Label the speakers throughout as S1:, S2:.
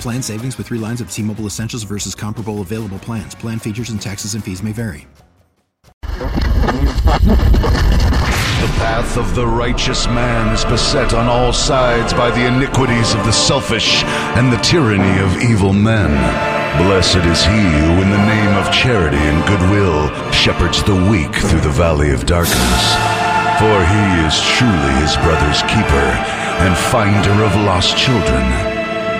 S1: Plan savings with three lines of T Mobile Essentials versus comparable available plans. Plan features and taxes and fees may vary.
S2: The path of the righteous man is beset on all sides by the iniquities of the selfish and the tyranny of evil men. Blessed is he who, in the name of charity and goodwill, shepherds the weak through the valley of darkness. For he is truly his brother's keeper and finder of lost children.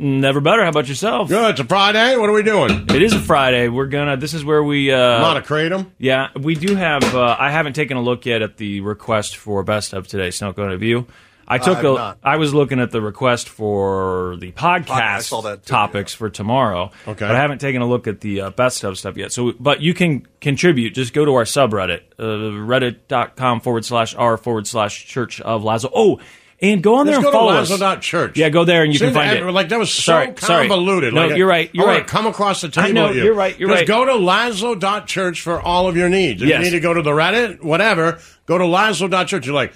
S3: Never better. How about yourself?
S4: Good. It's a Friday. What are we doing?
S3: It is a Friday. We're gonna. This is where we. Uh,
S4: Monocratum.
S3: Yeah, we do have. Uh, I haven't taken a look yet at the request for best of today. Snow going to view. I took
S5: have
S3: a. I
S5: not.
S3: was looking at the request for the podcast
S5: Podcast, I saw that too,
S3: topics for tomorrow.
S4: Okay.
S3: but I haven't taken a look at the uh, best of stuff yet. So, but you can contribute. Just go to our subreddit, uh, reddit.com forward slash r forward slash Church of Lazo. Oh, and go on
S4: Let's
S3: there
S4: go
S3: and
S4: to
S3: follow us.
S4: Lazo.church.
S3: Yeah, go there and you
S4: See,
S3: can find
S4: that-
S3: it.
S4: Like that was so
S3: Sorry, sorry.
S4: convoluted.
S3: No,
S4: like,
S3: you're right. You're
S4: I wanna
S3: right.
S4: Come across the table.
S3: I know,
S4: with you.
S3: you're right, you're
S4: Just
S3: right.
S4: go to Lazo.church for all of your needs. If
S3: Yes.
S4: you need to go to the Reddit, whatever, go to Lazo.church. You're like,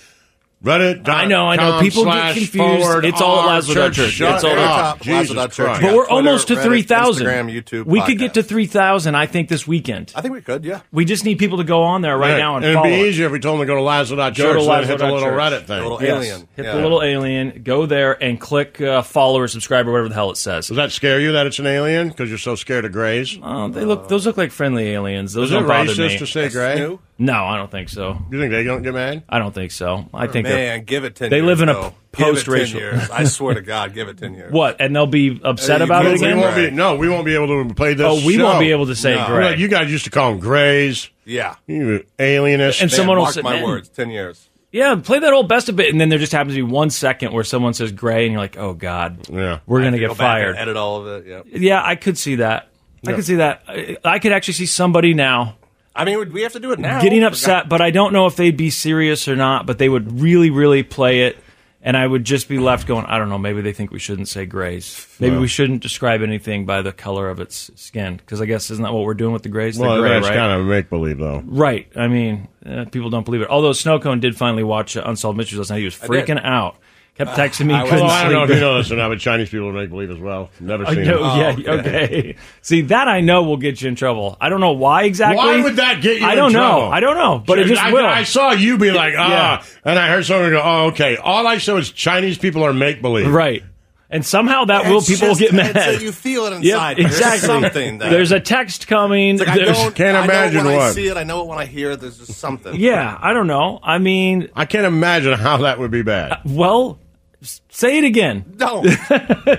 S4: Reddit.
S3: I know, I know. People get confused. It's all Lazo.church. It's
S4: Shut
S3: all-
S4: up.
S5: Lazo.church.
S4: Jesus
S5: But
S4: Christ.
S3: But
S5: Yeah,
S3: we're
S5: Twitter,
S3: almost to
S5: Reddit,
S3: three thousand.
S5: Instagram, YouTube,
S3: We could get to
S5: podcast.
S3: three thousand. I think this weekend.
S5: I think we could, yeah.
S3: We just need people to go on there right
S4: Yeah,
S3: now and
S4: It'd
S3: follow.
S4: be
S3: it.
S4: easier if we told them to go to Lazo.church
S3: Go to
S4: and then hit the
S3: Lazo.church.
S4: little Reddit
S5: A little
S4: thing.
S3: Yes.
S5: alien.
S3: Hit
S5: yeah.
S3: the little alien. Go there and click uh, follow or subscribe or whatever the hell it says.
S4: Does that scare you that it's an alien? Because you're so scared of grays?
S3: Oh, they look. Those look like friendly aliens. Those
S4: Is it
S3: don't bother
S4: racist
S3: me.
S4: to say gray?
S5: new?
S3: no, I don't think so.
S4: You think they don't get mad?
S3: I don't think so. I think they're
S5: Oh, Man, give it 10
S3: They
S5: years.
S3: live in a
S5: though.
S3: post-racial-
S5: Give it 10 years. I swear to God, give it 10 years.
S3: what, and they'll be upset
S5: Hey,
S3: about
S5: you
S3: it
S4: We,
S5: can't-
S3: again.
S4: won't
S5: Right.
S4: be. No, we won't be able to play this.
S3: Oh, we won't
S4: show.
S3: be able to say
S5: No.
S4: We're
S3: gray.
S4: like, you guys used to call them grays.
S5: Yeah.
S4: You alienist.
S3: And
S5: Man,
S3: Someone will
S5: mark
S3: sit
S5: my
S3: in.
S5: words, 10 years.
S3: yeah, play that old best of it, and then there just happens to be one second where someone says gray, and you're like, oh god,
S4: Yeah.
S3: we're gonna
S5: Go back and
S3: get fired.
S5: Edit all of it, yeah.
S3: Yeah, I could see that. I could see that. I, I could actually see somebody now
S5: I mean, we have to do it now.
S3: getting
S5: For
S3: upset, but I don't know if they'd be serious or not. But they would really, really play it, and I would just be left going, I don't know. Maybe they think we shouldn't say grays. Maybe we shouldn't describe anything by the color of its skin, because I guess isn't that what we're doing with the grays?
S4: well,
S3: the gray,
S4: that's
S3: right?
S4: kind of make believe, though.
S3: Right. I mean, uh, people don't believe it. Although Snowcone did finally watch uh, Unsolved Mysteries last night. He was
S5: did.
S3: freaking out. Kept texting me.
S5: I was-
S3: couldn't
S4: Well, I don't know if
S3: sleep.
S4: you know this or not, but Chinese people make believe as well. Never
S3: I
S4: seen
S3: know,
S4: it.
S3: Oh, yeah, okay. See, that I know will get you in trouble. I don't know why exactly.
S4: Why would that get you?
S3: I
S4: in
S3: don't know.
S4: trouble?
S3: I don't know, but it just
S4: I,
S3: will.
S4: I saw you be like, ah,
S3: Yeah.
S4: and I heard someone go, oh, okay. All I saw is Chinese people are make believe.
S3: right. And somehow that
S5: God.
S3: will
S5: It's
S3: people will
S5: just-
S3: get
S5: it's
S3: mad.
S5: that you feel it inside.
S3: Yep,
S5: There's
S3: exactly.
S5: something that-
S3: There's a text coming.
S5: Like, I
S3: There's-
S5: don't,
S4: Can't
S5: I know
S4: imagine
S5: when I
S4: what.
S5: see it, I know it when I hear it. There's just something.
S3: yeah, I don't know. I mean,
S4: I can't imagine how that would be bad.
S3: well, s- say it again.
S5: No.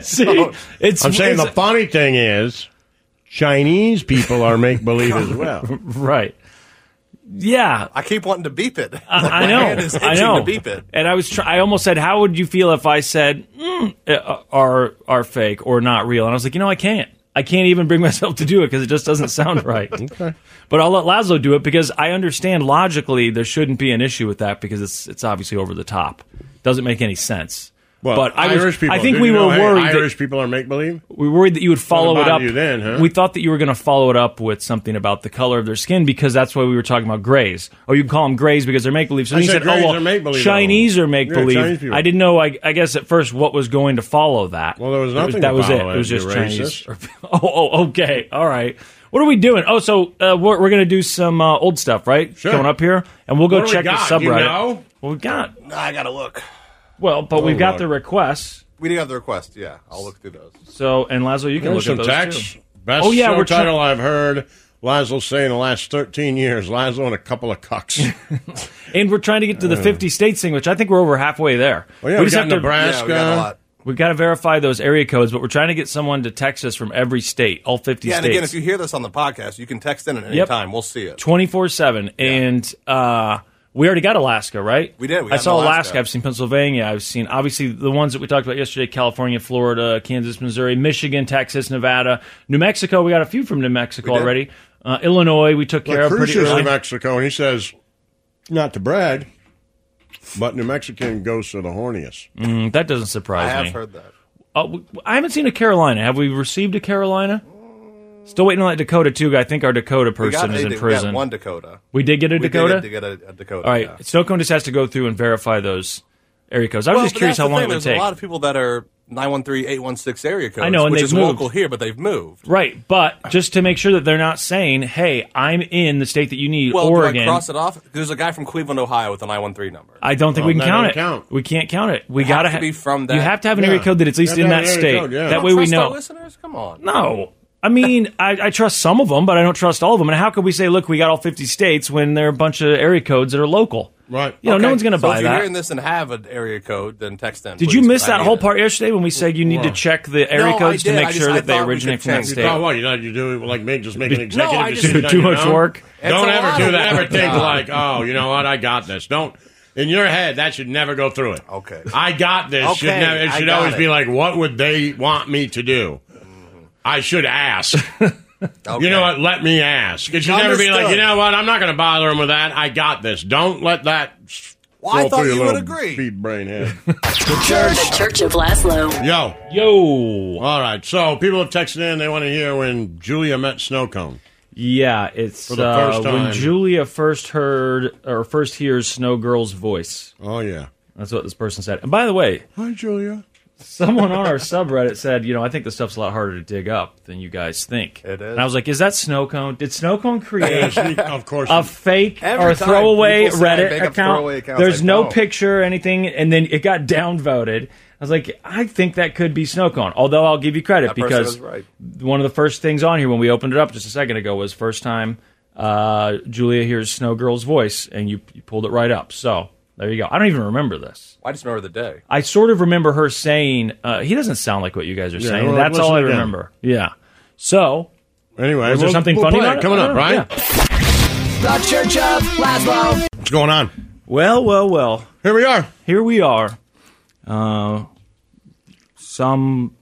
S3: See, it's
S4: Oh, I'm saying
S3: it's-
S4: the funny thing is, Chinese people are make believe as well.
S3: right. Yeah,
S5: I keep wanting to beep it.
S3: I
S5: My
S3: know.
S5: hand is
S3: I
S5: itching
S3: know.
S5: to beep it.
S3: And I was. Try- I almost said, "How would you feel if I said mm, uh, are are fake or not real?" And I was like, "You know, I can't. I can't even bring myself to do it because it just doesn't sound right." okay. But I'll let Laszlo do it because I understand logically there shouldn't be an issue with that because it's it's obviously over the top. Doesn't make any sense.
S4: Well,
S3: but I was-
S4: Irish people.
S3: I think
S4: did
S3: we
S4: you know,
S3: were
S4: hey,
S3: worried that-
S4: Irish people are make believe.
S3: we were worried that you would follow it
S4: bother
S3: up.
S4: you then, huh?
S3: We thought that you were going to follow it up with something about the color of their skin because that's why we were talking about grays. Oh, you call them grays because they're make believe. So
S4: I
S3: then you
S4: said
S3: said,
S4: grays
S3: oh, well,
S4: are make-believe,
S3: Chinese
S4: though.
S3: are make
S4: Yeah, Chinese
S3: believe.
S4: people.
S3: I didn't know. I, I guess at first what was going to follow that.
S4: Well, there was
S3: It
S4: nothing
S3: that
S4: to
S3: was
S4: follow
S3: it.
S4: it,
S3: It was just
S4: you
S3: Chinese.
S4: racist.
S3: oh, oh, okay, all right. What are we doing? Oh, so uh, we're, we're going to do some uh, old stuff, right?
S4: Sure.
S3: Coming up here, and we'll go
S4: What do we
S3: check
S4: got?
S3: the subreddit.
S4: You know? Oh,
S3: Well, we got
S5: I gotta look.
S3: well, but we've got
S4: Lord.
S3: the requests.
S5: We do have the request. Yeah, I'll look through those.
S3: So, and Lazo, you can
S4: There's some
S3: look at those
S4: tax.
S3: too.
S4: Best
S3: Oh, yeah,
S4: show
S3: we're try-
S4: title I've heard. Lazo say in the last 13 years, Lazo and a couple of cucks.
S3: And we're trying to get to the 50 states thing, which I think we're over halfway there.
S4: Uh. Oh, yeah, we,
S3: we just
S4: got
S3: have to,
S5: Yeah,
S4: Nebraska.
S5: we got a lot.
S3: we've got to verify those area codes, but we're trying to get someone to text us from every state, all 50
S5: Yeah, and again, if
S3: states,
S5: you hear this on the podcast, you can text in at any
S3: Yep.
S5: time. We'll see it.
S3: 24 7. And uh, we already got Alaska, right?
S5: We did. We
S3: I
S5: got
S3: saw
S5: Alaska.
S3: Alaska. I've seen Pennsylvania. I've seen, obviously, the ones that we talked about yesterday California, Florida, Kansas, Missouri, Michigan, Texas, Nevada, New Mexico. We got a few from New Mexico
S5: We did.
S3: already. Uh, Illinois, we took care of pretty
S4: Crucius, New
S3: early.
S4: Mexico, and he says, not to brag, but New Mexican goes to the horniest.
S3: Mm, that doesn't surprise
S5: I
S3: me.
S5: have heard that.
S3: Uh, w- I haven't seen a Carolina. Have we received a Carolina? Still waiting on that Dakota too. I think our Dakota
S5: We
S3: person
S5: got,
S3: is
S5: a-
S3: in
S5: we got
S3: prison.
S5: one Dakota.
S3: we did get a
S5: We did
S3: Dakota.
S5: get to get a, a Dakota.
S3: All right,
S5: yeah.
S3: Snowcone just has to go through and verify those area codes. I was
S5: Well,
S3: just
S5: but
S3: curious
S5: that's
S3: how
S5: the
S3: long
S5: thing.
S3: it would
S5: There's
S3: take.
S5: a lot of people that are 913, 816 area codes.
S3: I know, and
S5: which
S3: they've
S5: is
S3: moved.
S5: local here, but they've moved.
S3: right, but just to make sure that they're not saying, "Hey, I'm in the state that you need,
S5: Well, do I
S3: Oregon."
S5: cross it off? There's a guy from Cleveland, Ohio, with a 913 number.
S3: I don't think
S4: Well,
S3: we can
S4: that
S3: count
S4: don't
S3: it.
S4: count.
S3: We can't count it. We
S5: It
S3: gotta
S5: has to
S3: ha-
S5: be from
S3: You
S5: that-
S3: have to have an
S4: Yeah.
S3: area code that it's at least
S4: Have to
S3: in
S4: have
S3: that
S4: an area
S3: state.
S4: code, yeah.
S3: That
S4: Don't
S3: way we
S5: Trust our
S3: know.
S5: listeners? Come on.
S3: No. I mean, I, I trust some of them, but I don't trust all of them. And how could we say, look, we got all 50 states when there are a bunch of area codes that are local?
S4: Right.
S3: You know, no
S5: Okay,
S3: one's going to
S5: so
S3: buy
S5: if you're hearing
S3: that.
S5: this and have an area code, then text in.
S3: Did
S5: please,
S3: you
S5: 'cause
S3: miss
S5: I
S3: that
S5: need
S3: whole
S5: it.
S3: part yesterday when we said you need to check the area
S5: No, I
S3: codes to
S5: did.
S3: make
S5: I just-
S3: sure
S5: I
S3: that they
S5: thought we
S3: originate
S5: could
S3: from that
S5: change it.
S3: state.
S4: Oh, well, you know, you do like me, just make an executive
S5: I just-
S4: decision.
S3: Do
S4: on
S3: too
S4: your
S3: much
S4: own.
S3: work.
S5: It's
S4: don't
S5: a
S4: ever
S5: lot
S4: do
S5: of
S4: that. Ever
S5: work.
S4: think like, oh, you know what? I got this. Don't. In your head, that should never go through it.
S5: Okay.
S4: I got this. Should
S5: Okay,
S4: never, it
S5: I
S4: should
S5: got
S4: always
S5: it.
S4: be like, what would they want me to do? I should ask.
S5: Okay.
S4: You know what? Let me ask. It should never be like, you
S5: Understood.
S4: know what? I'm not going to bother him with that. I got this. Don't let that. s-
S5: Well, I
S4: roll
S5: thought
S4: through your
S5: you would
S4: little
S5: agree.
S4: Bead brain head.
S6: The Church of Laszlo.
S4: Yo.
S3: Yo.
S4: All right. So people have texted in. They want to hear when Julia met Snowcone.
S3: Yeah, it's
S4: the
S3: uh,
S4: first time.
S3: when Julia first heard or first hears Snow Girl's voice.
S4: Oh, yeah.
S3: That's what this person said. And by the way,
S4: Hi, Julia.
S3: someone on our subreddit said, you know, I think this stuff's a lot harder to dig up than you guys think.
S5: It is.
S3: And I was like, is that snow cone? Did snow cone create
S4: of course.
S3: a fake
S5: Every
S3: or a
S5: time
S3: throwaway
S5: people say I
S3: Reddit
S5: make up
S3: account?
S5: throwaway accounts,
S3: There's
S5: I
S3: no
S5: don't.
S3: picture or anything, and then it got downvoted. I was like, I think that could be snow cone. Although I'll give you credit
S5: That person
S3: because
S5: was right.
S3: one of the first things on here when we opened it up just a second ago was first time uh, Julia hears Snow Girl's voice, and you, you pulled it right up. So there you go. I don't even remember this.
S5: I just remember the day.
S3: I sort of remember her saying, uh, "He doesn't sound like what you guys are saying."
S4: well,
S3: That's
S4: listen
S3: all I
S4: again.
S3: remember. Yeah. So,
S4: Anyway,
S3: is there
S4: we'll-
S3: something
S4: we'll
S3: funny
S4: play
S3: about
S4: it
S3: it?
S4: coming
S3: I
S4: up,
S3: don't know.
S4: right?
S3: Yeah.
S6: The Church of Laszlo.
S4: What's going on?
S3: Well, well, well.
S4: Here we are.
S3: Here we are. Uh, some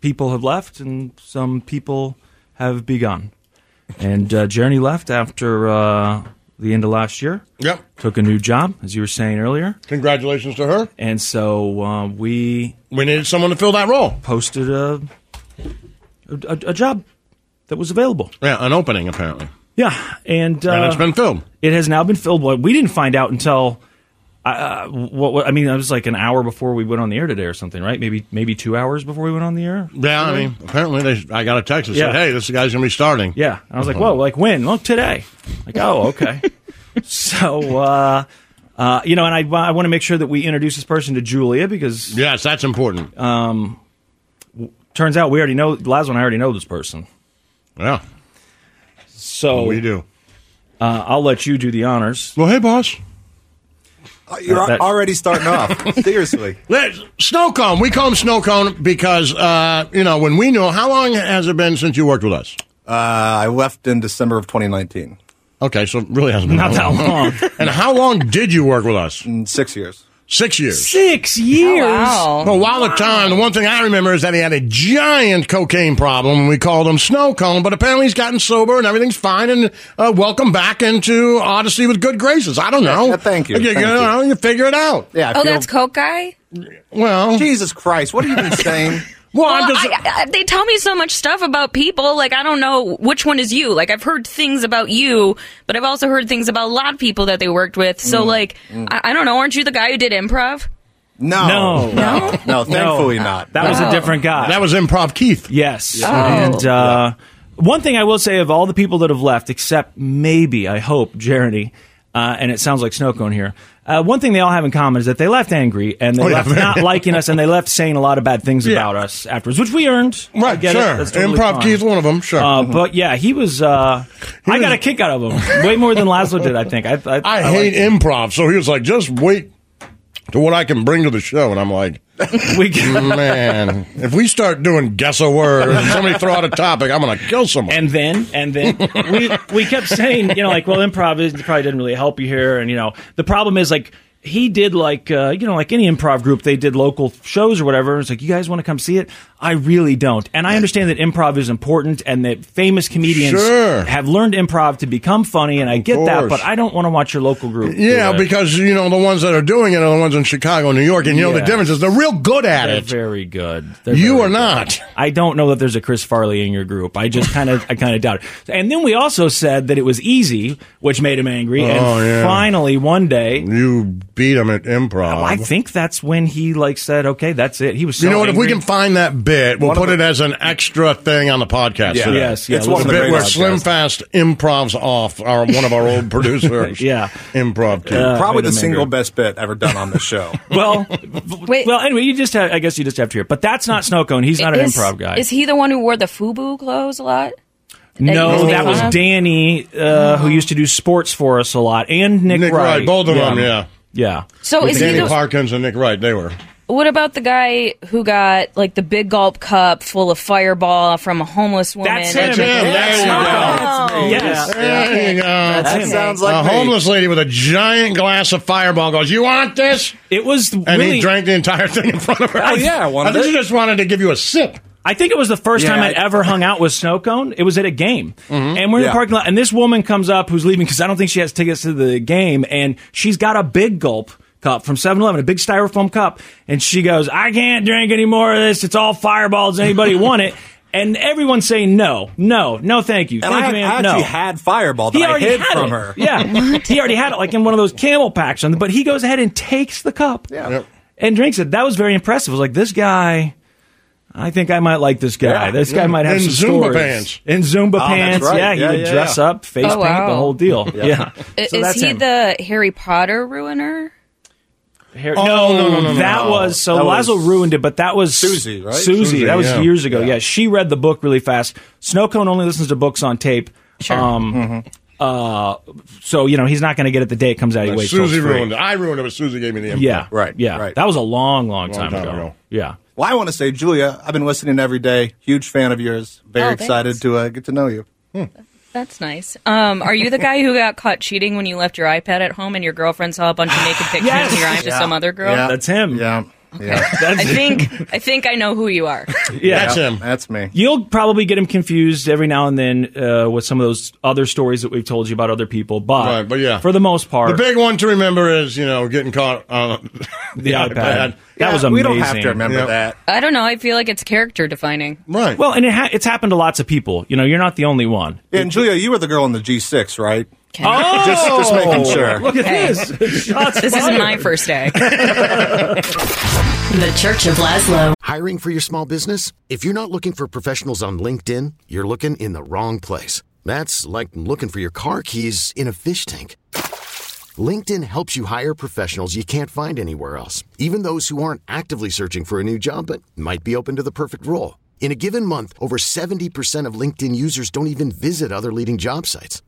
S3: people have left, and some people have begun. And uh, Jeremy left after uh, the end of last year.
S4: Yep.
S3: Took a new job, as you were saying earlier,
S4: Congratulations to her.
S3: and so uh, we
S4: We needed someone to fill that role.
S3: posted a a, a- a job that was available.
S4: Yeah, an opening apparently,
S3: Yeah, and, uh,
S4: and it's been filled.
S3: it has now been filled. Well, we didn't find out until uh, what, what I mean. It was like an hour before we went on the air today, or something, right? Maybe maybe two hours before we went on the air.
S4: Yeah, I mean, apparently they. I got a text that said,
S3: Yeah.
S4: "Hey, this guy's gonna be starting."
S3: Yeah, and I was like,
S7: Uh-huh.
S3: whoa, like when? Well, today. Like, oh, okay. so. uh uh, you know, and I, I want to make sure that we introduce this person to Julia because
S4: Yes, that's important.
S3: Uh, turns out we already know Lazo and I already know this person.
S4: yeah,
S3: So
S4: we do.
S3: Uh, I'll let you do the honors.
S4: Well, hey, boss.
S5: Uh, You're
S3: that-
S5: already starting off. Seriously.
S4: Let- Snow cone. We call him snow cone because uh, you know when we know. How long has it been since you worked with us?
S5: Uh, I left in December of 2019.
S4: Okay, so it really hasn't been
S3: Not that long.
S4: and how long did you work with us?
S5: In six years.
S4: Six years.
S3: Six years.
S4: Well, while at the time, the one thing I remember is that he had a giant cocaine problem. and We called him Snow Cone, but apparently he's gotten sober and everything's fine. And uh, welcome back into Odyssey with good graces. I don't know.
S5: Yeah, thank you,
S4: You,
S5: thank
S4: know, you figure it out.
S5: Yeah. I
S8: Oh,
S5: feel-
S8: that's Coke Guy?
S4: Well,
S7: Jesus Christ, what have you been saying?
S4: well,
S8: Well,
S4: I'm just,
S8: I, I, Uh, they tell me so much stuff about people. Like, I don't know which one is you. Like, I've heard things about you, but I've also heard things about a lot of people that they worked with.
S3: Mm.
S8: So, like, I, I don't know. Aren't you the guy who did improv?
S7: No.
S3: No.
S7: No, no thankfully not.
S3: That was a
S8: Oh.
S3: different guy.
S4: that was improv, Keith.
S3: Yes.
S4: Oh.
S3: And uh, one thing I will say of all the people that have left, except maybe, I hope, Jeremy, uh, and it sounds like snow cone here. Uh, one thing they all have in common is that they left angry and they
S4: Oh, yeah.
S3: left not liking us and they left saying a lot of bad things
S4: Yeah.
S3: about us afterwards, which we earned. I
S4: Right,
S3: get it.
S4: sure.
S3: That's
S4: improv,
S3: totally
S4: Mm-hmm.
S3: fine.
S4: Keith, one of them. Sure.
S3: Uh, But yeah, he was. Uh, I got a kick out of him way more than Laszlo did. I think. I, I,
S4: I,
S3: liked
S4: hate
S3: him.
S4: improv. So he was like, just wait to what I can bring to the show. And I'm like,
S3: We can-
S4: man, if we start doing guess a word and somebody throw out a topic, I'm going to kill someone.
S3: and then and then we we kept saying you know like well improv is, probably didn't really help you here and you know the problem is like he did like uh, you know like any improv group they did local shows or whatever it's like you guys want to come see it i really don't and i understand that improv is important and that famous comedians
S4: Sure.
S3: have learned improv to become funny and i get that
S4: course.
S3: but i don't want to watch your local group do
S4: yeah,
S3: it.
S4: because you know the ones that are doing it are the ones in Chicago, New York, and you know the
S3: Yeah.
S4: difference is they're real good at
S3: they're
S4: it.
S3: very good They're
S4: You
S3: very
S4: are
S3: good.
S4: not.
S3: I don't know that there's a Chris Farley in your group. I just kind of, I kind of doubt it. And then we also said that it was easy, which made him angry.
S4: Oh,
S3: and
S4: yeah.
S3: finally, one day,
S4: You beat them at improv.
S3: I think that's when he like said, "Okay, that's it." He was. So
S4: you know what? If we
S3: angry.
S4: can find that bit, we'll
S7: One of
S4: put
S7: the-
S4: it as an extra thing on the podcast.
S7: Yeah.
S4: today.
S3: Yes, yeah,
S7: it's one of
S4: The
S7: the
S4: bit
S7: great
S4: where
S7: podcasts.
S4: Slim Fast improvs off, our one of our old producers.
S3: Yeah.
S4: improv. Kid.
S5: Uh,
S7: Probably
S3: made
S7: the
S3: him
S7: single
S3: angry.
S7: best bit ever done on this show.
S3: well,
S8: Wait.
S3: well. Anyway, you just, have, I guess, you just have to hear. it. But that's not snow cone. He's not
S8: Is-
S3: an improv guy.
S8: Is he the one who wore the FUBU clothes a lot?
S3: no,
S8: he's
S3: that was
S8: not?
S3: Danny, uh,
S8: Uh-huh.
S3: who used to do sports for us a lot, and Nick,
S4: Nick Wright, both of them. Yeah,
S3: yeah.
S8: So Oh, is he
S4: Danny
S8: the,
S4: Parkins and Nick Wright. They were.
S8: what about the guy who got like the big gulp cup full of fireball from a homeless woman?
S3: That's him.
S4: him. That's him.
S8: Oh.
S3: Yes.
S4: There you go.
S8: That
S7: sounds like
S4: a
S7: me.
S4: homeless lady with a giant glass of Fireball goes, "You want this?"
S3: It was
S4: And
S3: really.
S4: he drank the entire thing in front of her.
S7: Oh, yeah, I wanted
S4: I think
S7: it.
S4: she just wanted to give you a sip.
S3: I think it was the first
S7: Yeah,
S3: time I'd
S7: I- Mm-hmm.
S3: ever hung out with Snow Cone. It was at a game, and we're in the
S7: Yeah.
S3: parking lot, and this woman comes up who's leaving because I don't think she has tickets to the game, and she's got a big gulp cup from 7-Eleven, a big styrofoam cup, and she goes, "I can't drink any more of this. It's all fireballs. Anybody want it?" And everyone's saying no, no, no, thank you,
S7: And
S3: thank
S7: I,
S3: you,
S7: I
S3: man,
S7: actually
S3: no.
S7: had Fireball that
S3: he
S7: I
S3: already
S7: hid
S3: had
S7: from
S3: it.
S7: her.
S3: Yeah, he already had it, like in one of those camel packs. on the- But he goes ahead and takes the cup
S4: Yep.
S3: and drinks it. That was very impressive. I was like, this guy. I think I might like this guy.
S7: Yeah.
S3: this guy might have
S4: In
S3: some
S4: Zumba
S3: stories.
S4: pants.
S3: In Zumba
S7: Oh, that's
S3: pants,
S7: right.
S3: yeah, he
S7: Yeah,
S3: would
S7: yeah,
S3: dress
S7: yeah.
S3: up, face
S8: Oh,
S3: paint, the
S8: wow.
S3: whole deal. Yeah.
S8: I-
S3: So
S8: is
S3: that's
S8: he
S3: him.
S8: the Harry Potter ruiner?
S3: Hair- no,
S4: no, no, no,
S3: Oh, that
S7: no.
S3: was so
S7: That
S3: Lazo
S7: was-
S3: ruined it, but that was
S7: Susie, right?
S3: Susie,
S4: Susie,
S3: that was
S4: yeah.
S3: years ago. Yeah. she read the book really fast. Snowcone only listens to books on tape. Sure. Um,
S4: Mm-hmm.
S3: uh, so you know he's not going to get it the day it comes out. He waits till it's
S4: Susie
S3: free.
S4: ruined it. I ruined it, but Susie gave me the info.
S3: Yeah,
S7: Right,
S3: Yeah,
S7: right.
S3: that was a long, long, time,
S4: time
S3: ago.
S4: ago.
S3: Yeah.
S7: Well, I want to say, Julia, I've been listening every day. Huge fan of yours. Very
S8: Oh,
S7: excited
S8: thanks.
S7: to uh, get to know you.
S8: That's nice. Um, are you the guy who got caught cheating when you left your iPad at home and your girlfriend saw a bunch of naked pictures
S3: Yes.
S8: and your eyes to some other girl?
S7: Yeah.
S3: That's him.
S7: Yeah. Yeah.
S8: I think I think I know who you are.
S3: Yeah.
S4: That's him.
S7: That's me.
S3: You'll probably get him confused every now and then uh, with some of those other stories that we've told you about other people, but,
S4: Right, but yeah.
S3: for the most part,
S4: The big one to remember is, you know, getting caught on
S3: the iPad. That
S7: Yeah,
S3: was amazing.
S7: We don't have to remember
S4: Yeah.
S7: that.
S8: I don't know. I feel like it's character defining.
S4: Right.
S3: Well, and it ha- it's happened to lots of people. You know, you're not the only one.
S7: And Julia, you were the girl in the G6, right?
S3: Oh,
S7: Just, just making sure.
S3: look at
S8: Hey.
S3: this. Shots
S8: This
S3: fired.
S8: isn't my first day.
S9: The Church of Laszlo.
S10: Hiring for your small business? If you're not looking for professionals on LinkedIn, you're looking in the wrong place. That's like looking for your car keys in a fish tank. LinkedIn helps you hire professionals you can't find anywhere else, even those who aren't actively searching for a new job but might be open to the perfect role. In a given month, over 70% of LinkedIn users don't even visit other leading job sites.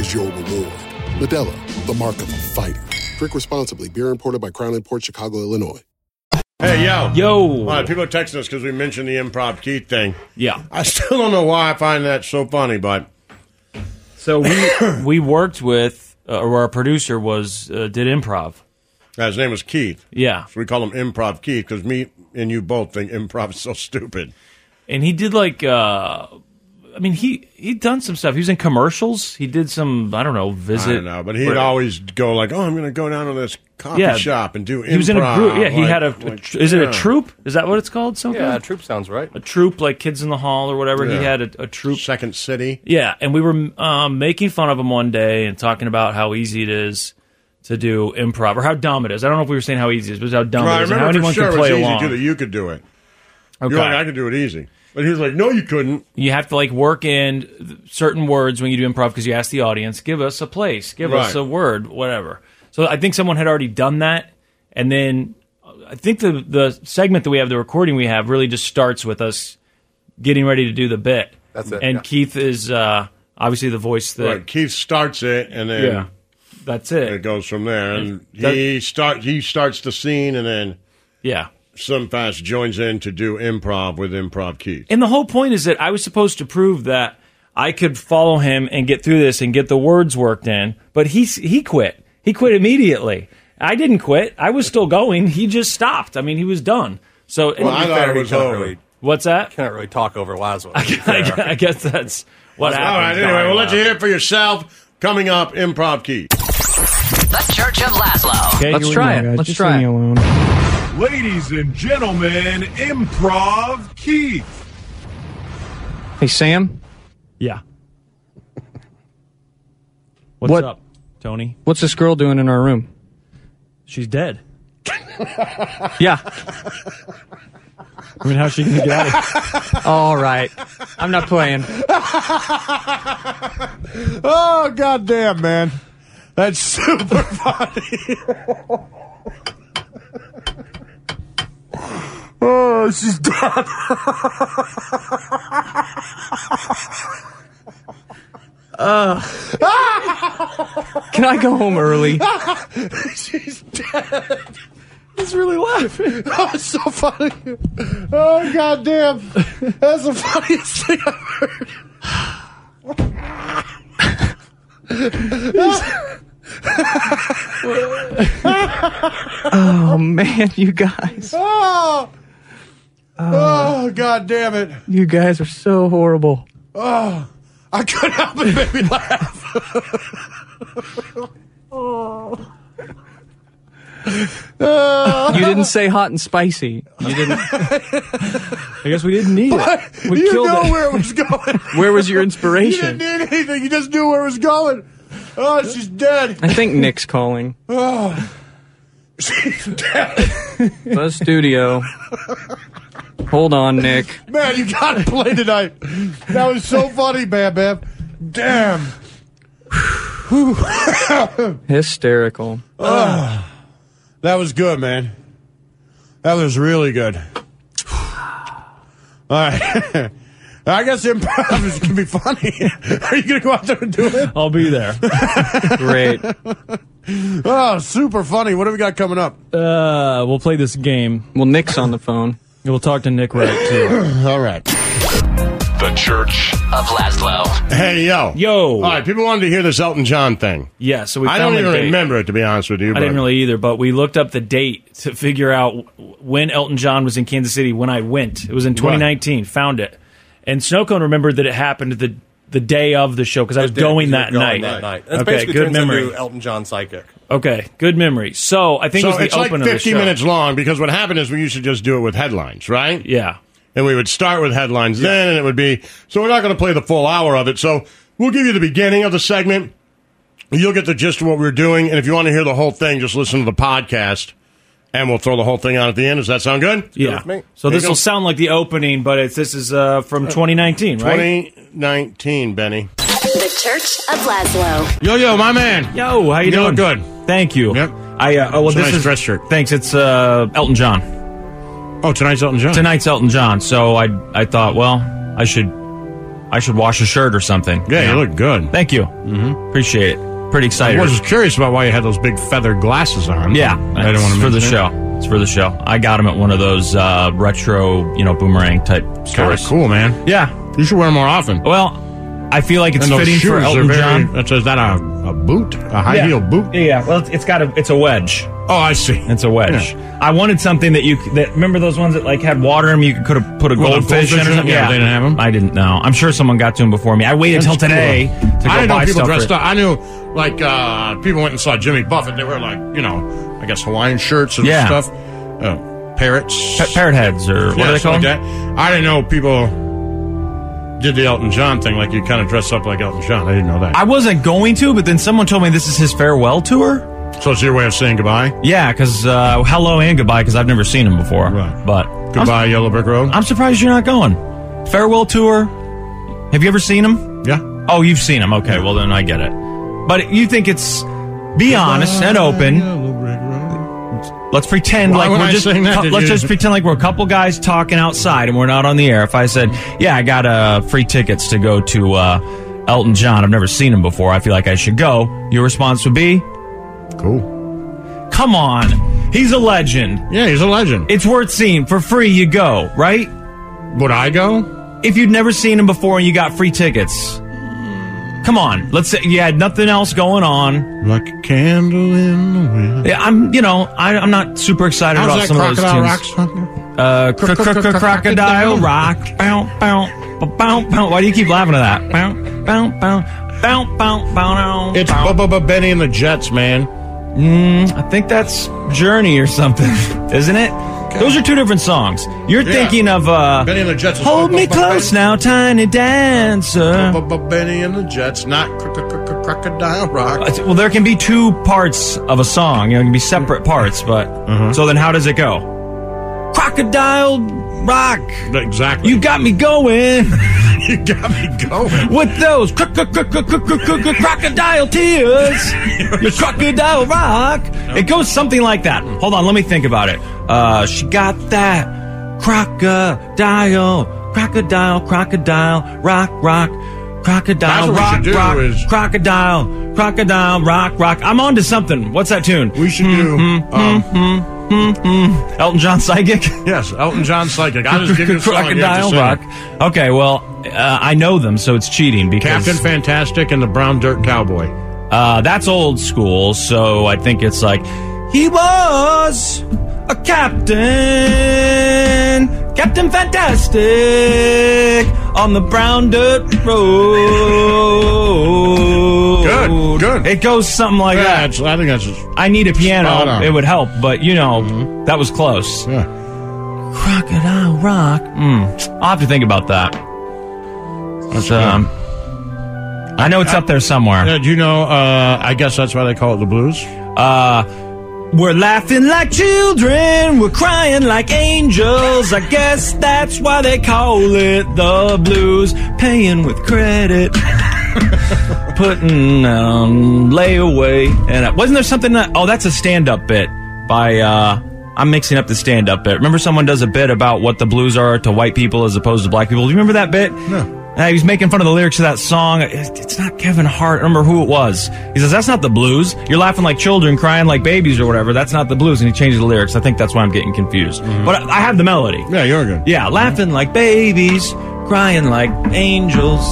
S9: is your reward. Medella, the mark of a fighter. Drink responsibly. Beer imported by Crown Port Chicago, Illinois.
S4: Hey, yo.
S3: Yo. All
S4: right, people are texting us because we mentioned the improv key thing.
S3: Yeah.
S4: I still don't know why I find that so funny, but.
S3: So we we worked with, uh, or our producer was uh, did improv.
S4: Uh, his name was Keith.
S3: Yeah.
S4: So we call him Improv Keith because me and you both think improv is so stupid.
S3: and he did like uh I mean he he'd done some stuff. He was in commercials. He did some I don't know visit.
S4: I don't know, but he'd always go like, "Oh, I'm going to go down to this coffee
S3: Yeah.
S4: shop and do improv."
S3: He was in a group. Yeah, he
S4: Like-
S3: had a.
S4: like,
S3: tr- is it
S4: yeah.
S3: a troupe? Is that what it's called? Something.
S5: Yeah, troop sounds right.
S3: a troupe like Kids in the Hall or whatever.
S4: Yeah.
S3: He had a, a troupe.
S4: Second City.
S3: Yeah, and we were um, making fun of him one day and talking about how easy it is to do improv or how dumb it is. I don't know if we were saying how easy it is, but how dumb
S4: Well,
S3: it
S4: I
S3: is and
S4: remember
S3: how anyone
S4: for sure
S3: can
S4: it was
S3: play
S4: easy
S3: along.
S4: too that you could do it.
S3: Okay.
S4: You're like, I could do it easy, but he was like, "No, you couldn't."
S3: you have to like work in th- certain words when you do improv because you ask the audience, give us a place, give us
S4: Right.
S3: a word, whatever. So I think someone had already done that, and then uh, I think the the segment that we have, the recording we have, really just starts with us getting ready to do the bit.
S5: That's it,
S3: And
S5: yeah.
S3: Keith is uh, obviously the voice that
S4: Right. Keith starts it, and then
S3: yeah, that's
S4: it
S3: it.
S4: goes from there. And he start he starts the scene, and then
S3: Yeah.
S4: Sunfast joins in to do improv with Improv Keith.
S3: And the whole point is that I was supposed to prove that I could follow him and get through this and get the words worked in, but he he quit. He quit immediately. I didn't quit. I was still going. He just stopped. I mean, he was done. So
S4: Well, I thought it was
S5: can't
S4: over.
S5: really,
S3: what's that?
S5: can't really talk over Laszlo. to be
S3: I, gu-
S5: fair.
S3: I guess that's what
S4: All right.
S3: happened.
S4: Anyway,
S5: dying
S4: we'll let you
S5: laugh.
S4: hear it for yourself. Coming up, Improv Keith.
S11: The Church of Laszlo.
S3: Okay,
S12: Let's
S3: you-
S12: try it. Let's try it.
S13: Ladies and gentlemen, Improv Keith.
S12: Hey, Sam,
S3: Yeah. What's
S12: What-
S3: up, Tony?
S12: what's this girl doing in our room?
S3: She's dead.
S12: Yeah.
S3: I mean, how's she gonna get out of here?
S12: All right. I'm not playing.
S6: Oh goddamn, man! That's super funny. oh, she's dead.
S12: Can I go home early?
S6: she's dead. He's really laughing. That was so funny. Oh goddamn! That's the funniest thing I've heard.
S12: Oh man, you guys,
S6: Oh, oh god damn it!
S12: you guys are so horrible.
S6: I couldn't help it, baby. Laugh.
S12: You didn't say hot and spicy. You didn't.
S3: I guess we didn't need it.
S12: We
S6: you
S12: killed
S6: know
S12: it.
S6: where it was going.
S12: Where was your
S6: You didn't
S12: inspiration?
S6: need anything. You just knew where it was going. Oh, she's dead.
S12: I think Nick's calling.
S6: She's dead.
S12: Buzz Studio. Hold on, Nick.
S6: Man, you gotta play tonight. That was so funny, Bam Bam. Damn.
S12: Hysterical.
S6: Ah. That was good, man. That was really good. All right. I guess improv is gonna be funny. Are you gonna go out there and do it?
S3: I'll be there.
S12: Great.
S6: Oh, super funny. What do we got coming up?
S3: Uh, we'll play this game.
S12: Well, Nick's on the phone.
S3: We'll talk to Nick Wright too.
S6: All right.
S13: The Church.
S11: Of Laszlo.
S4: Hey, yo.
S3: Yo.
S4: All right. People wanted to hear this Elton John thing.
S3: Yeah. So we.
S4: I don't
S3: found the
S4: even
S3: date.
S4: remember it to be honest with you.
S3: I
S4: but-
S3: didn't really either, but we looked up the date to figure out w- when Elton John was in Kansas City when I went. It was in 2019. Found it, and Snowcone remembered that it happened the the day of the show because I was
S5: Did,
S3: going,
S5: 'cause
S3: that,
S5: you're
S3: night.
S5: that night. That's
S3: okay,
S5: basically
S3: good
S5: turns
S3: memory.
S5: into Elton John psychic.
S3: okay, good memory. So I think it
S4: So
S3: was the
S4: it's like
S3: open of the
S4: 50
S3: show.
S4: minutes long because what happened is we used to just do it with headlines, right?
S3: Yeah.
S4: And we would start with headlines then, and it would be so we're not going to play the full hour of it. So we'll give you the beginning of the segment, You'll get the gist of what we're doing, and if you want to hear the whole thing, just listen to the podcast, and we'll throw the whole thing on at the end. Does that sound good?
S3: Yeah. So this will sound like the opening, but it's this is uh, from 2019, right?
S4: 2019, Benny.
S8: The Church of Laszlo.
S4: Yo, yo, my man.
S3: Yo, how you,
S4: You
S3: doing?
S4: look
S3: good. Thank you. Yep. I uh, oh well,
S4: It's a
S3: this
S4: nice
S3: is
S4: dress shirt.
S3: Thanks. It's uh, Elton John.
S4: Oh, tonight's Elton John.
S3: Tonight's Elton John. So I I thought, well, I should I should wash a shirt or something.
S4: Yeah, you
S3: know?
S4: look good.
S3: Thank you. Mm-hmm. Appreciate it. Pretty excited.
S4: I was just curious about why you had those big feathered glasses on.
S3: Yeah,
S4: I didn't
S3: it's
S4: want to
S3: for the
S4: mention it.
S3: show. It's for the show. I got them at one of those uh, retro, you know, boomerang type
S4: Kind
S3: stores.
S4: of cool, man.
S3: Yeah,
S4: you should wear them more often.
S3: Well, I feel like it's
S4: And those
S3: Oh, fitting for
S4: shoes are
S3: Elton
S4: very-
S3: John.
S4: That's, is that a, a boot? A high heel boot?
S3: Yeah, yeah. Well, it's, it's got a it's a wedge.
S4: Oh, I see.
S3: It's a wedge. I wanted something that you c- that remember those ones that like had water in them. You could have put a
S4: Well, the
S3: goldfish in or
S4: goldfish in-
S3: something.
S4: yeah, they didn't have them.
S3: I didn't know. I'm sure someone got to them before me. I waited
S4: That's
S3: till
S4: cool.
S3: today to go
S4: I didn't
S3: buy
S4: know people
S3: stuff for
S4: dressed
S3: it.
S4: up. I knew like uh, people went and saw Jimmy Buffett. They were like you know, I guess Hawaiian shirts and
S3: Yeah.
S4: stuff. Uh, parrots,
S3: parrot heads, or what
S4: yeah,
S3: are they
S4: something
S3: called?
S4: like that. I didn't know people did the Elton John thing. Like you kind of dress up like Elton John. I didn't know that.
S3: I wasn't going to, but then someone told me this is his farewell tour.
S4: So it's your way of saying goodbye.
S3: Yeah, because uh, hello and goodbye, because I've never seen him before. But
S4: Goodbye, Yellow Brick Road.
S3: I'm surprised you're not going. Farewell tour. Have you ever seen him?
S4: Yeah.
S3: Oh, you've seen him. Okay, well then I get it. But you think it's be honest and open. Let's pretend
S4: Why
S3: like
S4: would
S3: we're
S4: I
S3: just
S4: sing that?
S3: cou-
S4: Did
S3: let's
S4: you-
S3: just pretend like we're a couple guys talking outside and we're not on the air. If I said, "Yeah, I got uh, free tickets to go to uh, Elton John. I've never seen him before. I feel like I should go." Your response would be,
S4: "Cool.
S3: Come on, he's a legend.
S4: Yeah, he's a legend.
S3: It's worth seeing for free. You go, right?
S4: Would I go
S3: if you'd never seen him before and you got free tickets? Come on, let's say you had nothing else going on.
S4: Like a candle in the wind.
S3: Yeah, I'm, you know, I, I'm not super excited about
S4: How's that
S3: some of those
S4: crocodile
S3: tunes.
S4: rock song?
S3: Uh, cr- cr- cr- crocodile rock. Bow, bow, bow, bow. Why do you keep laughing at that? Bow, bow, bow, bow, bow, bow.
S4: It's
S3: bow.
S4: Bubba Benny and the Jets, man.
S3: Mm, I think that's Journey or something, isn't it? Those are two different songs. You're
S4: Yeah.
S3: thinking of uh,
S4: Benny and the Jets is-
S3: Hold me close now, tiny dancer.
S4: Benny and the Jets, not cr- cr- cr- cr- crocodile rock.
S3: Uh, Well, there can be two parts of a song. You know, it can be separate parts, but so then how does it go? Crocodile rock.
S4: Exactly.
S3: You got me going
S4: You got me going.
S3: with those cro- cro- cro- cro- cro- cro- cro- cro- crocodile tears. Your crocodile rock. It goes something like that. Hold on, let me think about it. Uh, she got that crocodile, crocodile, crocodile, rock, rock,
S4: That's what
S3: crocodile,
S4: we should
S3: rock,
S4: do
S3: rock,
S4: is-
S3: crocodile, crocodile, rock, rock. I'm on to something. What's that tune?
S4: We should do, um,
S3: Elton John Psychic?
S4: Yes, Elton John Psychic. I'll just give you a song and you have to
S3: Crocodile
S4: sing it.
S3: Rock. Okay, well, uh, I know them, so it's cheating because
S4: Captain Fantastic and the Brown Dirt Cowboy.
S3: Uh, that's old school, so I think it's like he was a captain, Captain Fantastic on the brown dirt road.
S4: Good, good.
S3: It goes something like
S4: Yeah,
S3: that.
S4: it's- I think that's just
S3: I need a
S4: Spot
S3: piano.
S4: on.
S3: It would help, but you know, that was close.
S4: Yeah.
S3: Crocodile Rock. Mm. I'll have to think about that. That's, um, I know it's up there somewhere.
S4: Uh, do you know? Uh, I guess that's why they call it the blues.
S3: Uh, we're laughing like children, we're crying like angels. I guess that's why they call it the blues. Paying with credit, putting um, layaway. And uh, wasn't there something? That, oh, that's a stand-up bit by. Uh, I'm mixing up the stand-up bit. Remember, someone does a bit about what the blues are to white people as opposed to black people. Do you remember that bit? No. he was making fun of the lyrics of that song. It- It's not Kevin Hart. I don't remember who it was. He says, That's not the blues. You're laughing like children, crying like babies, or whatever. That's not the blues. And he changed the lyrics. I think that's why I'm getting confused. But I, I have the melody.
S4: Yeah, you're good.
S3: Yeah, laughing like babies, crying like angels.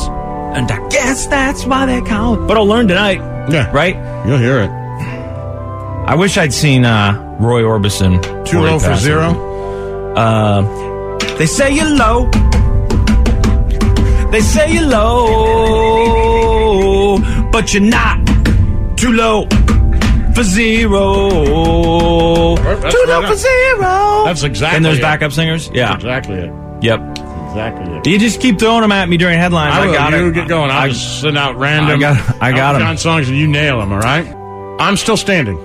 S3: And I guess that's why they call it. But I'll learn tonight.
S4: Yeah.
S3: Right?
S4: You'll hear it.
S3: I wish I'd seen uh, Roy Orbison.
S4: Too
S3: before he
S4: low oh for
S3: passed
S4: zero?
S3: away. Uh, they say you're low. They say you're low, but you're not too low for zero.
S4: That's
S3: too
S4: right
S3: low
S4: on.
S3: for zero.
S4: That's exactly
S3: And there's
S4: it.
S3: backup singers.
S4: That's
S3: Yeah.
S4: exactly it.
S3: Yep.
S4: exactly it.
S6: You just keep throwing them at me during headlines. I,
S4: will.
S6: got
S4: you
S6: it.
S4: get going. I'll
S6: I-
S4: just send out random.
S6: I got- I got
S4: Elton
S6: 'em.
S4: John songs and you nail them. All right. I'm still standing.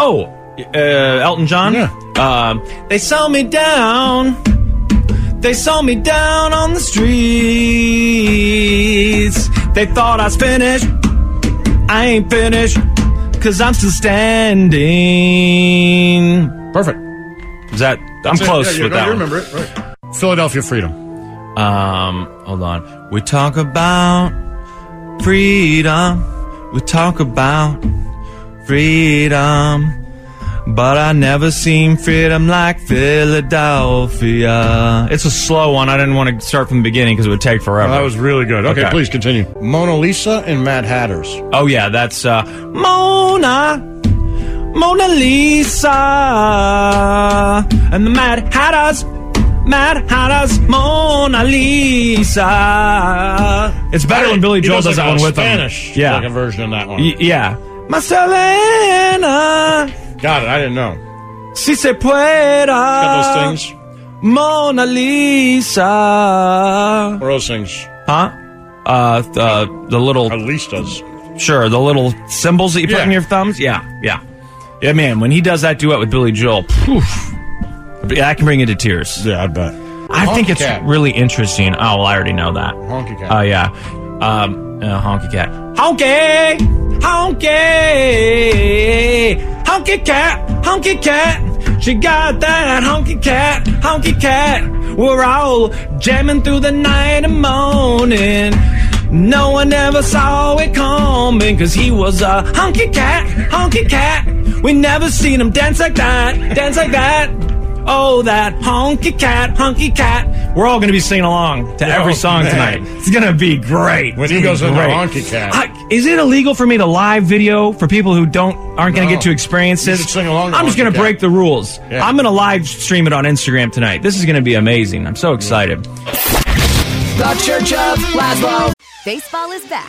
S6: Oh, uh, Elton John. Yeah. Um, they saw me down. They saw me down on the streets. They thought I was finished. I ain't finished because I'm still standing. Perfect. Is that? I'm
S4: That's it.
S6: close
S4: Yeah, you
S6: with
S4: know,
S6: that
S4: You
S6: one.
S4: remember it? Right. Philadelphia
S6: Freedom. Um, hold on. We talk about freedom. We talk about freedom. But I never seen freedom like Philadelphia. It's a slow one. I didn't want to start from the beginning because it would take forever.
S4: Oh, that was really good. Okay, please continue. Mona Lisa and Mad Hatters.
S6: Oh yeah, that's uh, Mona, Mona Lisa, and the Mad Hatters, Mad Hatters, Mona Lisa. It's better when Oh, Billy
S4: He
S6: Joel does
S4: like
S6: that
S4: a
S6: one with
S4: Spanish,
S6: him. Yeah,
S4: like a version of that one.
S6: Y- yeah. Marcelena.
S4: Got it. I didn't know.
S6: Si se pueda.
S4: Got
S6: Uh,
S4: those things.
S6: Mona Lisa.
S4: What are those things?
S6: Huh? Uh, th- uh the little. At
S4: least does.
S6: Sure, the little symbols that you put in your thumbs. Yeah, yeah, yeah. Man, when he does that duet with Billy Joel, poof, that can bring you to tears.
S4: Yeah, I bet.
S6: I think it's
S4: Honky-cat.
S6: really interesting. Oh, well, I already know that.
S4: Honky cat.
S6: Oh yeah, um, uh, honky cat. Honky, honky, honky cat, honky cat. She got that honky cat, honky cat. We're all jamming through the night and moaning. No one ever saw it coming, cause he was a honky cat, honky cat. We never seen him dance like that, dance like that. Oh, that honky cat, honky cat. We're all gonna be singing along to every
S4: Oh,
S6: song
S4: man.
S6: tonight. It's gonna be great.
S4: When
S6: It's
S4: he
S6: gonna
S4: goes
S6: be
S4: into
S6: great.
S4: honky cat.
S6: I- is it illegal for me to live video for people who don't aren't going to
S4: No.
S6: get to experience
S4: You
S6: this?
S4: should sing along to
S6: I'm just
S4: honky
S6: going to
S4: cat.
S6: break the rules.
S4: Yeah.
S6: I'm going to live stream it on Instagram tonight. This is going to be amazing. I'm so excited.
S14: The Church of Laszlo.
S11: Baseball is back,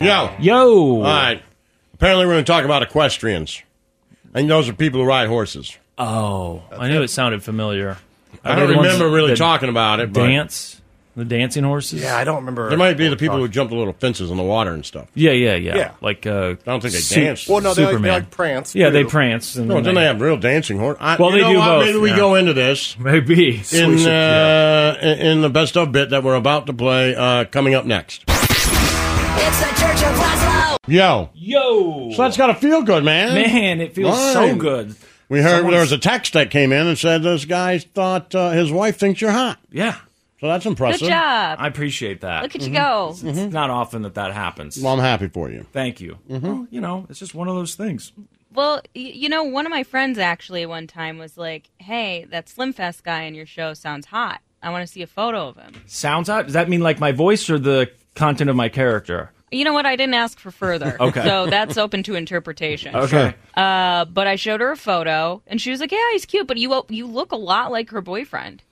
S4: Yo.
S6: Yo.
S4: All right. Apparently, we're going to talk about equestrians. And those are people who ride horses.
S6: Oh, I knew it sounded familiar.
S4: I
S6: Are
S4: don't
S6: they the ones
S4: remember really
S6: that
S4: talking about it, but-
S6: Dance, the dancing horses.
S4: Yeah, I
S7: don't remember.
S4: There might be the people who jump the little fences in the water and stuff.
S6: Yeah, yeah, yeah.
S4: Yeah.
S6: Like uh, I
S4: don't think they dance.
S7: Well, no, they like- they like prance,
S6: Yeah, they
S7: too.
S6: prance. And
S4: No, then they have real dancing horse. I-
S6: well,
S4: you
S6: they
S4: know
S6: do
S4: what?
S6: both.
S4: Maybe we
S6: yeah.
S4: go into this
S6: maybe
S4: in uh, in- in the best of bit that we're about to play uh, coming up next.
S11: It's the Church of Laszlo.
S4: Yo,
S6: Yo.
S4: so that's got to feel good, man.
S6: Man, it feels so
S4: Mine.
S6: good.
S4: We heard
S6: Someone's-
S4: there was a text that came in and said this guy thought uh, his wife thinks you're hot.
S6: Yeah.
S4: So that's impressive.
S8: Good job.
S6: I appreciate that.
S8: Look at you go.
S3: Mm-hmm.
S6: It's
S4: Mm-hmm.
S6: not often that that happens.
S4: Well, I'm happy for you.
S6: Thank you.
S4: Mm-hmm.
S6: Well, you know, it's just one of those things.
S8: Well, y- you know, one of my friends actually one time was like, "Hey, that Slim Fast guy on your show sounds hot. I want to see a photo of him."
S6: Sounds out. Does that mean like my voice or the content of my character?
S8: You know what? I didn't ask for further.
S6: Okay.
S8: So that's open to interpretation.
S6: Okay.
S8: Uh, but I showed her a photo, and she was like, "Yeah, he's cute, but you you look a lot like her boyfriend."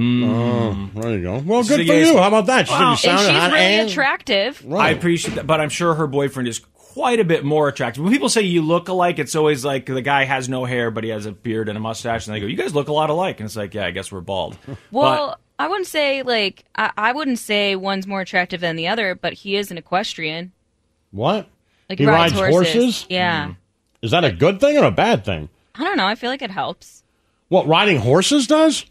S4: Oh, there you go. Well,
S6: So
S4: good
S6: you
S4: for
S6: guys-
S4: you. How about that? She said
S6: Wow.
S4: you
S6: And
S4: sounded
S8: She's
S4: hot
S8: really
S4: and-
S8: attractive.
S6: I appreciate that, but I'm sure her boyfriend is quite a bit more attractive. When people say you look alike, it's always like the guy has no hair, but he has a beard and a mustache, and they go, "You guys look a lot alike," and it's like, "Yeah, I guess we're bald."
S8: Well, I wouldn't say like I, I wouldn't say one's more attractive than the other, but he is an equestrian.
S4: What?
S8: Like
S4: he rides, horses? Hmm.
S8: Yeah.
S4: Is that a good thing or a bad thing?
S8: I don't know. I feel like it helps.
S4: What riding horses does?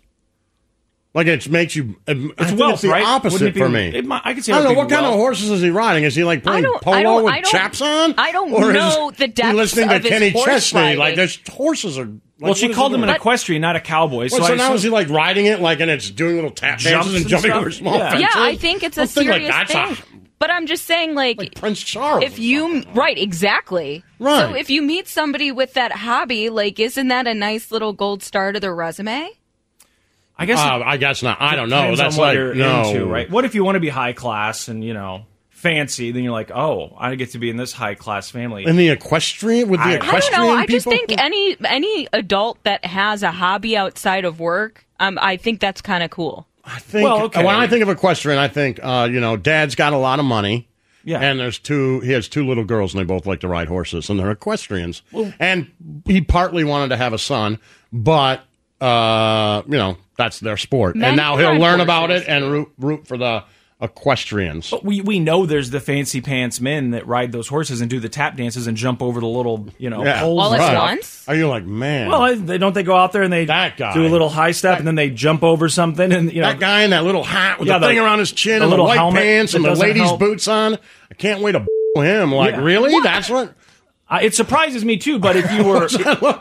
S4: Like it makes you. It's,
S6: wealth,
S4: it's the
S6: right? Wouldn't
S4: opposite
S6: it be-
S4: for me.
S6: it might- I could see
S4: I
S6: how
S4: don't know
S6: it'd
S4: what
S6: be
S4: kind of
S6: wealth.
S4: horses is he riding? Is he like
S8: I
S4: playing
S8: don't.
S4: polo
S8: I don't.
S4: with
S8: I don't,
S4: chaps on?
S8: I don't
S4: or
S8: know
S4: is
S8: the depths
S4: he listening
S8: of his
S4: to Kenny
S8: horse
S4: Chesney?
S8: riding.
S4: Like there's horses are. Like,
S6: well, she
S4: what is
S6: called
S4: he
S6: him an
S4: doing?
S6: equestrian, not a cowboy.
S4: Well,
S6: so
S4: so
S6: I
S4: now
S6: assume-
S4: is he like riding it like and it's doing little tap
S6: Jumps
S4: dances and,
S6: and
S4: jumping
S6: stuff?
S4: over small
S6: Yeah.
S4: fences?
S8: Yeah, I think it's a
S4: Don't think like
S8: serious
S4: that's
S8: thing.
S4: a-
S8: But I'm just saying, like,
S4: Prince Charles.
S8: If you right, exactly.
S4: Right.
S8: So if you meet somebody with that hobby, like, isn't that a nice little gold star to their resume?
S3: I guess
S4: Uh, I guess not. I don't know.
S3: Depends on
S4: That's
S3: what
S4: like
S3: you're
S4: no.
S3: into, right? What if you want to be high class and you know fancy? Then you're like, oh, I get to be in this high class family.
S4: In the equestrian with the
S3: I- I don't
S8: I
S3: know,
S8: don't
S4: equestrian
S8: know. I just
S4: people?
S8: think any any adult that has a hobby outside of work, um, I think that's kind of cool.
S4: I think when I think of equestrian, I think uh, you know, dad's got a lot of money.
S3: Yeah.
S4: And there's two he has two little girls and they both like to ride horses and they're equestrians. and he partly wanted to have a son, but uh, you know, that's their sport.
S3: Men
S4: and now he'll
S3: ride
S4: learn about it
S3: horses.
S4: and root root for the equestrians.
S3: But we, we know there's the fancy pants men that ride those horses and do the tap dances and jump over the little you know poles. and stuff.
S4: Are you like, man?
S3: Well, I- they, don't they go out there and they do a little high step and then they jump over something and you know
S4: that guy in that little hat with
S3: Yeah,
S4: the, thing around his chin and the
S3: little
S4: white
S3: helmet
S4: pants and
S3: that
S4: the
S3: doesn't
S4: ladies'
S3: help.
S4: boots on. I can't wait to him. Like,
S3: Yeah.
S4: really? That's what.
S3: Uh, it surprises me too. But if you were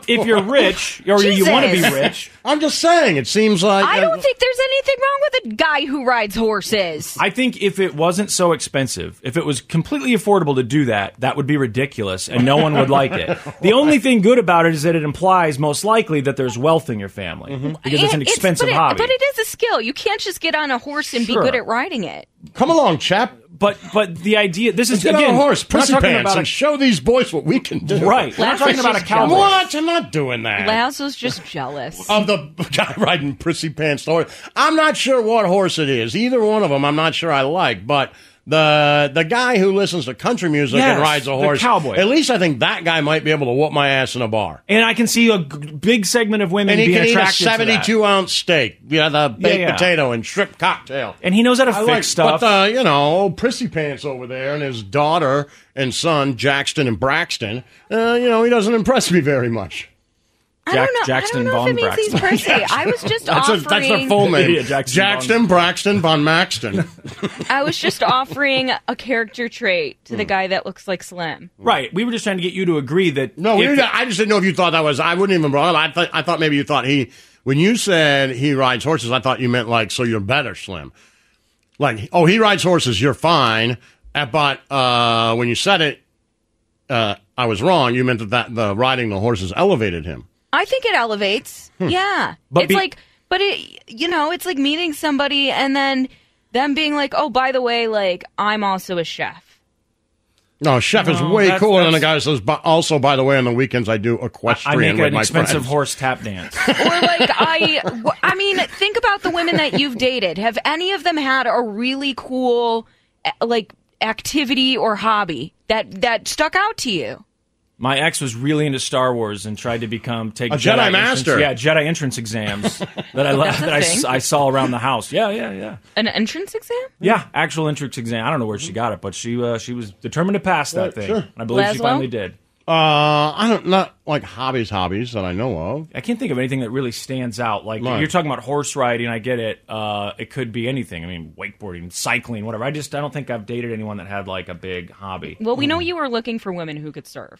S3: if you're rich or you want to be
S8: Jesus.
S3: rich,
S4: I'm just saying. It seems like
S8: I don't think there's anything wrong with a guy who rides horses.
S3: I think if it wasn't so expensive, if it was completely affordable to do that, that would be ridiculous and no one would like it. The only thing good about it is that it implies most likely that there's wealth in your family
S4: Mm-hmm.
S3: because it's an
S8: It-
S3: expensive
S8: but it-
S3: hobby.
S8: but it is a skill. You can't just get on a horse and
S3: Sure.
S8: be good at riding it.
S4: Come along, chap.
S3: But but the idea this
S4: Let's
S3: is
S4: get
S3: again
S4: on a horse,
S3: we're not
S4: prissy
S3: talking
S4: pants,
S3: about a-
S4: and show these boys what we can do.
S3: Right. We're not talking about a cowboy. Oh,
S4: What? I'm not doing that.
S8: Laz was just jealous.
S4: of the guy riding prissy pants the horse. I'm not sure what horse it is. Either one of them, I'm not sure I like. But the the guy who listens to country music and
S3: Yes,
S4: rides a
S3: the
S4: horse,
S3: cowboy.
S4: At least I think that guy might be able to whoop my ass in a bar.
S3: and I can see a g- big segment of women
S4: And he
S3: being
S4: can eat a
S3: attracted to
S4: seventy-two ounce steak, you know, the baked
S3: yeah.
S4: potato and shrimp cocktail,
S3: and he knows how to
S4: I
S3: fix
S4: like,
S3: stuff.
S4: But the you know old prissy pants over there and his daughter and son Jackson and Braxton, uh, you know, he doesn't impress me very much.
S3: that. Jack, Jackson Von
S8: if it means he's
S3: Braxton.
S8: prissy. I was just
S4: That's, a,
S8: offering.
S4: that's their full name.
S3: Yeah,
S4: Jackson,
S3: Jackson
S4: Braxton von Maxton.
S8: I was just offering a character trait to the
S3: Hmm.
S8: guy that looks like Slim.
S3: right. We were just trying to get you to agree that
S4: No, we
S3: if-
S4: didn't- I just didn't know if you thought that was. I wouldn't even brought it. up. I thought I thought maybe you thought he when you said he rides horses. I thought you meant like so you're better, Slim. Like oh he rides horses, you're fine. Uh, But uh, when you said it, uh, I was wrong. You meant that, that the riding the horses elevated him.
S8: I think it elevates. Yeah.
S4: Hmm. But
S8: it's
S4: be-
S8: like, but it, you know, it's like meeting somebody and then them being like, oh, by the way, like, I'm also a chef.
S4: No, chef is
S3: No,
S4: way
S3: that's-
S4: cooler than the guy who says.
S3: that's-
S4: But also, by the way, on the weekends I do
S3: I
S4: equestrian
S3: make
S4: with
S3: an
S4: my
S3: expensive
S4: friends.
S3: horse tap dance.
S8: Like, I, w- I mean, think about the women that you've dated. Have any of them had a really cool, eh, like, activity or hobby that, that stuck out to you?
S3: My ex was really into Star Wars and tried to become take
S4: A Jedi
S3: entrance-
S4: Master.
S3: yeah, Jedi entrance exams that I le-
S8: That's a
S3: that I, s-
S8: thing.
S3: I saw around the house. Yeah, yeah, yeah,
S8: An entrance exam?
S3: yeah. Actual entrance exam. I don't know where
S8: Mm-hmm.
S3: she got it, but she uh, she was determined to pass that
S4: Right,
S3: thing.
S4: Uh, sure.
S3: And I believe she
S8: Laszlo?
S3: finally did.
S4: Uh, I don't not like hobbies, hobbies that I know of.
S3: I can't think of anything that really stands out. Like
S4: Right.
S3: you're talking about horse riding, I get it. Uh, it could be anything. I mean, wakeboarding, cycling, whatever. I just I don't think I've dated anyone that had like a big hobby.
S8: Well,
S4: Hmm.
S8: we know you were looking for women who could serve.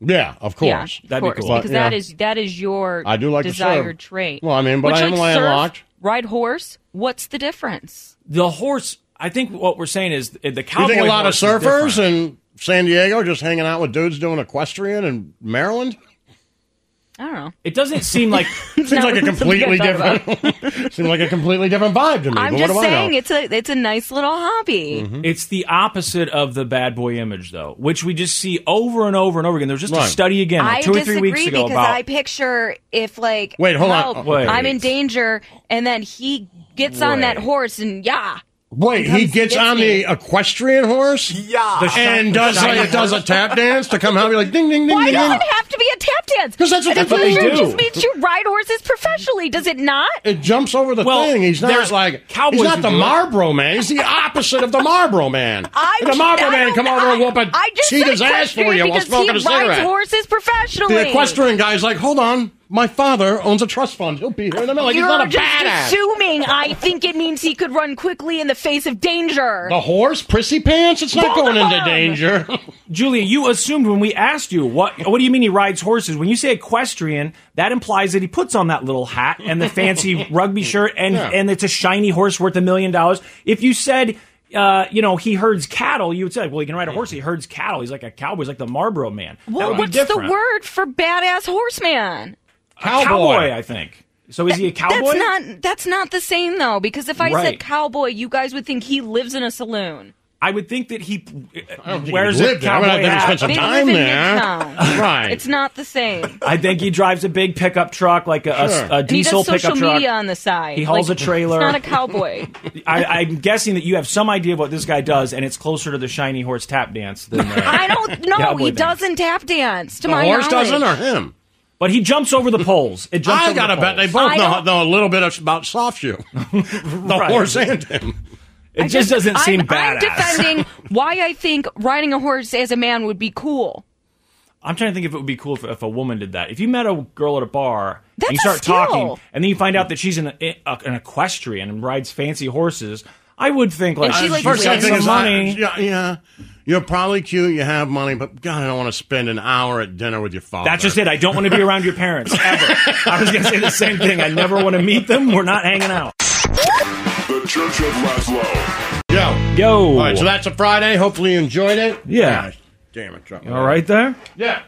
S4: Yeah, of course.
S8: Yeah, of course, Because that is that is your
S4: I do like to serve.
S8: desired trait.
S4: Well, I mean, but
S8: Which,
S4: I am
S8: like,
S4: landlocked.
S8: Surf, ride horse. What's the difference?
S3: The horse. I think what we're saying is th- the
S4: You
S3: cowboy.
S4: think a lot of
S3: horse is different.
S4: surfers in San Diego just hanging out with dudes doing equestrian in Maryland?
S8: I don't know.
S3: It doesn't seem like
S4: Seems like a completely different. seems like a completely different vibe to me.
S8: uh, I'm
S4: but
S8: just
S4: what Mm-hmm. do
S8: saying
S4: I know?
S8: it's a it's a nice little hobby.
S3: It's the opposite of the bad boy image, though, which we just see over and over and over again. There was just a
S4: Right.
S3: study again, like
S8: I
S3: two or
S8: disagree
S3: three weeks ago,
S8: because
S3: about
S8: I picture if like
S3: Wait, hold on.
S4: Oh,
S8: help,
S3: Wait.
S8: I'm in danger, and then he gets on that
S4: Wait.
S8: horse and yeah.
S4: Wait,
S8: comes
S4: he gets
S8: gets
S4: on
S8: me.
S4: the equestrian horse, yeah,
S3: The shi-
S4: and
S3: the
S4: does
S3: shiny
S4: like, does a
S3: horse.
S4: tap dance to come out and be like ding ding ding
S8: Why
S4: ding.
S8: does
S4: ding.
S8: it have to be a tap dance?
S4: 'Cause that's what-
S8: An
S4: that's what they
S8: equestrian
S4: do.
S8: just means you ride horses professionally, does it not?
S4: It jumps over the
S3: Well,
S4: thing. He's not
S3: there's
S4: like
S3: cowboys
S4: he's not
S3: who
S4: the
S3: do it.
S4: Marlboro man. He's the opposite of the Marlboro man.
S8: I
S4: the Marlboro
S8: I
S4: man
S8: don't-
S4: come over and whoop a
S8: I just said
S4: cheetah's ass for
S8: equestrian
S4: you while
S8: because
S4: smoking a
S8: he rides
S4: cigarette.
S8: horses professionally.
S4: The equestrian guy's like, hold on, my father owns a trust fund. He'll be here in a minute. Like,
S8: You're
S4: he's not a
S8: just
S4: badass.
S8: assuming. I think it means he could run quickly in the face of danger.
S4: the horse, prissy pants, it's not
S8: Both
S4: going
S8: of
S4: into
S8: them.
S4: danger.
S3: Julia. You assumed when we asked you what what do you mean he rides horses? When you say equestrian, that implies that he puts on that little hat and the fancy rugby shirt, and
S4: Yeah.
S3: and it's a shiny horse worth a million dollars. If you said. Uh, you know, he herds cattle. You would say, well, he can ride a horse. He herds cattle. He's like a cowboy. He's like the Marlboro man. That
S8: Well,
S3: would be
S8: what's
S3: different.
S8: the word for badass horseman?
S3: Cowboy, I think. So is he a cowboy?
S8: That's not that's not the same though, because if I
S3: Right.
S8: said cowboy, you guys would think he lives in a saloon.
S3: I would think that he
S4: don't think
S3: wears
S4: he
S3: a
S4: lived there. I would have
S3: cowboy
S4: to
S3: hat.
S4: spend some They time live in there. Midtown. Right.
S8: It's not the same.
S3: I think he drives a big pickup truck, like a, a-
S8: Sure.
S3: a
S8: and he
S3: diesel
S8: does social
S3: pickup truck.
S8: media on the side.
S3: He hauls
S8: Like,
S3: a trailer.
S8: He's not a cowboy.
S3: I, I'm guessing that you have some idea of what this guy does, and it's closer to the shiny horse tap dance than the
S8: I don't. No,
S3: Cowboy
S8: he
S3: dance.
S8: doesn't tap dance. To
S3: The
S8: my
S3: horse
S8: knowledge.
S3: doesn't, or
S4: him.
S3: But he jumps over the poles. It jumps
S4: I
S3: over
S4: gotta
S3: the
S4: bet they
S3: poles.
S4: both know, know a little bit about soft shoe. the
S3: Right.
S4: horse and him.
S3: It just doesn't
S8: I'm-
S3: seem
S8: I'm
S3: badass.
S8: defending why I think riding a horse as a man would be cool.
S3: I'm trying to think if it would be cool if, if a woman did that. If you met a girl at a bar
S8: That's
S3: and you
S8: a
S3: start
S8: skill.
S3: talking, and then you find out that she's an, a, an equestrian and rides fancy horses, I would think like
S4: Uh,
S3: she's
S4: first
S3: got
S4: thing
S3: some
S4: is, I-
S3: money.
S4: yeah, yeah. You're probably cute, you have money, but God, I don't want to spend an hour at dinner with your father.
S3: That's just it. I don't want to be around your parents ever. I was going to say the same thing. I never want to meet them. We're not hanging out.
S9: The Church of Laszlo.
S4: Yo.
S3: Yo.
S4: All right, so that's a Friday. Hopefully you enjoyed it.
S3: Yeah.
S4: Gosh, damn it, Trump.
S3: You all right there?
S4: Yeah.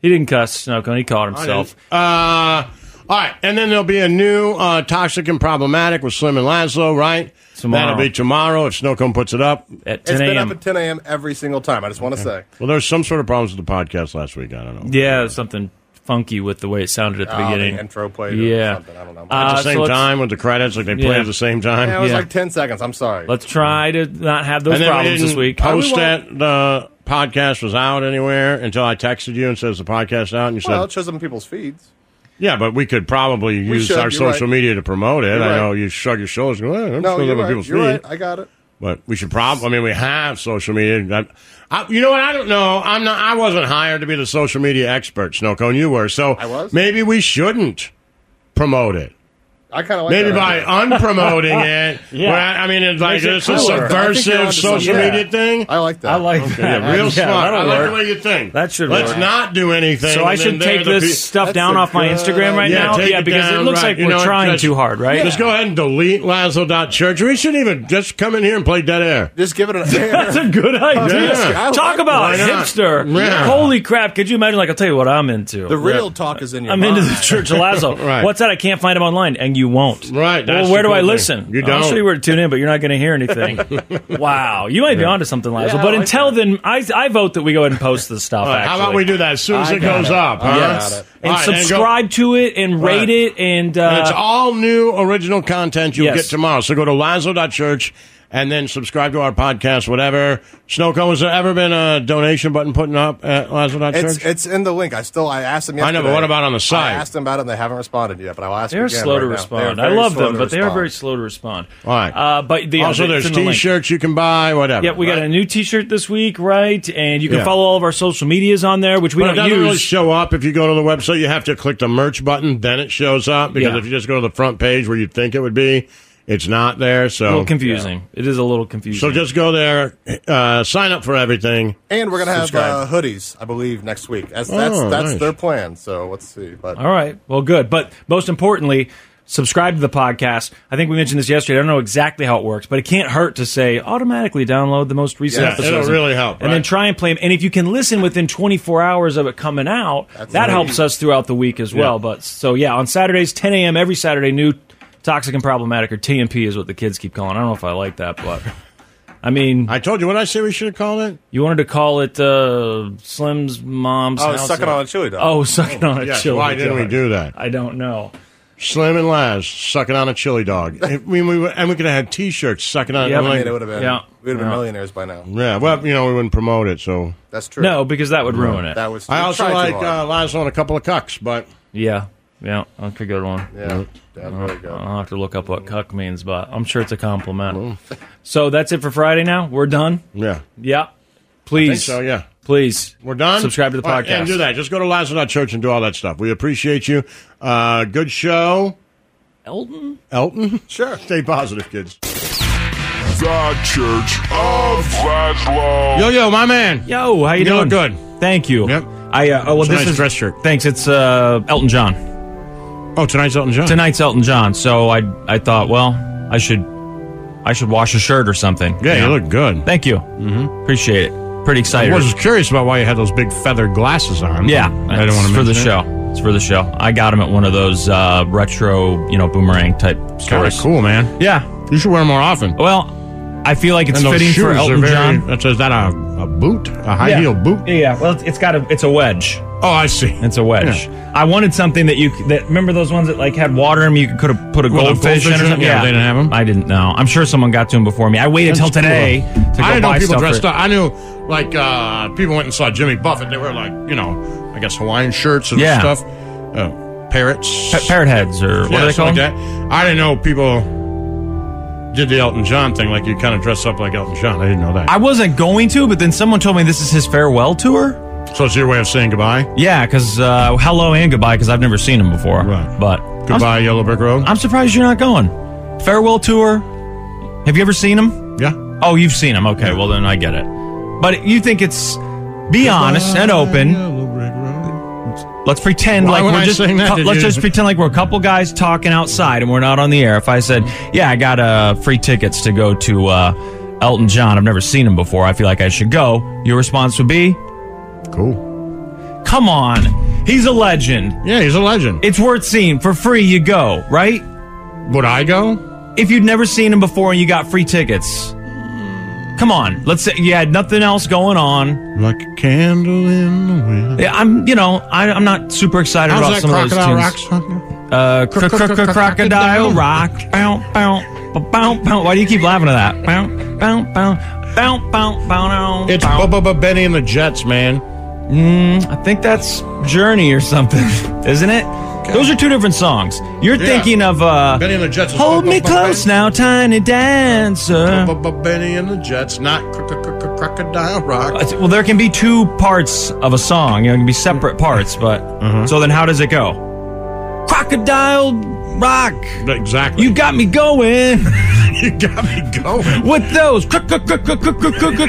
S3: He didn't cuss, Snow Cone. He caught himself.
S4: I didn't. Uh, all right, and then there'll be a new uh, toxic and problematic with Slim and Laszlo, right?
S5: Tomorrow.
S4: That'll be tomorrow if Snow Cone puts it up at
S5: It's been up at 10 a.m. every single time. I just want to say.
S4: Well, there's some sort of problems with the podcast last week. I don't know.
S3: Yeah, something funky with the way it sounded at the
S5: Oh, the
S3: beginning.
S5: intro played or
S3: Yeah.
S5: something. I don't know.
S3: Uh,
S4: At the
S3: so
S4: same
S3: let's-
S4: time with the credits, like they play
S3: Yeah.
S4: at the same time.
S5: Yeah, it was like 10 seconds. I'm sorry.
S3: Let's try to not have
S4: and
S3: those
S4: then
S3: problems
S4: we
S3: this
S4: didn't
S3: week.
S4: Post that the podcast was out anywhere until I texted you and says the podcast out, and you
S5: Well, it
S4: said,
S5: shows up in people's feeds.
S4: "Yeah, but we could probably use
S5: should,
S4: our
S5: you're
S4: social
S5: right.
S4: media to promote it."
S5: You're
S4: I
S5: right.
S4: know you shrug your shoulders. Go, eh, I'm
S5: No,
S4: sure
S5: you're
S4: that
S5: right.
S4: people's
S5: You're
S4: feed."
S5: right. I got it.
S4: But we should probably. I mean, we have social media. I, I, you know what? I don't know. I'm not. I wasn't hired to be the social media expert, Snow Cone. You were. So I was. Maybe we shouldn't promote it.
S5: I kind of like
S4: Maybe
S5: that
S4: by um,
S5: idea.
S4: unpromoting it.
S5: Yeah.
S4: where I, I mean, it's like
S5: Makes
S4: it's
S5: it
S4: a
S5: cooler. I think you're onto
S4: subversive social
S5: something. Yeah.
S4: media thing.
S5: I like that. I
S3: like
S4: Okay, yeah, real smart. I like the way you think.
S3: That should
S4: Let's
S3: work.
S4: not do anything.
S3: So I
S4: and
S3: should
S4: then
S3: take
S4: they're the
S3: this
S4: pe-
S3: stuff That's down a off my good Instagram right now?
S4: take
S3: Yeah, because it
S4: down,
S3: looks
S4: right.
S3: like
S4: You
S3: we're
S4: know what,
S3: trying
S4: just-
S3: too hard, right?
S4: Just go ahead and delete Lazo.church. We shouldn't even just come in here and play dead air.
S5: Just give it an air.
S3: That's a good idea.
S4: Yeah.
S3: Talk about
S4: Why not?
S3: hipster.
S4: Yeah.
S3: Holy crap. Could you imagine? Like, I'll tell you what I'm into.
S5: The real
S3: Yeah.
S5: talk is in your
S3: I'm
S5: mind.
S3: into the Church of Lazo.
S5: Right.
S3: What's that? I can't find him online, and you won't. Right.
S5: that's
S3: Well, where
S5: the
S3: do
S5: cool
S3: I
S5: thing.
S3: listen?
S5: You
S3: I'll
S5: don't.
S3: show you where to tune in, but you're not going to hear anything. wow. You might be
S4: Yeah.
S3: onto something, Lazo.
S4: Yeah, I
S3: but
S4: like
S3: until then, I, I vote that we go ahead and post this stuff.
S4: All right, how
S3: actually.
S4: about we do that as soon as
S3: I
S4: it
S3: got
S4: goes up? huh?
S3: Yes.
S4: Got it.
S3: And
S4: All right, and go-
S3: subscribe to it and rate
S4: Right.
S3: it and, uh,
S4: And it's all new original content you'll
S3: Yes.
S4: get tomorrow. So go to lazo.church and then subscribe to our podcast, whatever. Snowcone, has there ever been a donation button putting up at lazo.church?
S5: It's, it's in the link. I still I asked them
S4: I
S5: yesterday.
S4: know, but what about on the
S5: I
S4: side?
S5: asked them about it and they haven't responded yet, but I'll ask
S3: They're
S5: again
S3: slow
S5: right
S3: to
S5: now.
S3: respond.
S5: They're
S3: I
S5: very
S3: love
S5: slow
S3: them,
S5: to
S3: but they are
S5: respond.
S3: very slow to respond.
S4: all right.
S3: Uh, but the,
S4: also, there's
S3: t
S4: t-shirts you can buy, whatever.
S3: Yeah, we got a new T-shirt this week, right? And you can
S4: Yeah.
S3: follow all of our social medias on there, which we
S4: but it
S3: don't
S4: doesn't
S3: use.
S4: really show up if you go to the website. You have to click the merch button, then it shows up. Because
S3: Yeah.
S4: if you just go to the front page where you think it would be, it's not there. So
S3: a little confusing. It is a little confusing.
S4: So just go there, uh, sign up for everything,
S5: And we're gonna have
S4: Subscribe.
S5: uh, hoodies, I believe, next week. That's that's
S4: Oh,
S5: that's
S4: nice.
S5: their plan. So let's see. But
S3: all right. Well, good. But most importantly. Subscribe to the podcast. I think we mentioned this yesterday. I don't know exactly how it works, but it can't hurt to say automatically download the most recent
S4: Yeah,
S3: episodes.
S4: it'll
S3: and-
S4: really help,
S3: And then
S4: right.
S3: try and play them. And if you can listen within 24 hours of it coming out, that
S4: right.
S3: helps us throughout the week as well.
S4: Yeah.
S3: But so yeah, on Saturdays 10 a.m. every Saturday, new toxic and problematic or TMP is what the kids keep calling. I don't know if I like that, but I mean,
S4: I told you what I say we should have called it.
S3: You wanted to call it uh, Slim's mom's.
S4: Oh,
S3: house.
S4: sucking on a chili dog.
S3: Oh, sucking on a
S4: Yes,
S3: chili.
S4: why didn't we
S3: dog.
S4: do that?
S3: I don't know.
S4: Slim and Laz sucking on a chili dog. I mean, we, and we could have had T-shirts sucking on.
S5: Yep.
S4: like-
S5: I mean, it would have been we would have been
S4: Yeah.
S5: millionaires by now.
S4: Yeah, well, you know, we wouldn't promote it, so
S5: That's true.
S3: No, because that would ruin it.
S5: That was
S4: I
S5: we
S4: also
S5: tried too
S4: like
S5: hard.
S4: uh, Laz on a couple of cucks, but
S3: Yeah, yeah, that's a good one.
S5: Yeah, that's really good.
S3: I'll have to look up what cuck means, but I'm sure it's a compliment. so that's it for Friday. Now we're done.
S4: Yeah,
S3: yeah.
S4: I
S3: Please,
S4: think so yeah,
S3: please,
S4: we're done.
S3: Subscribe to the
S4: All right,
S3: podcast
S4: and do that. Just go to Lazo Church and do all that stuff. We appreciate you. Uh, good show,
S3: Elton.
S4: Elton. Sure, stay positive, kids.
S9: The Church of Laszlo.
S4: Yo, yo, my man.
S3: Yo, how you,
S4: You
S3: doing?
S4: look
S3: good. Thank you. Yep. I uh, oh, well,
S4: It's a
S3: this
S4: nice
S3: is
S4: dress shirt.
S3: Thanks. It's uh, Elton John.
S4: Oh, tonight's Elton John.
S3: Tonight's Elton John. So I I thought, well, I should I should wash a shirt or something.
S4: Yeah, you
S3: know?
S4: look good.
S3: Thank you. Mm-hmm. Appreciate it.
S4: I
S3: Pretty excited.
S4: was just curious about why you had those big feathered glasses on.
S3: Yeah,
S4: I didn't want to
S3: for
S4: mention it.
S3: the show. It's for the show. I got them at one of those uh, retro, you know, boomerang type stores.
S4: Kinda cool, man.
S3: Yeah,
S4: you should wear them more often.
S3: Well, I feel like it's
S4: And those
S3: fitting for
S4: shoes are
S3: Elton
S4: very-
S3: John.
S4: That's, is that a, a boot? A high
S3: Yeah.
S4: heel boot?
S3: Yeah, yeah. Well, it's- it's got a it's a wedge.
S4: Oh, I see.
S3: It's a wedge. I wanted something that you c- that remember those ones that like had water in them. You could have put a
S4: Well, the
S3: goldfish,
S4: goldfish
S3: in
S4: in
S3: or
S4: it?
S3: something.
S4: Yeah, they didn't have
S3: them. I didn't know. I'm sure someone got to them before me. I waited
S4: That's
S3: till today
S4: cool.
S3: to go
S4: I didn't know
S3: buy
S4: people
S3: stuff for
S4: dressed
S3: it.
S4: up. I knew like uh, people went and saw Jimmy Buffett. They were like, you know, I guess Hawaiian shirts and
S3: Yeah.
S4: stuff. Uh, parrots,
S3: parrot heads, or what
S4: yeah,
S3: are they
S4: something
S3: called?
S4: Like that. I didn't know people did the Elton John thing. Like you kind of dress up like Elton John. I didn't know that.
S3: I wasn't going to, but then someone told me this is his farewell tour.
S4: So it's your way of saying goodbye.
S3: Yeah, because uh, hello and goodbye, because I've never seen him before. Right. But
S4: goodbye, Yellow Brick Road.
S3: I'm surprised you're not going. Farewell tour. Have you ever seen him?
S4: Yeah.
S3: Oh, you've seen him. Okay, well then I get it. But you think it's be honest and open. Let's pretend
S4: Why
S3: like
S4: would
S3: we're
S4: I
S3: just
S4: sing that?
S3: cou-
S4: Did
S3: let's
S4: you-
S3: just pretend like we're a couple guys talking outside and we're not on the air. If I said, "Yeah, I got uh, free tickets to go to uh, Elton John. I've never seen him before. I feel like I should go." Your response would be,
S4: "Cool."
S3: Come on, he's a legend.
S4: Yeah, he's a legend.
S3: It's worth seeing for free. You go, right?
S4: Would I go
S3: if you'd never seen him before and you got free tickets? Come on, let's say you had nothing else going on.
S4: Like a candle in the wind.
S3: Yeah, I'm, you know, I, I'm not super excited
S4: How's
S3: about
S4: that
S3: some
S4: crocodile
S3: of those
S4: rock
S3: tunes.
S4: song?
S3: Uh,
S4: Cro-
S3: cro-
S4: cro-
S3: cro-
S4: cro- crocodile
S3: crocodile rock. Bow, bow, ba- bow, bow. Why do you keep laughing at that? Bow, bow, bow, bow, bow, bow.
S4: It's
S3: bow.
S4: Bubba Benny and the Jets, man.
S3: Mm, I think that's Journey or something, isn't it? Those are two different songs. You're
S4: Yeah.
S3: thinking of uh,
S4: Benny and the Jets is-
S3: Hold me close now, tiny dancer.
S4: Benny and the Jets, not cro- cro- cro- cro- crocodile rock.
S3: Uh, Well, there can be two parts of a song. You know, it can be separate parts, but
S4: Mm-hmm.
S3: so then how does it go? Crocodile rock.
S4: Exactly.
S3: You got me going
S4: You got me going.
S3: with those cro- cro- cro- cro- cro- cro- cro- cro-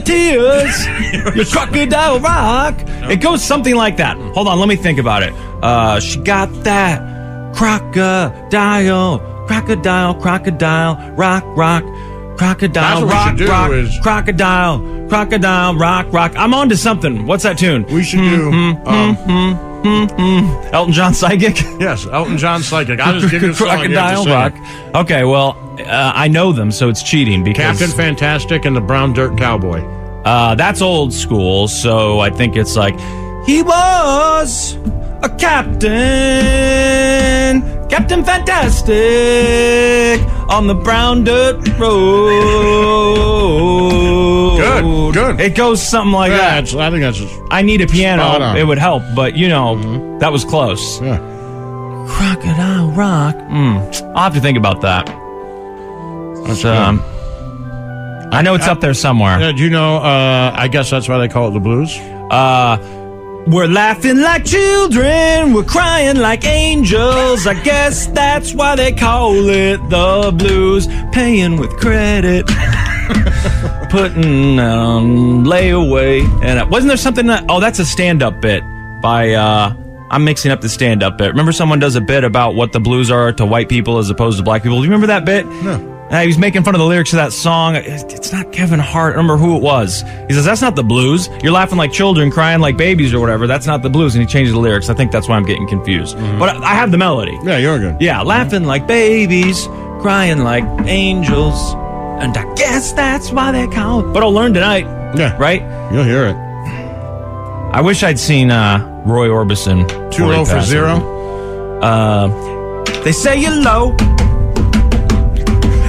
S3: tears. Your crocodile rock. It goes something like that. Hold on, let me think about it. Uh, she got that crocodile, crocodile, crocodile, rock, rock,
S4: That's
S3: crocodile,
S4: what we
S3: rock,
S4: should do
S3: rock,
S4: is-
S3: crocodile, crocodile, rock, rock. I'm on to something. What's that tune? We
S4: should do,
S3: Mm-hmm.
S4: um,
S3: Elton John psychic.
S4: Yes, Elton John psychic. I'll just give you a song. You have to
S3: crocodile
S4: sing it.
S3: rock. Okay, well, uh, I know them, so it's cheating because
S4: Captain Fantastic and the Brown Dirt Cowboy.
S3: Uh, that's old school, so I think it's like he was a captain, Captain Fantastic on the brown dirt road.
S4: Good, good.
S3: It goes something like
S4: Yeah,
S3: that.
S4: it's- I think that's just
S3: I need a
S4: Spot on. Mm-hmm.
S3: piano. It would help, but you know, that was close.
S4: Yeah.
S3: Crocodile Rock. Mm, I'll have to think about that. So, um, I know it's up there somewhere.
S4: Uh, do you know? Uh, I guess that's why they call it the blues.
S3: Uh, we're laughing like children, we're crying like angels. I guess that's why they call it the blues. Paying with credit, putting um, layaway. And uh, wasn't there something that, oh, that's a stand up bit by, uh, I'm mixing up the stand up bit. Remember, someone does a bit about what the blues are to white people as opposed to black people. Do you remember that bit? No. And he was making fun of the lyrics of that song. It's it's not Kevin Hart. I don't remember who it was. He says, That's not the blues. You're laughing like children, crying like babies or whatever. That's not the blues. And he changed the lyrics. I think that's why I'm getting confused. But I I have the melody.
S4: Yeah, you're good.
S3: Yeah, laughing like babies, crying like angels. And I guess that's why they call it. But I'll learn tonight.
S4: Yeah.
S3: Right?
S4: You'll hear it.
S3: I wish I'd seen uh, Roy Orbison.
S4: Too
S3: before he
S4: low for
S3: passed.
S4: zero.
S3: Uh, they say you're low.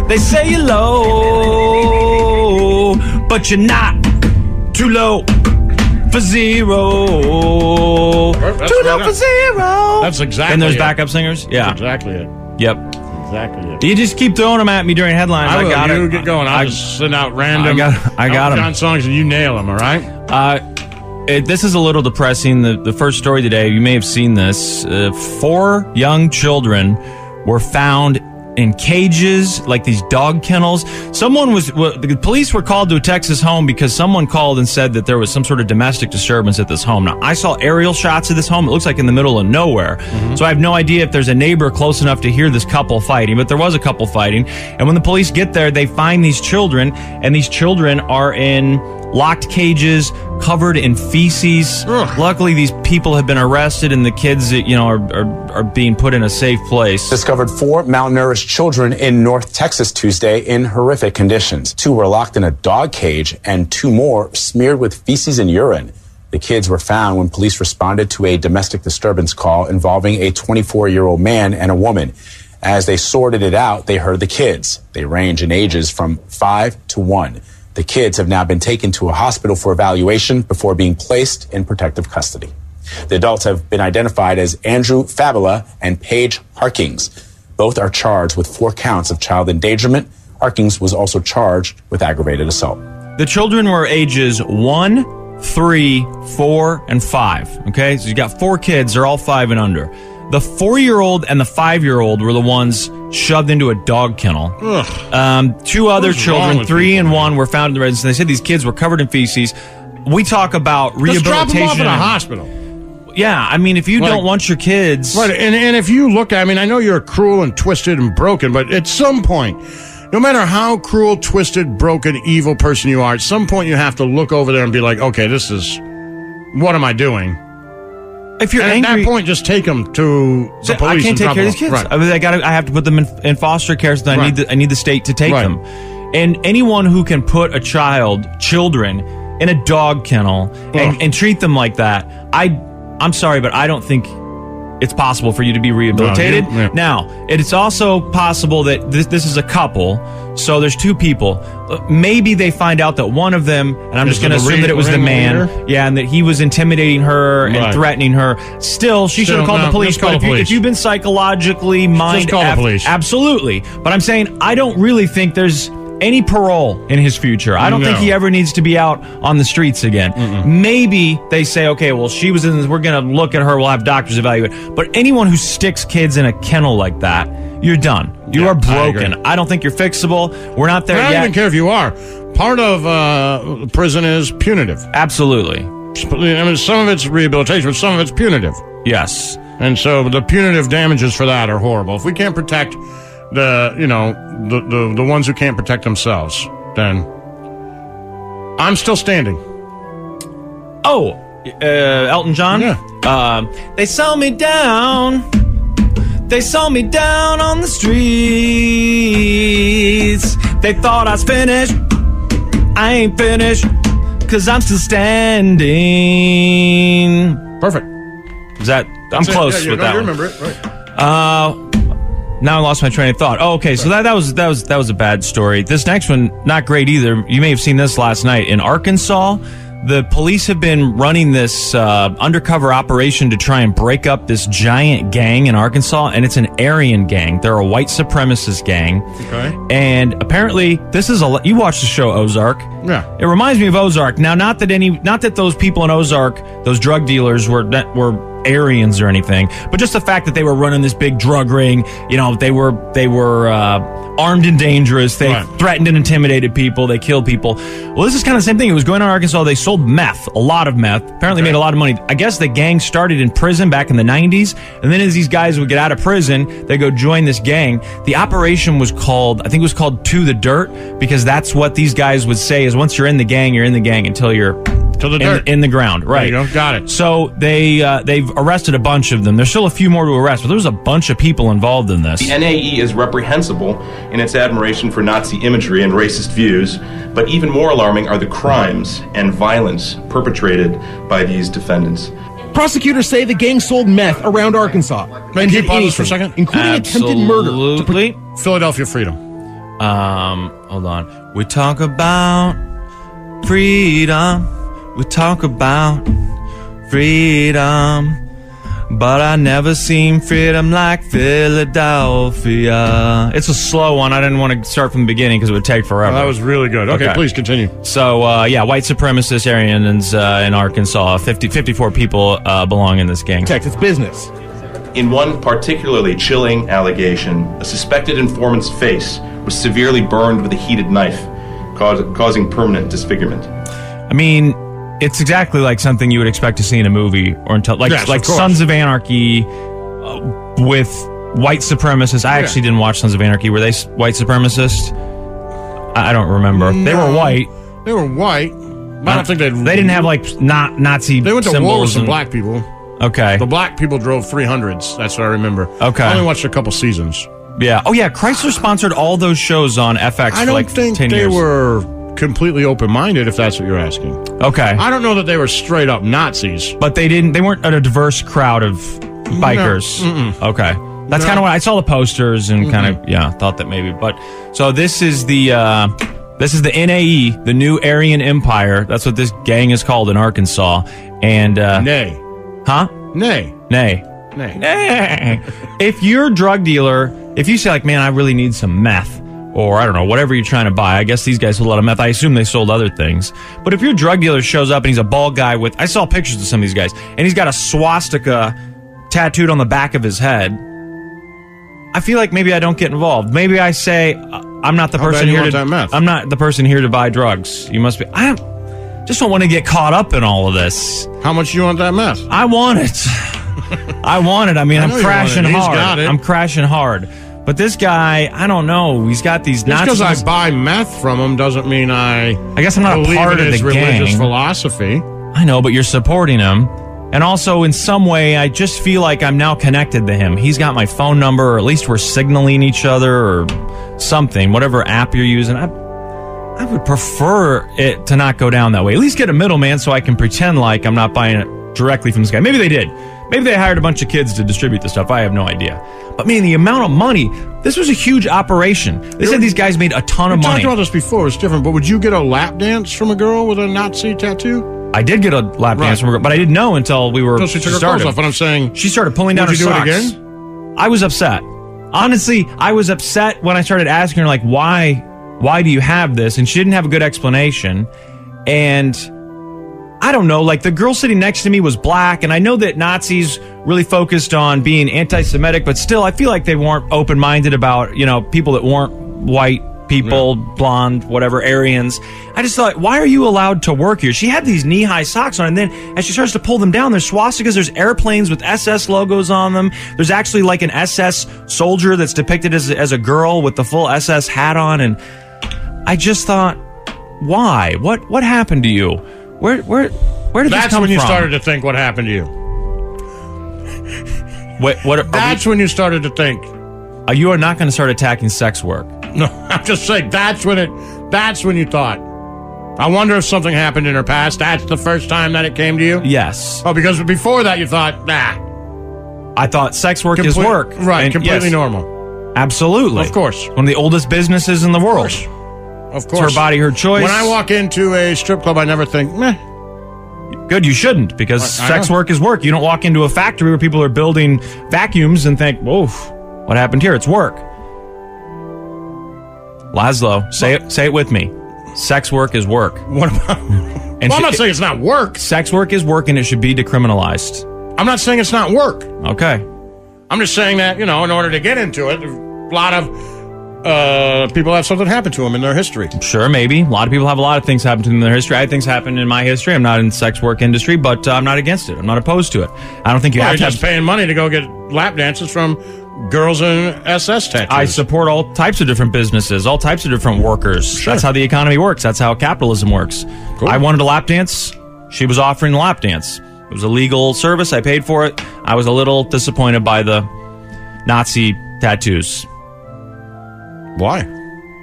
S3: They say you're low, but you're not too low for zero.
S4: That's
S3: too
S4: right
S3: low
S4: on.
S3: for zero.
S4: That's exactly.
S3: And there's
S4: it.
S3: backup singers.
S4: That's
S3: Yeah.
S4: exactly it.
S3: Yep.
S4: Exactly it.
S3: You just keep throwing them at me during headlines. I,
S4: will.
S3: got
S4: you
S3: it.
S4: get going. I'll
S3: I-
S4: just send out random.
S3: I got- I got
S4: Elton
S3: 'em.
S4: John songs and you nail them. All right.
S3: Uh, it, this is a little depressing. The, the first story today, you may have seen this. Uh, four young children were found in cages, like these dog kennels. Someone was, wa- the police were called to a Texas home because someone called and said that there was some sort of domestic disturbance at this home. Now, I saw aerial shots of this home. It looks like in the middle of nowhere. So I have no idea if there's a neighbor close enough to hear this couple fighting, but there was a couple fighting. And when the police get there, they find these children, and these children are in locked cages, covered in feces. Luckily, these people have been arrested, and the kids, you know, are, are, are being put in a safe place.
S15: Discovered four malnourished children in North Texas Tuesday in horrific conditions. Two were locked in a dog cage, and two more smeared with feces and urine. The kids were found when police responded to a domestic disturbance call involving a 24 year old man and a woman. As they sorted it out, they heard the kids. They range in ages from five to one. The kids have now been taken to a hospital for evaluation before being placed in protective custody. The adults have been identified as Andrew Fabula and Paige Harkings. Both are charged with four counts of child endangerment. Harkings was also charged with aggravated assault.
S3: The children were ages one, three, four, and five. Okay, so you got four kids, they're all five and under. The four year old and the five year old were the ones shoved into a dog kennel. Um, two other
S4: What's wrong
S3: children,
S4: with
S3: three and one, were found in the residence. They said these kids were covered in feces. We talk about
S4: Just
S3: rehabilitation.
S4: drop them off in a
S3: and-
S4: hospital.
S3: Yeah, I mean, if you
S4: Like-
S3: don't want your kids,
S4: Right, and, and if you look, I mean, I know you're cruel and twisted and broken, but at some point, no matter how cruel, twisted, broken, evil person you are, at some point you have to look over there and be like, okay, this is, what am I doing?
S3: If you're
S4: and at
S3: angry-
S4: that point, just take them to the
S3: So
S4: police.
S3: I
S4: and
S3: can't take
S4: drop
S3: care
S4: them
S3: of these kids.
S4: off. Right.
S3: I, mean, I got I have to put them in, in foster care. So that I
S4: Right.
S3: need the, I need the state to take
S4: Right.
S3: them. And anyone who can put a child, children, in a dog kennel and, and treat them like that, I I'm sorry, but I don't think it's possible for you to be rehabilitated.
S4: yeah.
S3: Now, it's also possible that this, this is a couple, so there's two people. Uh, Maybe they find out that one of them, and I'm
S4: Is
S3: just going to
S4: the
S3: assume that it was the
S4: ring
S3: man,
S4: leader?
S3: yeah, and that he was intimidating her and
S4: Right.
S3: threatening her. Still, she should
S4: Still,
S3: have called
S4: no,
S3: the police.
S4: just call
S3: but if,
S4: the
S3: you,
S4: police.
S3: if you've been psychologically mind,
S4: call the police.
S3: Absolutely, but I'm saying I don't really think there's any parole in his future. I don't think
S4: No.
S3: he ever needs to be out on the streets again. Maybe they say, okay, well, she was in. this, We're gonna look at her. We'll have doctors evaluate. But anyone who sticks kids in a kennel like that, you're done. You are broken. I, don't think you're fixable. We're not there
S4: I don't
S3: yet.
S4: even care if you are. Part of uh, prison is punitive.
S3: Absolutely.
S4: I mean, some of it's rehabilitation, but some of it's punitive.
S3: Yes.
S4: And so the punitive damages for that are horrible. If we can't protect the, you know, the the, the ones who can't protect themselves, then I'm still standing.
S3: Oh, uh, Elton John. Yeah. they saw me down. They saw me down on the streets. They thought I was finished. I ain't finished. Cause I'm still standing. Perfect. Is that I'm
S4: That's it.
S3: close
S4: Yeah, you-
S3: with
S4: no,
S3: that
S4: you
S3: one.
S4: remember it, right.
S3: Uh, now I lost my train of thought. Oh, okay. So that, that was that was that was a bad story. This next one, not great either. You may have seen this last night in Arkansas. The police have been running this uh, undercover operation to try and break up this giant gang in Arkansas, and it's an Aryan gang. They're a white supremacist gang.
S4: Okay.
S3: And apparently, this is a. lo- You watch the show Ozark.
S4: Yeah.
S3: It reminds me of Ozark. Now, not that any, not that those people in Ozark, those drug dealers were were Aryans or anything, but just the fact that they were running this big drug ring. You know, they were they were uh, armed and dangerous. They
S4: Right.
S3: threatened and intimidated people. They killed people. Well, this is kind of the same thing. It was going on in Arkansas. They sold meth, a lot of meth. Apparently, made a lot of money. I guess the gang started in prison back in the '90s, and then as these guys would get out of prison, they go join this gang. The operation was called, I think, it was called "To the Dirt" because that's what these guys would say: is once you're in the gang, you're in the gang until you're
S4: To the
S3: in,
S4: dirt.
S3: in the ground. Right.
S4: you go. Got it.
S3: So they uh, they've arrested a bunch of them. There's still a few more to arrest, but there was a bunch of people involved in this.
S5: The NAE is reprehensible in its admiration for Nazi imagery and racist views, but even more alarming are the crimes and violence perpetrated by these defendants.
S16: Prosecutors say the gang sold meth around Arkansas.
S4: Can
S16: and
S4: you
S16: did
S4: pause this for a
S16: anything,
S4: second?
S16: Including attempted murder.
S3: Absolutely.
S4: Philadelphia freedom.
S3: Um, hold on. We talk about freedom. We talk about freedom. But I never seen freedom like Philadelphia. It's a slow one. I didn't want to start from the beginning because it would take forever.
S4: Oh, that was really good. Okay, please continue.
S3: So, uh, yeah, white supremacist Aryans uh, in Arkansas. 50, 54 people uh, belong in this gang.
S5: Texas business. In one particularly chilling allegation, a suspected informant's face was severely burned with a heated knife, cause, causing permanent disfigurement.
S3: I mean, it's exactly like something you would expect to see in a movie or in tel- like
S5: Yes, of
S3: like
S5: course.
S3: Sons of Anarchy uh, with white supremacists. I
S4: Yeah.
S3: actually didn't watch Sons of Anarchy. Were they s- white supremacists? I I don't remember. They were
S4: No,
S3: white.
S4: They were white. I don't think they.
S3: They didn't have like not Nazi.
S4: They went to
S3: symbols
S4: war with some
S3: and-
S4: black people.
S3: Okay.
S4: The black people drove 300s. That's what I remember.
S3: Okay.
S4: I only watched a couple seasons.
S3: Yeah. Oh yeah. Chrysler sponsored all those shows on FX.
S4: I
S3: for
S4: don't
S3: like
S4: think
S3: 10
S4: they
S3: years.
S4: were completely open minded, if that's what you're asking.
S3: Okay.
S4: I don't know that they were straight up Nazis.
S3: But they didn't. They weren't a diverse crowd of bikers.
S4: Mm-mm.
S3: Okay. That's
S4: No.
S3: kind of what I saw the posters and kind
S4: Mhm.
S3: of yeah thought that maybe. But so this is the uh, this is the NAE, the New Aryan Empire. That's what this gang is called in Arkansas. And uh,
S4: nay,
S3: huh?
S4: Nay,
S3: nay.
S4: Nay.
S3: if you're a drug dealer, if you say like, man, I really need some meth, or I don't know, whatever you're trying to buy. I guess these guys sold a lot of meth. I assume they sold other things. But if your drug dealer shows up and he's a bald guy with, I saw pictures of some of these guys, and he's got a swastika tattooed on the back of his head. I feel like maybe I don't get involved. Maybe I say "Uh, I'm not the
S4: How bad
S3: person
S4: you
S3: here to
S4: want that meth?
S3: I'm not the person here to buy drugs. You must be. I don't- just don't want to get caught up in all of this.
S4: How much you want that meth?
S3: I want it. I want it. I mean,
S4: I
S3: I am
S4: know you want it.
S3: crashing
S4: He's
S3: hard.
S4: got it.
S3: I'm crashing hard. But this guy, I don't know. He's got these
S4: Just because
S3: Nazis.
S4: I buy meth from them doesn't mean I.
S3: I guess I'm not a
S4: believe
S3: part
S4: in
S3: of
S4: his
S3: the
S4: religious
S3: gang.
S4: philosophy.
S3: I know, but you're supporting him. And also, in some way, I just feel like I'm now connected to him. He's got my phone number, or at least we're signaling each other or something, whatever app you're using. I, I would prefer it to not go down that way. At least get a middleman so I can pretend like I'm not buying it directly from this guy. Maybe they did. Maybe they hired a bunch of kids to distribute the stuff. I have no idea. But man, the amount of money. This was a huge operation. They said these guys made a ton of
S4: we
S3: money.
S4: talked about this before. It's different. But would you get a lap dance from a girl with a Nazi tattoo?
S3: I did get a lap dance from her, but I didn't know until we were
S4: No, she took her
S3: started.
S4: clothes off. But I'm saying
S3: she started pulling down
S4: Would
S3: her
S4: you do it
S3: socks. again? I was upset. Honestly, I was upset when I started asking her like, "Why? Why do you have this?" And she didn't have a good explanation. And I don't know. Like the girl sitting next to me was black, and I know that Nazis really focused on being anti-Semitic, but still, I feel like they weren't open-minded about you know people that weren't white people, blonde, whatever Aryans. I just thought, why are you allowed to work here? She had these knee-high socks on, and then as she starts to pull them down, there's swastikas, there's airplanes with SS logos on them. There's actually like an SS soldier that's depicted as as a girl with the full SS hat on, and I just thought, why? What what happened to you? Where where where did
S4: That's
S3: this come
S4: when you
S3: from?
S4: started to think what happened to you.
S3: What, what are
S4: That's when you started to think.
S3: Uh, you are not going to start attacking sex work.
S4: No, I'm just saying. That's when it. That's when you thought. I wonder if something happened in her past. That's the first time that it came to you.
S3: Yes.
S4: Oh, because before that you thought, nah,
S3: I thought sex work is
S4: Complete-
S3: work,
S4: right,
S3: And
S4: completely
S3: yes,
S4: normal.
S3: Absolutely,
S4: Of course.
S3: one of the oldest businesses in the world.
S4: Of
S3: It's
S4: course,
S3: her body, her choice.
S4: When I walk into a strip club, I never think, meh.
S3: Good, you shouldn't because
S4: I- I
S3: sex
S4: know.
S3: work is work. You don't walk into a factory where people are building vacuums and think, "Whoa, what happened here? It's work." Laszlo, say it, say it with me. Sex work is work.
S4: What about?
S3: And
S4: well, I'm
S3: sh-
S4: not saying it's not work.
S3: sex work is work, and it should be decriminalized.
S4: I'm not saying it's not work.
S3: Okay.
S4: I'm just saying that you know, in order to get into it, a lot of uh, people have something happen to them in their history.
S3: Sure, maybe. A lot of people have a lot of things happen to them in their history. I had things happen in my history. I'm not in the sex work industry, but uh, I'm not against it. I'm not opposed to it. I don't think you
S4: Well,
S3: have to
S4: you're
S3: have
S4: just paying money to go get lap dances from girls in SS tattoos.
S3: I support all types of different businesses, all types of different workers. That's how the economy works. That's how capitalism works. I wanted a lap dance. She was offering a lap dance. It was a legal service. I paid for it. I was a little disappointed by the Nazi tattoos.
S4: Why?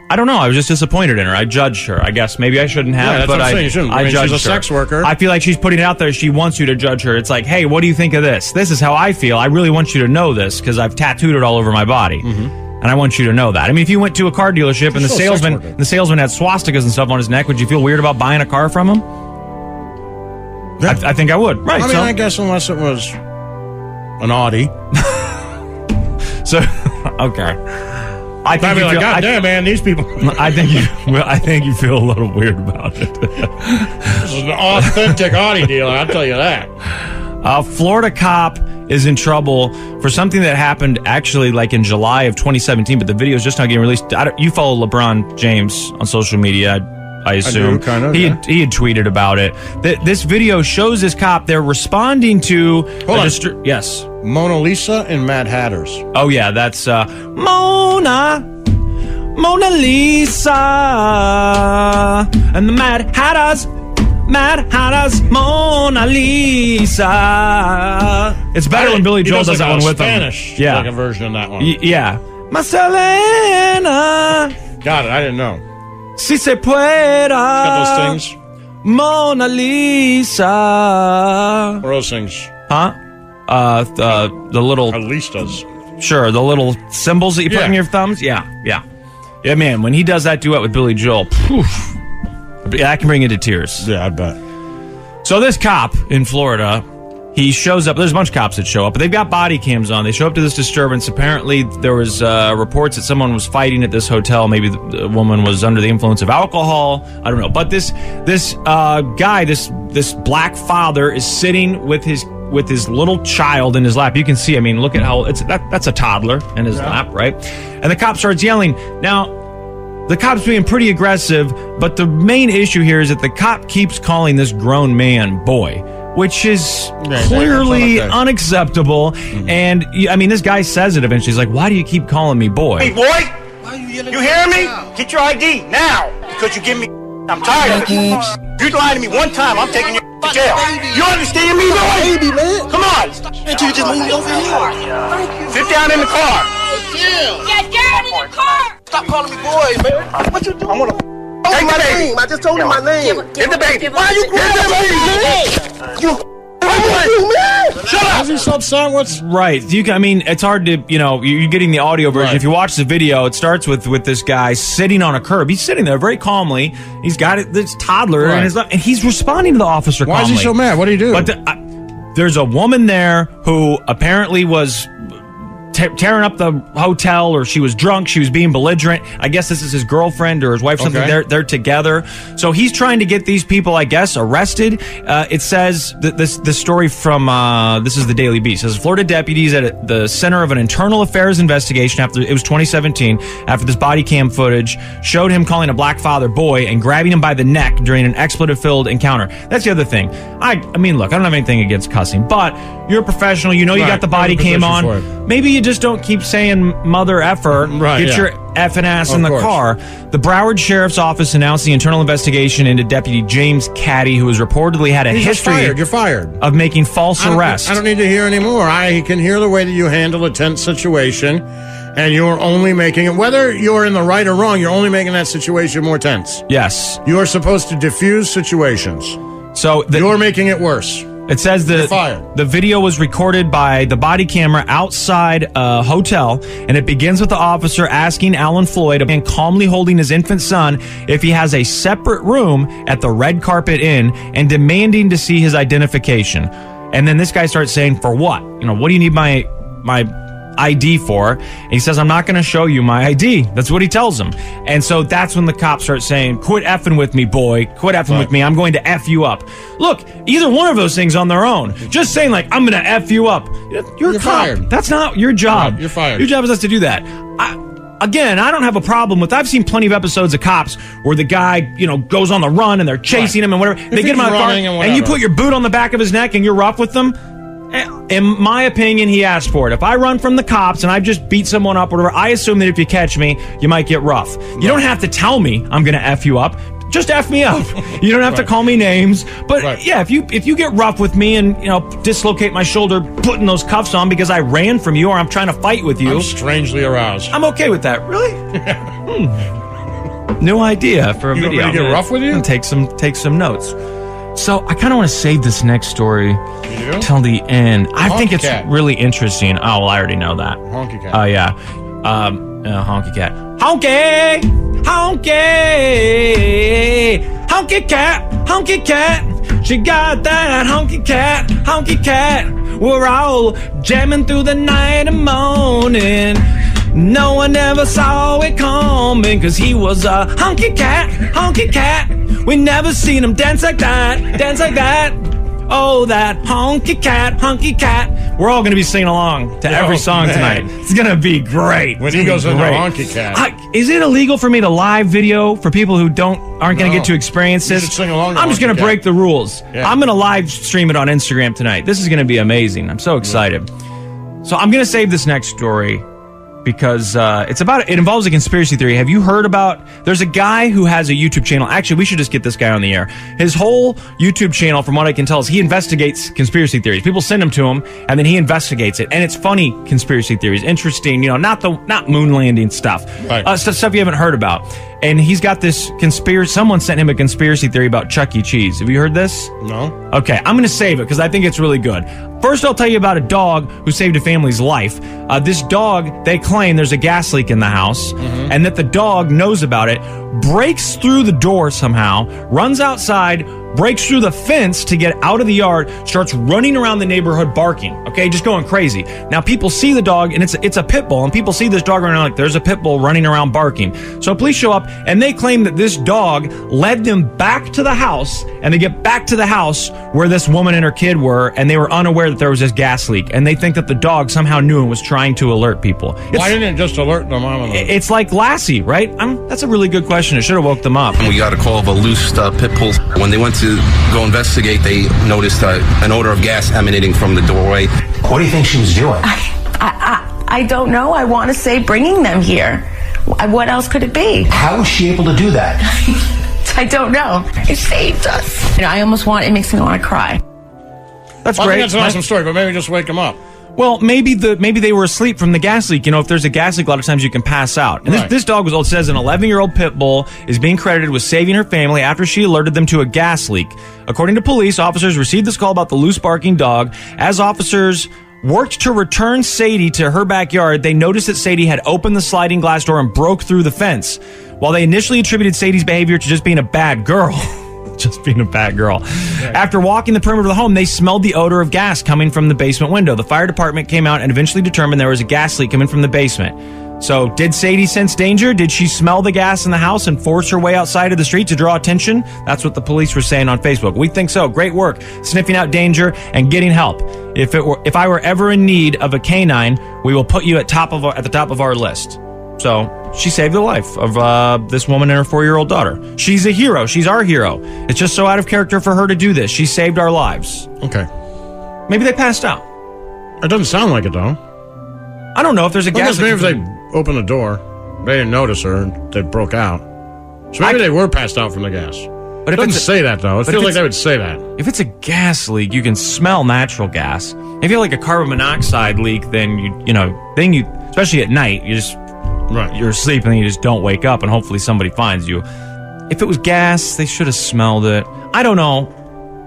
S3: I don't know. I was just disappointed in her. I judged her. I guess maybe I shouldn't have.
S4: Yeah, that's
S3: but
S4: what I'm
S3: I,
S4: saying. You shouldn't. I mean, she's
S3: judged
S4: a
S3: her.
S4: sex worker.
S3: I feel like she's putting it out there. She wants you to judge her. It's like, hey, what do you think of this? This is how I feel. I really want you to know this because I've tattooed it all over my body, and I want you to know that. I mean, if you went to a car dealership and the
S4: still Mm-hmm. a sex
S3: salesman
S4: worker.
S3: the salesman had swastikas and stuff on his neck, would you feel weird about buying a car from him? I, I think I would. Right.
S4: I mean,
S3: so,
S4: I guess unless it was an Audi.
S3: so okay. I think
S4: I'd be
S3: you
S4: like,
S3: feel-
S4: God
S3: I-
S4: damn, man, these people.
S3: I think you. Well, I think you feel a little weird about it.
S4: This is an authentic Audi dealer, I'll tell you that.
S3: A Florida cop is in trouble for something that happened actually like in July of 2017, but the video is just now getting released. I don't, you follow LeBron James on social media, I, I assume.
S4: kind of,
S3: He,
S4: yeah.
S3: had, he had tweeted about it. Th- this video shows this cop they're responding to.
S4: Hold
S3: a
S4: on.
S3: distri- yes.
S4: Mona Lisa and Mad Hatters.
S3: Oh yeah, that's uh, Mona, Mona Lisa, and the Mad Hatters, Manhattan's Mona Lisa. It's better when Billy
S4: He
S3: Joel
S4: does,
S3: does
S4: like,
S3: that
S4: a
S3: one with
S4: Spanish,
S3: him. Yeah,
S4: like a version of that one.
S3: Y- yeah. Marcelena.
S4: Got it. I didn't know.
S3: Si se pueda.
S4: Got those things.
S3: Mona Lisa.
S4: What are those things?
S3: Huh? Uh, th- uh, the little. At
S4: least does.
S3: Sure, the little symbols that you put
S4: Yeah.
S3: in your thumbs. Yeah, yeah, yeah. Man, when he does that duet with Billy Joel, phew, that can bring you to tears.
S4: Yeah, I bet.
S3: So this cop in Florida, he shows up. There's a bunch of cops that show up, but they've got body cams on. They show up to this disturbance. Apparently, there was uh, reports that someone was fighting at this hotel. Maybe the, the woman was under the influence of alcohol. I don't know. But this this uh, guy, this this black father, is sitting with his with his little child in his lap. You can see. I mean, look at how it's that, that's a toddler in his lap, right? And the cop starts yelling. Now the cop's being pretty aggressive, but the main issue here is that the cop keeps calling this grown man boy, which is
S17: that's
S3: clearly
S17: not okay.
S3: unacceptable.
S4: Mm-hmm.
S3: And y- I mean, this guy says it eventually. He's like, "Why do you keep calling me boy?"
S9: boy! You hear me? Get your ID now, because you give me. I'm tired of it. You lied to me one time, I'm taking you to jail. You understand me, boy? Baby, man. Come on. Can't you just move over here? Sit down in the car.
S6: Get down in your car! Stop calling me boy, man. What you doing? I want to.
S9: Take my name.
S6: I just told you my name. Give, the baby.
S9: Why you
S6: grab the baby? You.
S4: Shut up! Is he song? What's
S3: right? You can, I mean, it's hard to you know. you- You're getting the audio version. If you watch the video, it starts with with this guy sitting on a curb. He's sitting there very calmly. He's got it, this toddler
S4: Right.
S3: in his lap, and he's responding to the officer.
S4: Why is he
S3: calmly.
S4: so mad? What do you do?
S3: But the, I, there's a woman there who apparently was te- tearing up the hotel, or she was drunk. She was being belligerent. I guess this is his girlfriend or his wife. Something.
S4: Okay.
S3: They're they're together. So he's trying to get these people, I guess, arrested. Uh, it says that this this story from uh, this is the Daily Beast. It says Florida deputies at a- the center of an internal affairs investigation after it was 2017 after this body cam footage showed him calling a black father boy and grabbing him by the neck during an expletive filled encounter. That's the other thing. I I mean, look, I don't have anything against cussing, but you're a professional. You know you
S4: Right.
S3: got the body
S4: You're in a
S3: cam
S4: position for it.
S3: on maybe you just don't keep saying mother effer.
S4: Right,
S3: Get
S4: yeah.
S3: your effing ass in
S4: Of
S3: the
S4: course.
S3: car. The Broward Sheriff's Office announced the internal investigation into Deputy James Caddy, who has reportedly had a
S4: He's just
S3: history
S4: fired. You're fired.
S3: of making false
S4: I don't-
S3: arrests.
S4: I don't need to hear anymore. I can hear the way that you handle a tense situation, and you're only making it, whether you're in the right or wrong, you're only making that situation more tense.
S3: Yes.
S4: You are supposed to diffuse situations.
S3: So
S4: you're making it worse.
S3: It says
S4: You're
S3: the,
S4: fired.
S3: the video was recorded by the body camera outside a hotel, and it begins with the officer asking Alan Floyd, a man calmly holding his infant son, if he has a separate room at the Red Carpet Inn and demanding to see his identification. And then this guy starts saying, For what? You know, what do you need my my ID for. And he says, I'm not going to show you my ID. That's what he tells him. And so that's when the cops start saying, Quit effing with me, boy. Quit effing with me. I'm going to F you up. Look, either one of those things on their own. Just saying, like, I'm going to F you up. You're, a cop.
S4: fired.
S3: That's not your job.
S4: You're fired.
S3: Your job is not to do that. I, again, I don't have a problem with. I've seen plenty of episodes of cops where the guy, you know, goes on the run and they're chasing him and whatever. they
S4: he's
S3: get him out of the car
S4: running and
S3: you
S4: whatever.
S3: put your boot on the back of his neck and you're rough with them. eh, In my opinion, he asked for it. If I run from the cops and I've just beat someone up or whatever, I assume that if you catch me, you might get rough. You don't have to tell me I'm going to f you up. Just f me up. You don't have to call me names. But yeah, if you if you get rough with me and you know dislocate my shoulder, putting those cuffs on because I ran from you or I'm trying to fight with you,
S4: I'm strangely aroused.
S3: I'm okay with that. Really? Hmm. New idea for a
S4: You want me
S3: video.
S4: to get rough with you?
S3: And take some take some notes. So I kind of want to save this next story
S4: do?
S3: till the end. I
S4: Honky
S3: think it's
S4: cat.
S3: really interesting. Oh, well, I already know that.
S4: Honky cat.
S3: Oh yeah, um, uh, honky cat. Honky, honky, honky cat, honky cat. She got that honky cat, honky cat. We're all jamming through the night and moaning. No one ever saw it coming, cause he was a honky cat, honky cat. We never seen him dance like that, dance like that. Oh, that honky cat, honky cat. We're all gonna be singing along to every
S4: Oh,
S3: song
S4: man.
S3: tonight. It's gonna be great.
S4: When
S3: It's
S4: he
S3: gonna
S4: goes
S3: be
S4: into
S3: great.
S4: Honky Cat.
S3: I- is it illegal for me to live video for people who don't aren't going to
S4: No.
S3: get to experience
S4: You
S3: this?
S4: should sing along to
S3: I'm just
S4: Honky
S3: going
S4: Cat.
S3: to break the rules.
S4: Yeah.
S3: I'm going to live stream it on Instagram tonight. This is going to be amazing. I'm so excited. So I'm going to save this next story because uh, it's about it involves a conspiracy theory. Have you heard about? There's a guy who has a YouTube channel. Actually, we should just get this guy on the air. His whole YouTube channel, from what I can tell, is he investigates conspiracy theories. People send them to him, and then he investigates it. And it's funny conspiracy theories, interesting. You know, not the not moon landing stuff, uh, stuff stuff you haven't heard about. And he's got this conspiracy. Someone sent him a conspiracy theory about Chuck E. Cheese. Have you heard this?
S4: No.
S3: Okay, I'm going to save it because I think it's really good. First, I'll tell you about a dog who saved a family's life. Uh, this dog, they claim there's a gas leak in the house and that the dog knows about it, breaks through the door somehow, runs outside, breaks through the fence to get out of the yard, starts running around the neighborhood barking, okay, just going crazy. Now, people see the dog and it's, it's a pit bull, and people see this dog running around like there's a pit bull running around barking. So, police show up and they claim that this dog led them back to the house and they get back to the house where this woman and her kid were and they were unaware that there was this gas leak and they think that the dog somehow knew and was trying to alert people. It's-
S4: Why didn't it just alert the mom and the
S3: it's like Lassie, right? I'm, that's a really good question. It should have woke them up.
S18: We got a call of a loose uh, pit bull. When they went to go investigate, they noticed uh, an odor of gas emanating from the doorway. What do you think she was doing?
S19: I, I, I don't know. I want to say bringing them here. Wh- What else could it be?
S18: How was she able to do that?
S19: I don't know. It saved us. You know, I almost want. It makes me want to cry.
S3: That's
S4: Well, I
S3: great.
S4: think that's an
S3: My-
S4: awesome story, but maybe just wake them up.
S3: Well, maybe the maybe they were asleep from the gas leak. You know, if there's a gas leak, a lot of times you can pass out. And
S4: Right.
S3: this, this dog was old. Says an 11 year old pit bull is being credited with saving her family after she alerted them to a gas leak. According to police, officers received this call about the loose barking dog. As officers worked to return Sadie to her backyard, they noticed that Sadie had opened the sliding glass door and broke through the fence. While they initially attributed Sadie's behavior to just being a bad girl. just being a bad girl. After walking the perimeter of the home, they smelled the odor of gas coming from the basement window. The fire department came out and eventually determined there was a gas leak coming from the basement. So, did Sadie sense danger? Did she smell the gas in the house and force her way outside of the street to draw attention? That's what the police were saying on Facebook. We think so. Great work sniffing out danger and getting help. If it were, if I were ever in need of a canine, we will put you at top of our, at the top of our list. So she saved the life of uh, this woman and her four year old daughter. She's a hero. She's our hero. It's just so out of character for her to do this. She saved our lives.
S4: Okay.
S3: Maybe they passed out.
S4: It doesn't sound like it though.
S3: I don't know if there's a
S4: Well,
S3: gas.
S4: guess maybe if
S3: leak-
S4: they opened the door, they didn't notice her, and they broke out. So maybe they were passed out from the gas.
S3: But
S4: But
S3: if
S4: it doesn't
S3: it's a-
S4: say that though. It
S3: but if
S4: feels like
S3: it's-
S4: they would say that.
S3: If it's a gas leak, you can smell natural gas. If you have like a carbon monoxide leak, then you you know then you especially at night you just you're asleep and then you just don't wake up and hopefully somebody finds you. If it was gas, they should have smelled it. I don't know.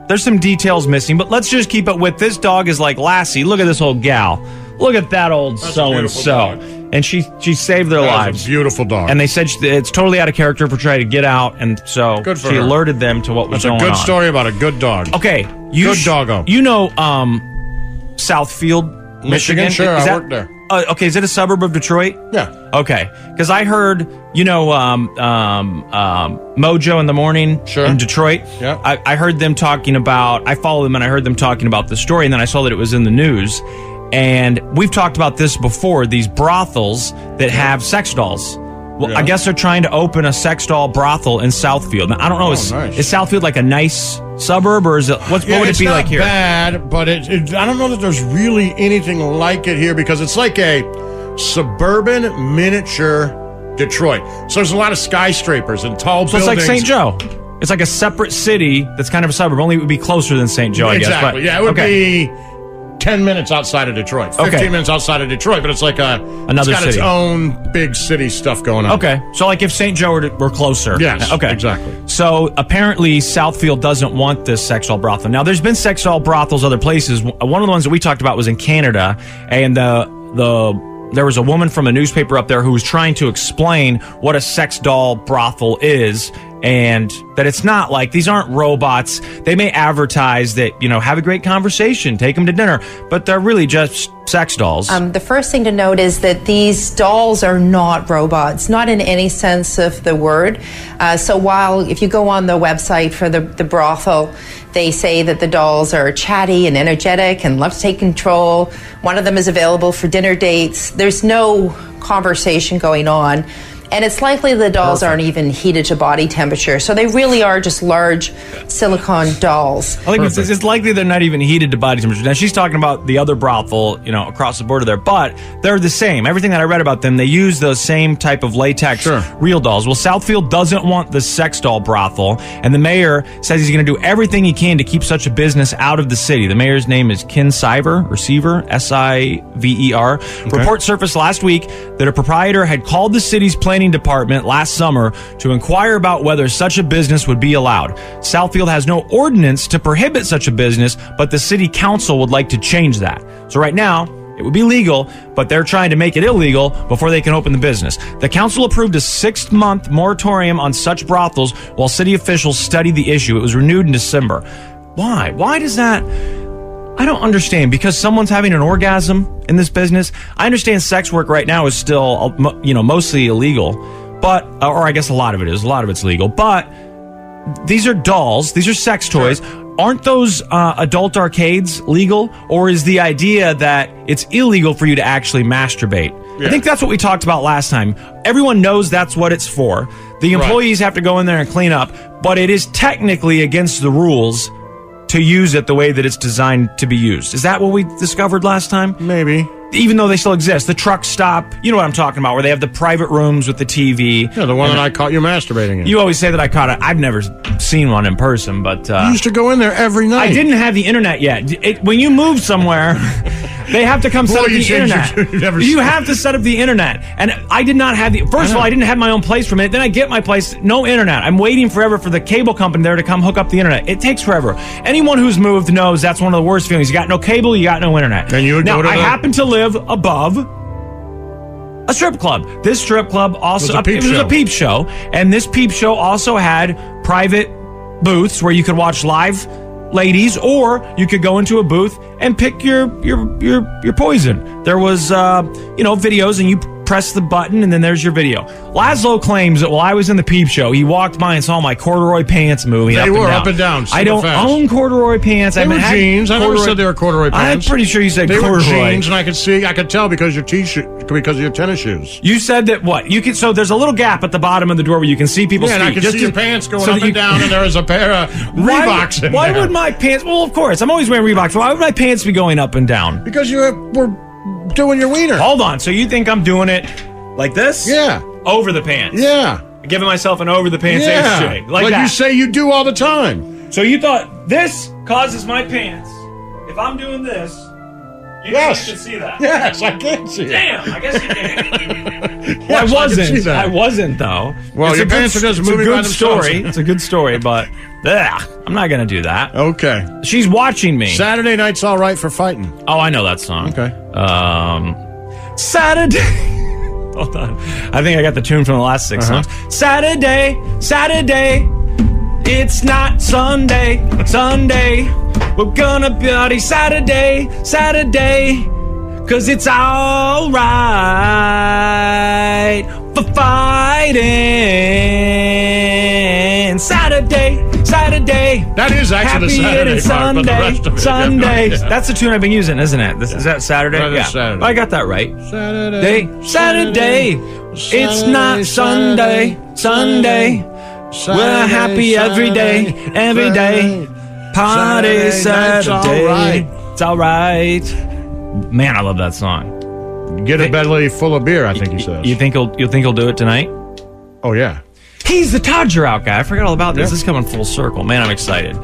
S3: There's some details missing, but let's just keep it with this dog is like Lassie. Look at this old gal. Look at that old so and so. And she she saved their lives.
S4: beautiful dog.
S3: And they said she, it's totally out of character for trying to get out, and so
S4: Good for
S3: she
S4: her.
S3: alerted them to what was
S4: That's a
S3: going
S4: good
S3: on.
S4: story about a good dog.
S3: Okay, you
S4: Good
S3: doggo. You know, um, Southfield,
S4: Michigan?
S3: Michigan.
S4: Sure,
S3: Is
S4: I
S3: that-
S4: worked there.
S3: Uh, okay, is it a suburb of Detroit?
S4: Yeah.
S3: Okay, because I heard you know um, um, um, Mojo in the morning in Detroit. Yeah. I, I heard them talking about. I follow them and I heard them talking about the story, and then I saw that it was in the news. And we've talked about this before. These brothels that have sex dolls. Well, I guess they're trying to open a sex doll brothel in Southfield. Now, I don't know.
S4: Oh,
S3: is,
S4: nice.
S3: is Southfield like a nice suburb, or is it? What's,
S4: Yeah,
S3: what would
S4: it's
S3: it be
S4: not
S3: like here?
S4: Bad, but it, it- I don't know that there's really anything like it here because it's like a suburban miniature Detroit. So there's a lot of skyscrapers and tall
S3: So it's like
S4: buildings.
S3: St. Joe. It's like a separate city that's kind of a suburb. Only it would be closer than St. Joe, I guess.
S4: exactly.
S3: But,
S4: yeah, it would
S3: okay.
S4: be ten minutes outside of Detroit,
S3: Okay.
S4: fifteen minutes outside of Detroit. But it's like a
S3: Another
S4: it's got its
S3: city.
S4: own big city stuff going on.
S3: Okay, so like if St. Joe were, to, were closer,
S4: Yes,
S3: okay,
S4: exactly.
S3: So apparently Southfield doesn't want this sexual brothel. Now there's been sexual brothels other places. W- One of the ones that we talked about was in Canada, and the the there was a woman from a newspaper up there who was trying to explain what a sex doll brothel is. And that it's not like these aren't robots. They may advertise that, you know, have a great conversation, take them to dinner, but they're really just sex dolls.
S20: Um, the first thing to note is that these dolls are not robots, not in any sense of the word. Uh, so while if you go on the website for the, the brothel, they say that the dolls are chatty and energetic and love to take control. One of them is available for dinner dates. There's no conversation going on. And it's likely the dolls aren't even heated to body temperature. So they really are just large silicone dolls.
S3: I think it's, it's likely they're not even heated to body temperature. Now she's talking about the other brothel, you know, across the border there, but they're the same. Everything that I read about them, they use those same type of latex real dolls. Well, Southfield doesn't want the sex doll brothel, and the mayor says he's going to do everything he can to keep such a business out of the city. The mayor's name is Ken Siver, or Seaver, S I V E R. Report surfaced last week that a proprietor had called the city's planning department last summer to inquire about whether such a business would be allowed. Southfield has no ordinance to prohibit such a business, but the city council would like to change that. So right now, it would be legal, but they're trying to make it illegal before they can open the business. The council approved a six month moratorium on such brothels while city officials studied the issue. It was renewed in December. Why? Why does that? I don't understand because someone's having an orgasm in this business. I understand sex work right now is still, uh, mo- you know, mostly illegal, but, uh, or I guess a lot of it is. A lot of it's legal, but these are dolls. These are sex toys. Aren't those uh, adult arcades legal? Or is the idea that it's illegal for you to actually masturbate? I think that's what we talked about last time. Everyone knows that's what it's for. The employees have to go in there and clean up, but it is technically against the rules to use it the way that it's designed to be used. Is that what we discovered last time?
S4: Maybe.
S3: Even though they still exist, the truck stop, you know what I'm talking about, where they have the private rooms with the TV.
S4: Yeah, the one that I caught you masturbating in.
S3: You always say that I caught it. I've never seen one in person, but uh,
S4: You used to go in there every night.
S3: I didn't have the internet yet. It, when you move somewhere, they have to come set
S4: Boy,
S3: up
S4: you
S3: the
S4: changed your
S3: internet.
S4: tune. You never
S3: You
S4: said-
S3: have to set up the internet, and I did not have the. First of all, I didn't have my own place for a minute. Then I get my place, no internet. I'm waiting forever for the cable company there to come hook up the internet. It takes forever. Anyone who's moved knows that's one of the worst feelings. You got no cable, you got no internet. And you
S4: would
S3: now,
S4: go to
S3: I
S4: the-
S3: happen to live above a strip club. This strip club also
S4: It was a peep
S3: it was
S4: show.
S3: a peep show, and this peep show also had private booths where you could watch live ladies, or you could go into a booth and pick your your your your poison. There was uh, you know videos, and you press the button, and then there's your video. Laszlo claims that while I was in the peep show, he walked by and saw my corduroy pants moving.
S4: They
S3: up and
S4: were
S3: down.
S4: up and down,
S3: I don't
S4: super fast.
S3: own corduroy pants.
S4: They
S3: I
S4: were
S3: had
S4: jeans. I never
S3: corduroy-
S4: said they were corduroy pants.
S3: I'm pretty sure you said
S4: they
S3: corduroy.
S4: were jeans, and I could see, I could tell because your t-shirt, because of your tennis shoes.
S3: You said that what you can. So there's a little gap at the bottom of the door where you can see people's
S4: yeah, and
S3: feet.
S4: I could
S3: just
S4: see
S3: to-
S4: your pants going
S3: so
S4: up
S3: that
S4: and
S3: you-
S4: down, and there was a pair of
S3: Why-
S4: Reeboks in
S3: Why
S4: there.
S3: would my pants? Well, of course, I'm always wearing Reeboks. Why would my pants be going up and down?
S4: Because you were doing your wiener.
S3: Hold on. So you think I'm doing it like this?
S4: Yeah.
S3: Over the pants.
S4: Yeah.
S3: Giving myself an over the pants ass
S4: yeah.
S3: shake like, that.
S4: you say you do all the time.
S3: So you thought this causes my pants? If I'm doing this, you
S4: Yes.
S3: can see that.
S4: Yes, I can see it.
S3: Damn, I guess you can.
S4: Yes,
S3: I
S4: can see
S3: wasn't.
S4: that.
S3: I, wasn't though.
S4: Well,
S3: It's a
S4: your
S3: good
S4: pants are just
S3: it's a
S4: moving by
S3: good
S4: themselves.
S3: story. It's a good story, but ugh, I'm not gonna do that.
S4: Okay.
S3: She's watching me.
S4: Saturday night's all right for fighting.
S3: oh, I know that song.
S4: Okay.
S3: Um, Saturday. Hold on. I think I got the tune from the last 6
S4: Uh-huh.
S3: songs. Saturday, Saturday. It's not Sunday, Sunday. We're gonna party Saturday, Saturday. Cause it's alright for fighting. Saturday, Saturday.
S4: That is actually the Saturday
S3: Happy and
S4: part,
S3: Sunday,
S4: but the rest of it, yeah,
S3: Sunday.
S4: yeah.
S3: That's the tune I've been using, isn't it? This, Is that Saturday?
S4: That is
S3: yeah.
S4: Saturday.
S3: I got that right. Day.
S4: Saturday.
S3: Saturday. It's not Sunday. Sunday. We're happy every day. Every day. Party
S4: Saturday night's all
S3: Saturday.
S4: right.
S3: It's all right. Man, I love that song.
S4: Get a belly full of beer, I think he says.
S3: You think he'll you think he'll do it tonight?
S4: Oh yeah.
S3: He's the Todger out guy. I forgot all about this.
S4: Yeah.
S3: This is coming full circle. Man, I'm excited.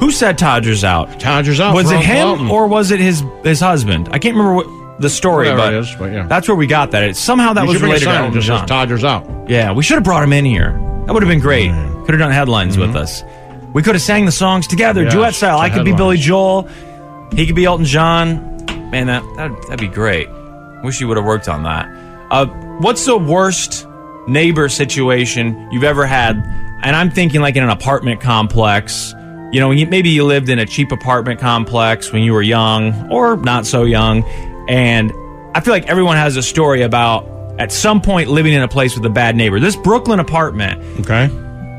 S3: Who said Todger's out?
S4: Todger's out.
S3: Was
S4: Ron
S3: it him
S4: Walton.
S3: or was it his his husband? I can't remember what the story,
S4: Whatever
S3: but,
S4: it is, but yeah.
S3: that's where we got that. It, somehow that
S4: You should
S3: was
S4: bring a
S3: related to
S4: sign that
S3: Elton
S4: just says
S3: John.
S4: Todger's out.
S3: Yeah, we should have brought him in here. That would have been great. Could have done headlines with us. We could have sang the songs together,
S4: Mm-hmm. Yes,
S3: duet style.
S4: the
S3: I could be
S4: headlines.
S3: Billy Joel. He could be Elton John. Man, that that'd, that'd be great. Wish you would have worked on that. Uh, what's the worst neighbor situation you've ever had? And I'm thinking like in an apartment complex. You know, when you, maybe you lived in a cheap apartment complex when you were young or not so young, and I feel like everyone has a story about at some point living in a place with a bad neighbor. This Brooklyn apartment
S4: Okay.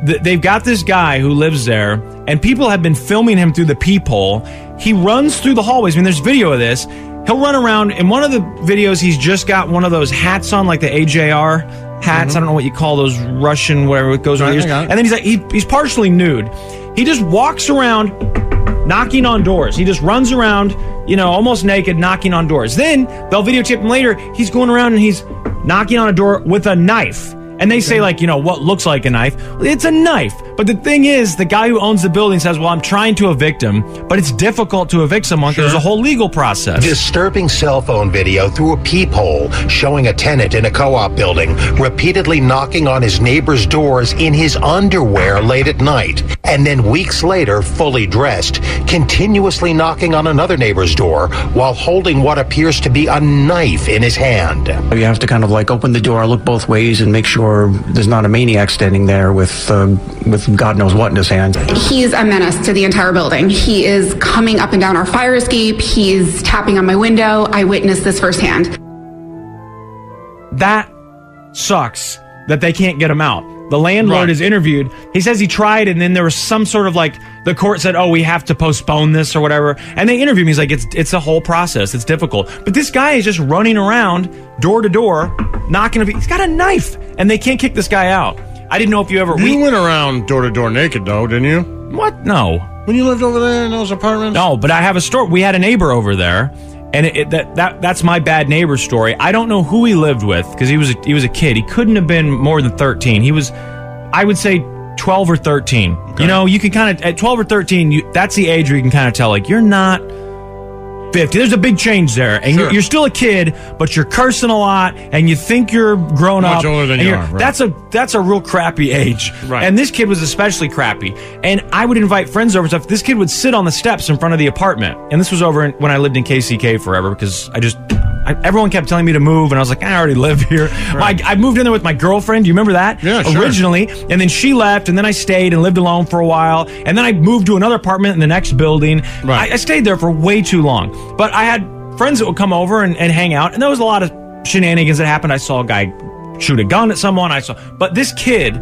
S3: th- they've got this guy who lives there, and people have been filming him through the peephole. He runs through the hallways. I mean, there's video of this. He'll run around. In one of the videos, he's just got one of those hats on, like the AJR hats. I don't know what you call those Russian whatever it goes
S4: Right,
S3: over the
S4: Mm-hmm. I got
S3: ears.
S4: it.
S3: And then he's like he, he's partially nude. He just walks around knocking on doors. He just runs around, you know, almost naked, knocking on doors. Then they'll videotape him later. He's going around and he's knocking on a door with a knife. And they say, like, you know, what looks like a knife. It's a knife. But the thing is, the guy who owns the building says, well, I'm trying to evict him, but it's difficult to evict someone because there's a whole legal process.
S10: Disturbing cell phone video through a peephole showing a tenant in a co op building repeatedly knocking on his neighbor's doors in his underwear late at night, and then weeks later, fully dressed, continuously knocking on another neighbor's door while holding what appears to be a knife in his hand.
S21: You have to kind of like open the door, look both ways, and make sure there's not a maniac standing there with uh, with God knows what in his hand.
S22: He's a menace to the entire building. He is coming up and down our fire escape. He's tapping on my window. I witnessed this firsthand.
S3: that sucks that they can't get him out. The landlord is interviewed. He says he tried, and then there was some sort of like the court said, "Oh, we have to postpone this or whatever." And they interview him. He's like, "It's it's a whole process. It's difficult." But this guy is just running around door to door, knocking. on pe- He's got a knife, and they can't kick this guy out. I didn't know if you ever.
S4: You went around door to door naked, though, didn't you?
S3: What? No.
S4: When you lived over there in those apartments?
S3: No, but I have a story. We had a neighbor over there, and it, it, that, that that's my bad neighbor story. I don't know who he lived with because he was a, he was a kid. He couldn't have been more than thirteen. He was, I would say, twelve or thirteen. You know, you can kind of at twelve or thirteen. You, that's the age where you can kind of tell like you're not. 50. There's a big change there. And you're, you're still a kid, but you're cursing a lot and you think you're grown
S4: Much
S3: up.
S4: older than
S3: and
S4: you
S3: you're-
S4: are, right.
S3: That's a that's a real crappy age. Right. And this kid was especially crappy. And I would invite friends over and stuff. This kid would sit on the steps in front of the apartment. And this was over in, when I lived in KCK forever because I just I, everyone kept telling me to move and I was like, I already live here. My- I moved in there with my girlfriend. Do you remember that? Yeah,
S4: sure.
S3: Originally, and then she left, and then I stayed and lived alone for a while, and then I moved to another apartment in the next building. Right. I, I stayed there for way too long, but I had friends that would come over and, and hang out, and there was a lot of shenanigans that happened. I saw a guy shoot a gun at someone. I saw, but this kid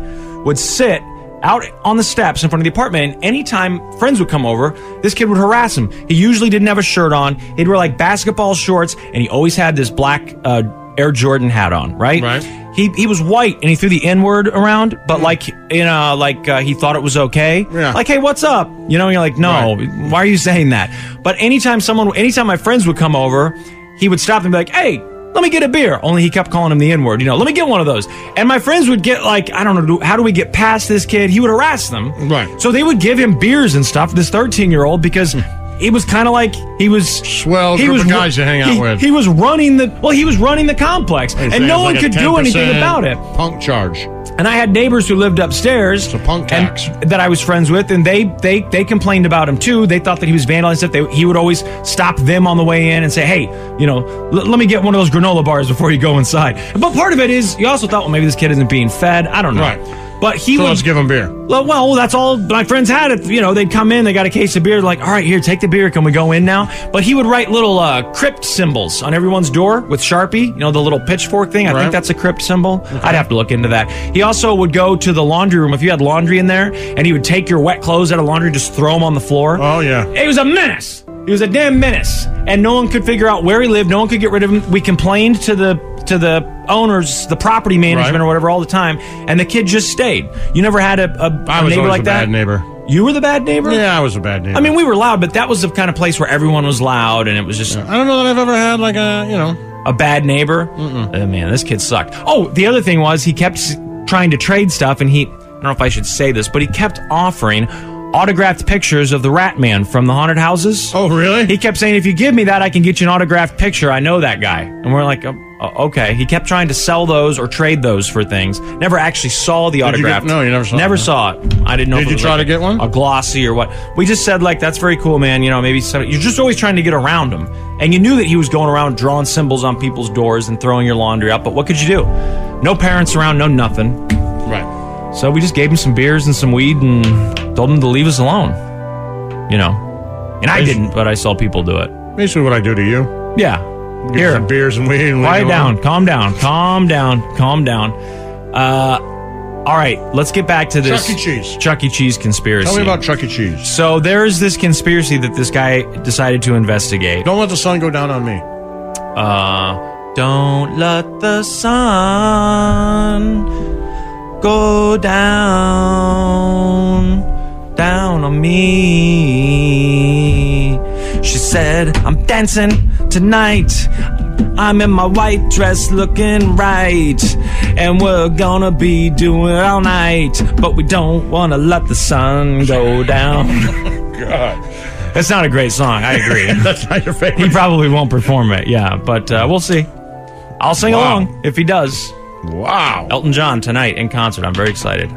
S3: would sit out on the steps in front of the apartment and anytime friends would come over this kid would harass him he usually didn't have a shirt on he'd wear like basketball shorts and he always had this black uh, air jordan hat on right right he, he was white and he threw the n word around but
S4: Mm.
S3: like you know like uh, he thought it was okay yeah. like hey what's up you know and you're like no why are you saying that but anytime someone anytime my friends would come over he would stop and be like hey let me get a beer. Only he kept calling him the N word. You know, let me get one of those. And my friends would get like, I don't know, do- how do we get past this kid? He would harass them. Right. So they would give him beers and stuff. This thirteen year old because. It was kind of like he was swell. He
S4: Hmm. group
S3: was
S4: of guys to hang out
S3: he-
S4: with.
S3: He was running the well. He was running the complex,
S4: They say
S3: and no
S4: it's
S3: one
S4: like a
S3: could do anything
S4: 10%
S3: about it.
S4: Punk charge.
S3: And I had neighbors who lived upstairs and- that I was friends with, and they they they complained about him too. They thought that he was vandalizing stuff. They, he would always stop them on the way in and say, "Hey, you know, l- let me get one of those granola bars before you go inside." But part of it is you also thought, well, maybe this kid isn't being fed. I don't know. Right. But he
S4: So
S3: would
S4: let's give him beer.
S3: well, well, that's all my friends had. It, you know, they'd come in, they got a case of beer, like, all right, here, take the beer. Can we go in now? But he would write little uh, crypt symbols on everyone's door with Sharpie, you know, the little pitchfork thing. I think that's a crypt symbol. I'd have to look into that. He also would go to the laundry room if you had laundry in there, and he would take your wet clothes out of laundry, just throw them on the floor. Oh, yeah. It was a menace. He was a damn menace, and no one could figure out where he lived. No one could get rid of him. We complained to the to the owners, the property management or whatever, all the time, and the kid just stayed. You never had a, a,
S4: I
S3: a
S4: was
S3: neighbor
S4: always
S3: like
S4: a
S3: that.
S4: bad neighbor.
S3: You were the bad neighbor.
S4: Yeah, I was a bad neighbor.
S3: I mean, we were loud, but that was the kind of place where everyone was loud, and it was just.
S4: I don't know that I've ever had like a you know
S3: a bad neighbor. Oh, man, this kid sucked. Oh, the other thing was he kept s- trying to trade stuff, and he I don't know if I should say this, but he kept offering autographed pictures of the Rat Man from the haunted houses.
S4: Oh, really?
S3: He kept saying, "If you give me that, I can get you an autographed picture. I know that guy." And we're like, "Um, o- "Okay." He kept trying to sell those or trade those for things. Never actually saw
S4: Did
S3: the
S4: you get-
S3: autograph.
S4: no, you never saw it,
S3: Never
S4: huh?
S3: saw it. I didn't know.
S4: Did
S3: if it
S4: you
S3: was
S4: try
S3: like
S4: to get one?
S3: A glossy or what? We just said like that's very cool, man. You know, maybe some, you're just always trying to get around him, and you knew that he was going around drawing symbols on people's doors and throwing your laundry out. But what could you do? No parents around, no nothing. Right. So we just gave him some beers and some weed and told him to leave us alone. You know, and I
S4: Basi-
S3: didn't, but I saw people do it.
S4: basically what I do to you.
S3: Yeah.
S4: Give
S3: Here.
S4: some beers and weed. And
S3: Quiet
S4: leave it
S3: down.
S4: alone.
S3: Calm down. Calm down. Calm down. Uh, all right, let's get back to this
S4: Chuck E. Cheese.
S3: Chuck E. Cheese conspiracy.
S4: Tell me about Chuck E. Cheese.
S3: So there's this conspiracy that this guy decided to investigate.
S4: Don't let the sun go down on me.
S3: Uh, Don't let the sun go down, down on me. She said, I'm dancing tonight. I'm in my white dress looking right. And we're gonna be doing it all night. But we don't wanna let the sun go down.
S4: God.
S3: That's not a great song. I agree.
S4: That's not your favorite.
S3: He probably won't perform it. Yeah, but uh, we'll see. I'll sing
S4: Wow.
S3: along if he does.
S4: Wow.
S3: Elton John tonight in concert. I'm very excited.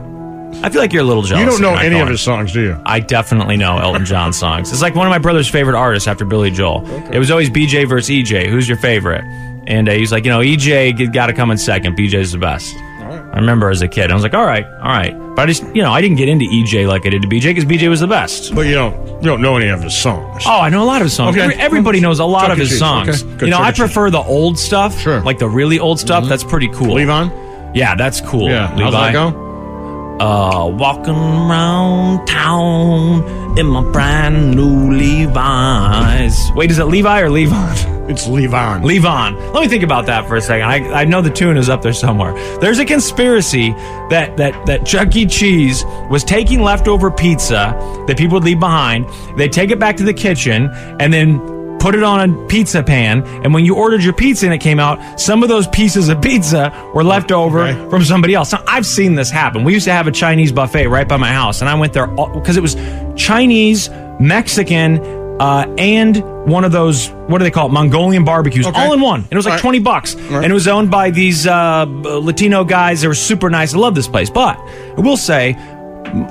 S3: I feel like you're a little jealous.
S4: You don't know
S3: tonight,
S4: any of
S3: Colin.
S4: his songs, do you?
S3: I definitely know Elton John songs. It's like one of my brother's favorite artists after Billy Joel. It was always BJ versus EJ. Who's your favorite? And uh, he's like, you know, EJ got to come in second. BJ's the best. I remember as a kid, I was like, all right, all right. But I just, you know, I didn't get into EJ like I did to BJ because BJ was the best.
S4: But you don't, you don't know any of his songs.
S3: Oh, I know a lot of his songs.
S4: Okay.
S3: Every- everybody knows a lot
S4: Chuck
S3: of
S4: E.
S3: his
S4: Cheese.
S3: songs.
S4: Okay. Good
S3: You know,
S4: Chuck E.
S3: I prefer the old stuff, sure. like the really old stuff. That's pretty cool. Levon? Yeah, that's cool.
S4: Yeah, how's
S3: Levi.
S4: that go?
S3: Uh, walking around town in my brand new Levi's. Wait, is it Levi or Levon?
S4: It's Levon.
S3: Levon. Let me think about that for a second. I, I know the tune is up there somewhere. There's a conspiracy that, that, that Chuck E. Cheese was taking leftover pizza that people would leave behind. They take it back to the kitchen and then put it on a pizza pan. And when you ordered your pizza and it came out, some of those pieces of pizza were left over from somebody else. Now, I've seen this happen. We used to have a Chinese buffet right by my house, and I went there because it was Chinese, Mexican, uh, and one of those what do they call it Mongolian barbecues all in one. And it was like
S6: All right.
S3: twenty bucks, and it was owned by these uh, Latino guys. They were super nice. I love this place, but I will say.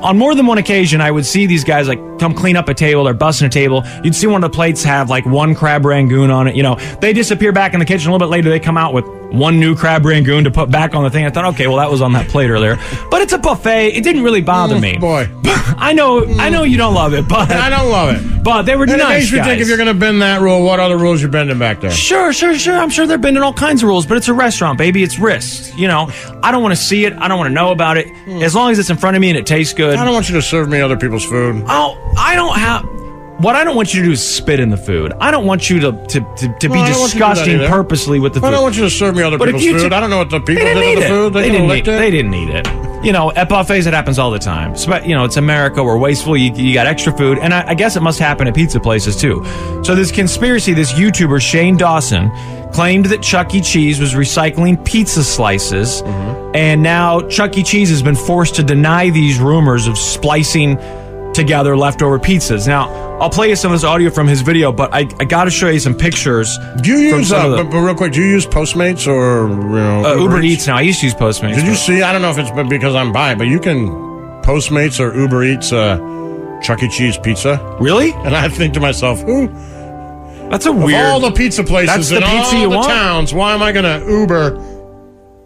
S3: On more than one occasion, I would see these guys like come clean up a table or busting a table. You'd see one of the plates have like one crab rangoon on it. You know, they disappear back in the kitchen a little bit later. They come out with one new crab rangoon to put back on the thing. I thought, okay, well, that was on that plate earlier, but it's a buffet. It didn't really bother me. Boy, I know, I know you don't love it, but
S4: Mm, I don't love it.
S3: But they were
S4: and it
S3: nice
S4: makes me
S3: guys.
S4: think if you're going to bend that rule, what other rules you're bending back there?
S3: Sure, sure, sure. I'm sure they're bending all kinds of rules, but it's a restaurant, baby. It's risk. You know, I don't want to see it. I don't want to know about it. As long as it's in front of me and it tastes good.
S4: Hmm. I don't want you to serve me other people's food.
S3: Oh, I don't have. What I don't want you to do is spit in the food. I don't want you to to, to, to
S4: Well, I don't want you to do
S3: be
S4: that
S3: disgusting
S4: either.
S3: purposely with the food.
S4: I don't want you to serve me other
S3: But if
S4: people's
S3: you
S4: food.
S3: took-
S4: I don't know what the people
S3: they
S4: did
S3: didn't
S4: to
S3: need
S4: the
S3: it.
S4: food.
S3: They,
S4: could've
S3: didn't need,
S4: licked it.
S3: they didn't need it. You know, at buffets, it happens all the time. Spe- You know, it's America. We're wasteful. You, you got extra food. And I, I guess it must happen at pizza places, too. So, this conspiracy, this YouTuber, Shane Dawson, claimed that Chuck E. Cheese was recycling pizza slices.
S4: Mm-hmm.
S3: And now Chuck E. Cheese has been forced to deny these rumors of splicing together leftover pizzas. Now, I'll play you some of this audio from his video, but I, I got to show you some pictures.
S4: Do you
S3: from
S4: use,
S3: some
S4: uh,
S3: of the-
S4: but, but real quick, do you use Postmates or you know,
S3: uh, Uber Eats now. I used to use Postmates.
S4: Did you see? I don't know if it's been because I'm by, but you can Postmates or Uber Eats uh, Chuck E. Cheese pizza.
S3: Really?
S4: And I think to myself, who?
S3: That's a
S4: of
S3: weird-
S4: all the pizza
S3: That's
S4: places
S3: the
S4: in
S3: pizza
S4: all
S3: you
S4: the
S3: want?
S4: towns. Why am I going to Uber?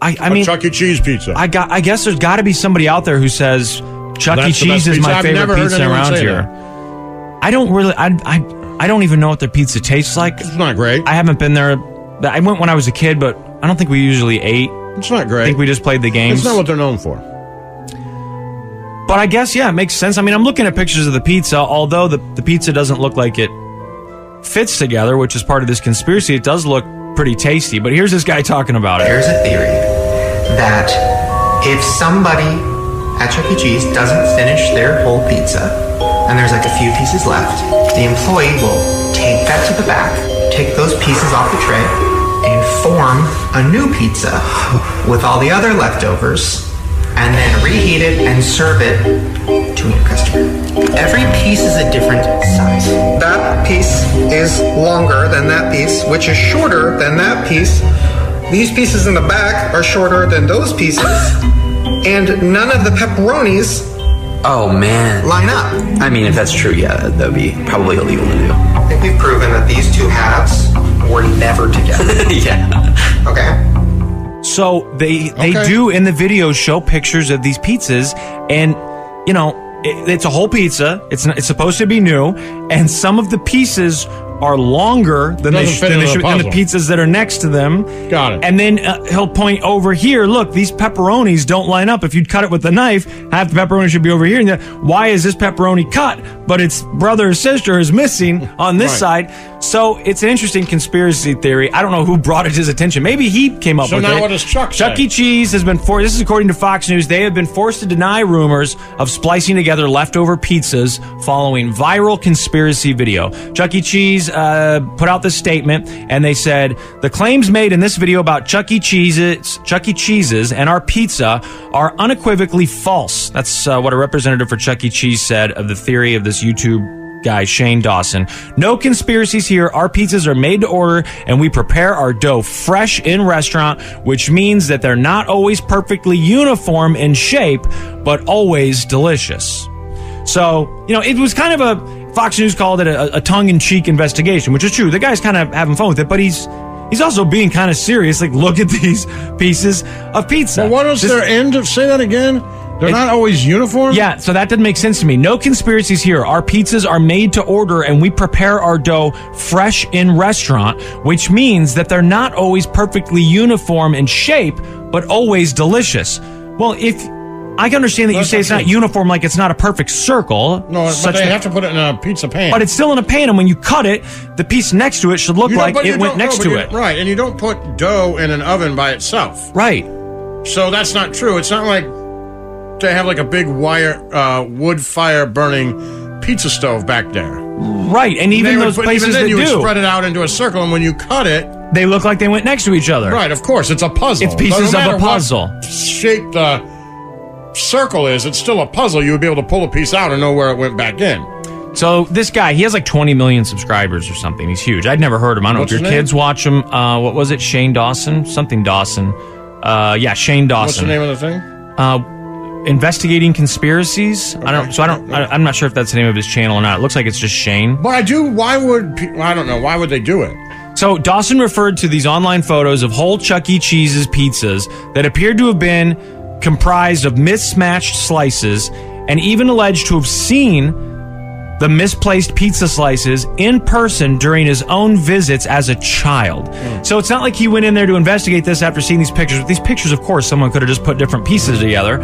S3: I, I mean,
S4: a Chuck E. Cheese pizza.
S3: I got. I guess there's got to be somebody out there who says Chuck E.
S4: That's the
S3: Cheese
S4: best
S3: is
S4: pizza.
S3: my
S4: I've never
S3: favorite
S4: heard
S3: pizza
S4: anyone
S3: around
S4: say
S3: here.
S4: that.
S3: I don't really. I, I I don't even know what their pizza tastes like. It's
S4: not great.
S3: I haven't been there. I went when I was a kid, but I don't think we usually ate.
S4: It's not great.
S3: I think we just played the games.
S4: It's not what they're known for.
S3: But I guess yeah, it makes sense. I mean, I'm looking at pictures of the pizza, although the, the pizza doesn't look like it fits together, which is part of this conspiracy. It does look pretty tasty. But here's this guy talking about it.
S2: There's a theory that if somebody at Chuck E. Cheese doesn't finish their whole pizza and there's like a few pieces left, the employee will take that to the back, take those pieces off the tray, and form a new pizza with all the other leftovers, and then reheat it and serve it to your customer. Every piece is a different size. That piece is longer than that piece, which is shorter than that piece. These pieces in the back are shorter than those pieces, and none of the pepperonis. Oh man. Line up. I mean, if that's true, yeah, that'd be probably illegal to do. I think we've proven that these two halves were never together. yeah. Okay.
S3: So they they do in the video show pictures of these pizzas, and you know it, it's a whole pizza. It's not, it's supposed to be new, and some of the pieces are longer than they,
S4: Doesn't
S3: sh-
S4: fit
S3: than, they
S4: into the
S3: should, than the
S4: puzzle.
S3: pizzas that are next to them. Got it. And then uh, he'll point over here. Look, these pepperonis don't line up. If you'd cut it with a knife, half the pepperoni should be over here. And then, why is this pepperoni cut? But its brother or sister is missing on this
S4: Right.
S3: side. So it's an interesting conspiracy theory. I don't know who brought it to his attention. Maybe he came up
S4: So
S3: with it.
S4: now what does Chuck
S3: Chuck
S4: say?
S3: E. Cheese has been forced. This is according to Fox News. They have been forced to deny rumors of splicing together leftover pizzas following viral conspiracy video. Chuck E. Cheese uh, put out this statement, and they said the claims made in this video about Chuck E. Cheese's, Chuck E. Cheese's, and our pizza are unequivocally false. That's uh, what a representative for Chuck E. Cheese said of the theory of this YouTube guy Shane Dawson. No conspiracies here. Our pizzas are made to order and we prepare our dough fresh in restaurant, which means that they're not always perfectly uniform in shape, but always delicious. So, you know, it was kind of a Fox News called it a, a tongue-in-cheek investigation, which is true. The guy's kind of having fun with it, but he's he's also being kind of serious. Like, look at these pieces of pizza. Well,
S4: what is their end of? Say that again. They're not always uniform?
S3: Yeah, so that didn't make sense to me. No conspiracies here. Our pizzas are made to order and we prepare our dough fresh in restaurant, which means that they're not always perfectly uniform in shape, but always delicious. Well, if I can understand that you say it's not uniform, like it's not a perfect circle.
S4: No, but
S3: such
S4: they
S3: that-
S4: have to put it in a pizza pan.
S3: But it's still in a pan, and when you cut it, the piece next to it should look
S4: You don't-
S3: like
S4: but you
S3: it went
S4: don't- no,
S3: next
S4: but
S3: to
S4: you-
S3: it.
S4: Right, and you don't put dough in an oven by itself.
S3: Right.
S4: So that's not true. It's not like they have like a big wire uh, wood fire burning pizza stove back there.
S3: Right, and even
S4: They would
S3: those
S4: put-
S3: places
S4: even then
S3: that
S4: you would
S3: do.
S4: spread it out into a circle, and when you cut it,
S3: they look like they went next to each other.
S4: Right, of course, it's a puzzle.
S3: It's pieces
S4: No
S3: of a
S4: matter what
S3: puzzle.
S4: shape the circle is, it's still a puzzle. You would be able to pull a piece out and know where it went back in.
S3: So this guy, he has like 20 million subscribers or something. He's huge. I'd never heard of him. I don't
S4: What's
S3: know if
S4: his
S3: your
S4: name?
S3: kids watch him. Uh, what was it? Shane Dawson? Something Dawson. Uh, yeah, Shane Dawson.
S4: What's the name of the thing?
S3: Uh, investigating conspiracies. I don't. So I don't. I, I'm not sure if that's the name of his channel or not. It looks like it's just Shane.
S4: But I do. Why would pe- I don't know? Why would they do it?
S3: So Dawson referred to these online photos of whole Chuck E. Cheese's pizzas that appeared to have been comprised of mismatched slices, and even alleged to have seen the misplaced pizza slices in person during his own visits as a child.
S4: Hmm.
S3: So it's not like he went in there to investigate this after seeing these pictures. With these pictures, of course, someone could have just put different pieces together.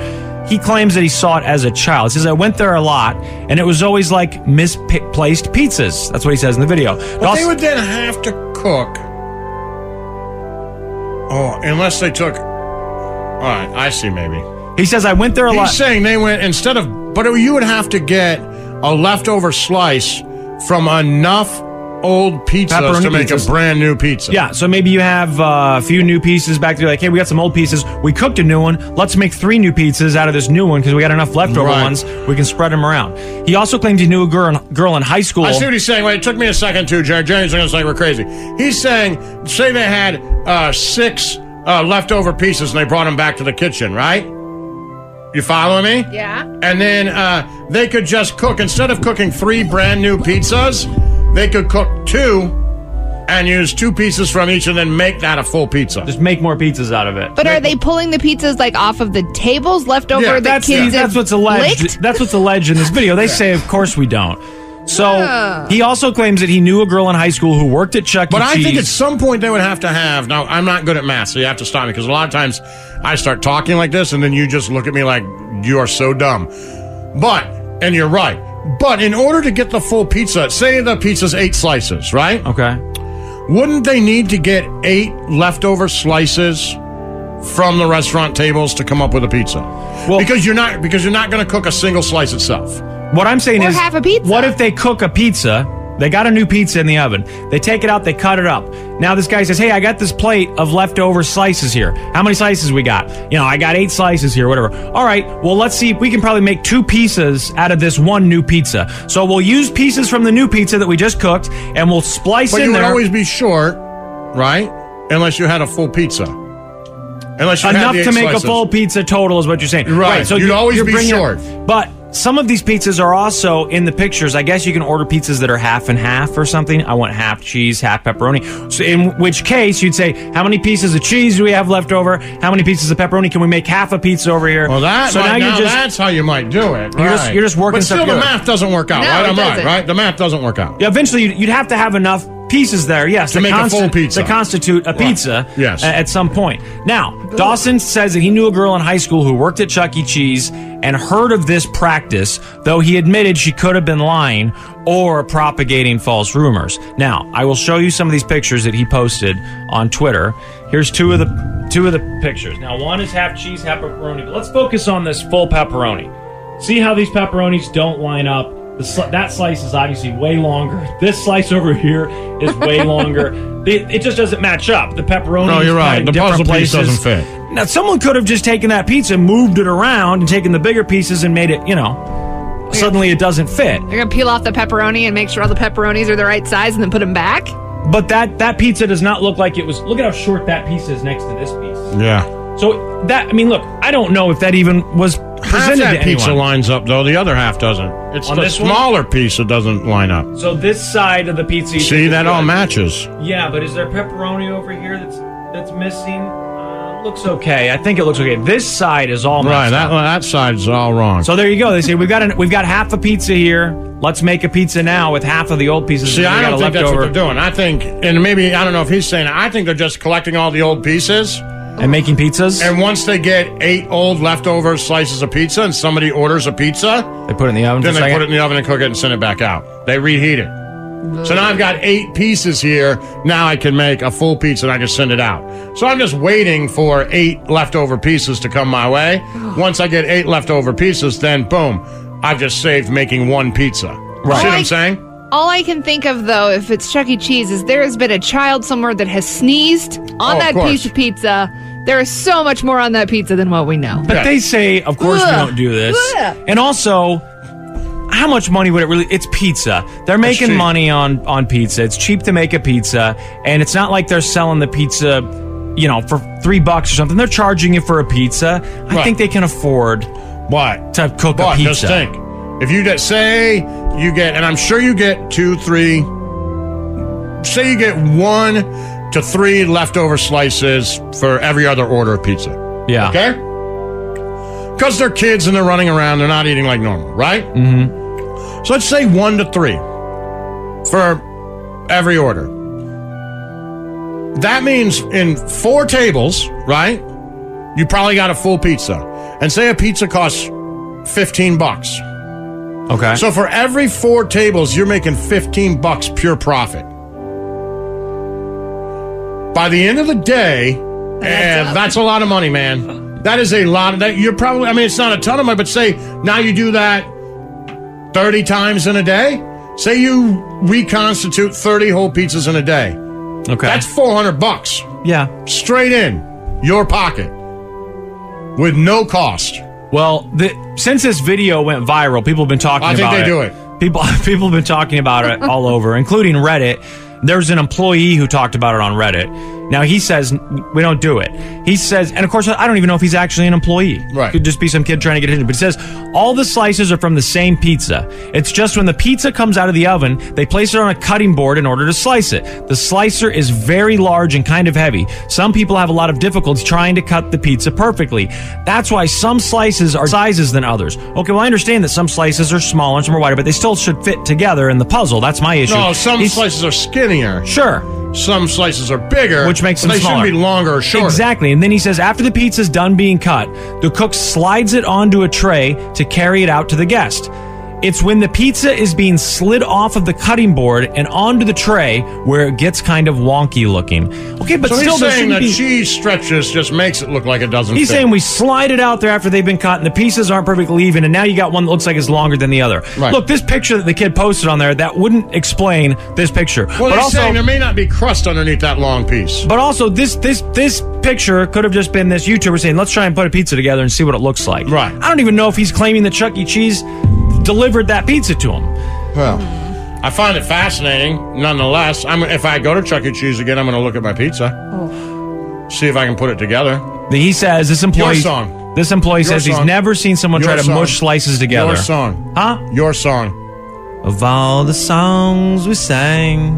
S3: He claims that he saw it as a child. He says, I went there a lot, and it was always like misplaced pizzas. That's what he says in the video.
S4: But they would then have to cook. Oh, unless they took. All right, I see. Maybe
S3: he says I went there a
S4: He's
S3: lot.
S4: saying they went instead of, but it- you would have to get a leftover slice from enough old pizzas
S3: Pepperoni
S4: to make
S3: pizzas.
S4: a brand new pizza.
S3: Yeah, so maybe you have uh, a few new pieces back there. Like, hey, we got some old pieces. We cooked a new one. Let's make three new pizzas out of this new one because we got enough leftover
S4: Right.
S3: ones. We can spread them around. He also claimed he knew a girl, girl in high school.
S4: I see what he's saying. Wait, it took me a second too, Jerry. Jerry's going to say we're crazy. He's saying, say they had uh, six uh, leftover pieces and they brought them back to the kitchen, right? You following me?
S23: Yeah.
S4: And then uh, they could just cook instead of cooking three brand new pizzas, they could cook two and use two pieces from each and then make that a full pizza.
S3: Just make more pizzas out of it.
S12: But are they pulling the pizzas like off of the tables left over that
S3: that's,
S12: kids have
S3: that's what's alleged.
S12: licked?
S3: That's what's alleged in this video. They say, of course, we don't. So he also claims that he knew a girl in high school who worked at Chuck E.
S4: But I think
S3: Cheese.
S4: at some point they would have to have. Now, I'm not good at math, so you have to stop me because a lot of times I start talking like this and then you just look at me like you are so dumb. But, and you're right. But in order to get the full pizza, say the pizza's eight slices, right?
S3: Okay.
S4: Wouldn't they need to get eight leftover slices from the restaurant tables to come up with a pizza? Well, because you're not because you're not going to cook a single slice itself.
S3: What I'm saying
S4: Or
S3: is,
S4: half
S12: a pizza.
S3: What if they cook a pizza? They got a new pizza in the oven. They take it out. They cut it up. Now this guy says, "Hey, I got this plate of leftover slices here. How many slices we got? You know, I got eight slices here. Whatever. All right. Well, let's see if we can probably make two pieces out of this one new pizza. So we'll use pieces from the new pizza that we just cooked, and we'll splice
S4: But
S3: in
S4: you would
S3: there
S4: always be short, right? Unless you had a full pizza. Unless you had
S3: enough
S4: the
S3: to
S4: eight
S3: make
S4: slices.
S3: a full pizza total is what you're saying.
S4: Right. You'd always be
S3: bringing up-
S4: short.
S3: but some of these pizzas are also in the pictures. I guess you can order pizzas that are half and half or something. I want half cheese, half pepperoni. So in which case you'd say, how many pieces of cheese do we have left over? How many pieces of pepperoni can we make half a pizza over here? Well,
S4: That might- now that's how you might do it.
S3: You're just-
S4: right.
S3: you're just working
S4: But
S3: stuff
S4: still, the
S3: together.
S4: math doesn't work out.
S3: No,
S4: right?
S3: it
S4: I'm right,
S3: doesn't.
S4: right? The math doesn't work out.
S3: Yeah, eventually you'd, you'd have to have enough pieces there, yes,
S4: To
S3: that
S4: make a full pizza.
S3: that constitute a pizza.
S4: Yes.
S3: a- at some point. Now, Dawson says that he knew a girl in high school who worked at Chuck E. Cheese and heard of this practice, though he admitted she could have been lying or propagating false rumors. Now, I will show you some of these pictures that he posted on Twitter. Here's two of the two of the pictures. Now, one is half cheese, half pepperoni. But let's focus on this full pepperoni. See how these pepperonis don't line up. The sli- that slice is obviously way longer. This slice over here is way longer. It, it just doesn't match up. The pepperoni.
S4: No, you're right. The puzzle piece doesn't fit.
S3: Now, someone could have just taken that pizza, moved it around, and taken the bigger pieces and made it. You know, suddenly it doesn't fit.
S12: You're gonna peel off the pepperoni and make sure all the pepperonis are the right size, and then put them back.
S3: But that that pizza does not look like it was. Look at how short that piece is next to this piece.
S4: Yeah.
S3: So that I mean, look, I don't know if that even was
S4: Half
S3: presented
S4: that
S3: to
S4: pizza
S3: anyone.
S4: lines up, though. The other half doesn't. It's
S3: On
S4: the
S3: this one?
S4: smaller piece that doesn't line up.
S3: So this side of the pizza. you think
S4: See,
S3: is
S4: that all
S3: good.
S4: matches.
S3: Yeah, but is there pepperoni over here that's that's missing? Uh, looks okay. I think it looks okay. This side is all
S4: Right,
S3: messed
S4: that,
S3: up.
S4: that side's all wrong.
S3: So there you go. They say we've got an, we've got half a pizza here. Let's make a pizza now with half of the old pieces.
S4: See,
S3: and then
S4: I
S3: we got
S4: don't
S3: a
S4: think that's what
S3: leftover.
S4: they're doing. I think, and maybe I don't know if he's saying. it, I think they're just collecting all the old pieces and
S3: making pizzas.
S4: And once they get eight old leftover slices of pizza, and somebody orders a pizza,
S3: They put it in the oven. for
S4: then
S3: a
S4: they
S3: second.
S4: put it in the oven and cook it and send it back out. They reheat it. So now I've got eight pieces here. Now I can make a full pizza and I can send it out. So I'm just waiting for eight leftover pieces to come my way. Once I get eight leftover pieces, then boom, I've just saved making one pizza. Right. See what I'm saying?
S12: All I can think of, though, if it's Chuck E. Cheese, is there has been a child somewhere that has sneezed
S4: Oh,
S12: on
S4: of
S12: that
S4: course.
S12: piece of pizza. There is so much more on that pizza than what we know.
S3: But they say, of course, we
S12: Ugh.
S3: don't do this.
S12: Ugh.
S3: And also, how much money would it really? It's pizza. They're making
S4: cheap.
S3: money on on pizza. It's cheap to make a pizza, and it's not like they're selling the pizza, you know, for three bucks or something. They're charging you for a pizza. I
S4: Right.
S3: think they can afford
S4: what
S3: to cook
S4: But
S3: a pizza.
S4: just think, if you get, say you get, and I'm sure you get two, three, say you get one to three leftover slices for every other order of pizza.
S3: Yeah.
S4: Okay. Because they're kids and they're running around, they're not eating like normal, right? Mm-hmm. So let's say one to three for every order. That means in four tables, right? You probably got a full pizza. And say a pizza costs 15 bucks.
S3: Okay.
S4: So for every four tables, you're making 15 bucks pure profit. By the end of the day, eh, that's a lot of money, man. That is a lot of that. You're probably, I mean, it's not a ton of money, but say now you do that 30 times in a day. Say you reconstitute 30 whole pizzas in a day.
S3: Okay.
S4: That's 400 bucks
S3: yeah.
S4: straight in your pocket with no cost.
S3: Well, the, since this video went viral, people have been talking
S4: I think
S3: about
S4: they
S3: it.
S4: do it.
S3: People, people have been talking about it all over, including Reddit. There's an employee who talked about it on Reddit. Now he says we don't do it. He says, and of course, I don't even know if he's actually an employee.
S4: Right.
S3: Could just be some kid trying to get attention. But he says all the slices are from the same pizza. It's just when the pizza comes out of the oven, they place it on a cutting board in order to slice it. The slicer is very large and kind of heavy. Some people have a lot of difficulty trying to cut the pizza perfectly. That's why some slices are sizes than others. Okay, well I understand that some slices are smaller and some are wider, but they still should fit together in the puzzle. That's my issue.
S4: No, some
S3: He's-
S4: slices are skinnier.
S3: Sure.
S4: Some slices are bigger,
S3: which makes
S4: so
S3: them
S4: they
S3: smaller.
S4: shouldn't be longer or shorter.
S3: Exactly. And then he says, after the pizza's done being cut, the cook slides it onto a tray to carry it out to the guest. It's when the pizza is being slid off of the cutting board and onto the tray where it gets kind of wonky looking. Okay, but
S4: so
S3: still,
S4: he's
S3: there
S4: saying
S3: shouldn't
S4: that
S3: be-
S4: cheese stretches just makes it look like it doesn't.
S3: He's
S4: fit.
S3: saying we slide it out there after they've been cut, and the pieces aren't perfectly even, and now you got one that looks like it's longer than the other.
S4: Right.
S3: Look, this picture that the kid posted on there that wouldn't explain this picture.
S4: Well,
S3: but
S4: he's
S3: also,
S4: saying there may not be crust underneath that long piece.
S3: But also, this this this picture could have just been this YouTuber saying, "Let's try and put a pizza together and see what it looks like." Right. I don't even know if he's claiming that Chuck E. Cheese delivered that pizza to him.
S4: Well, I find it fascinating, nonetheless. I'm if I go to Chuck E. Cheese again, I'm going to look at my pizza, see if I can put it together.
S3: He says this employee.
S4: Your song.
S3: This employee
S4: Your
S3: says he's
S4: song.
S3: never seen someone
S4: Your
S3: try to
S4: song.
S3: mush slices together.
S4: Your song,
S3: huh?
S4: Your song.
S3: Of all the songs we sang,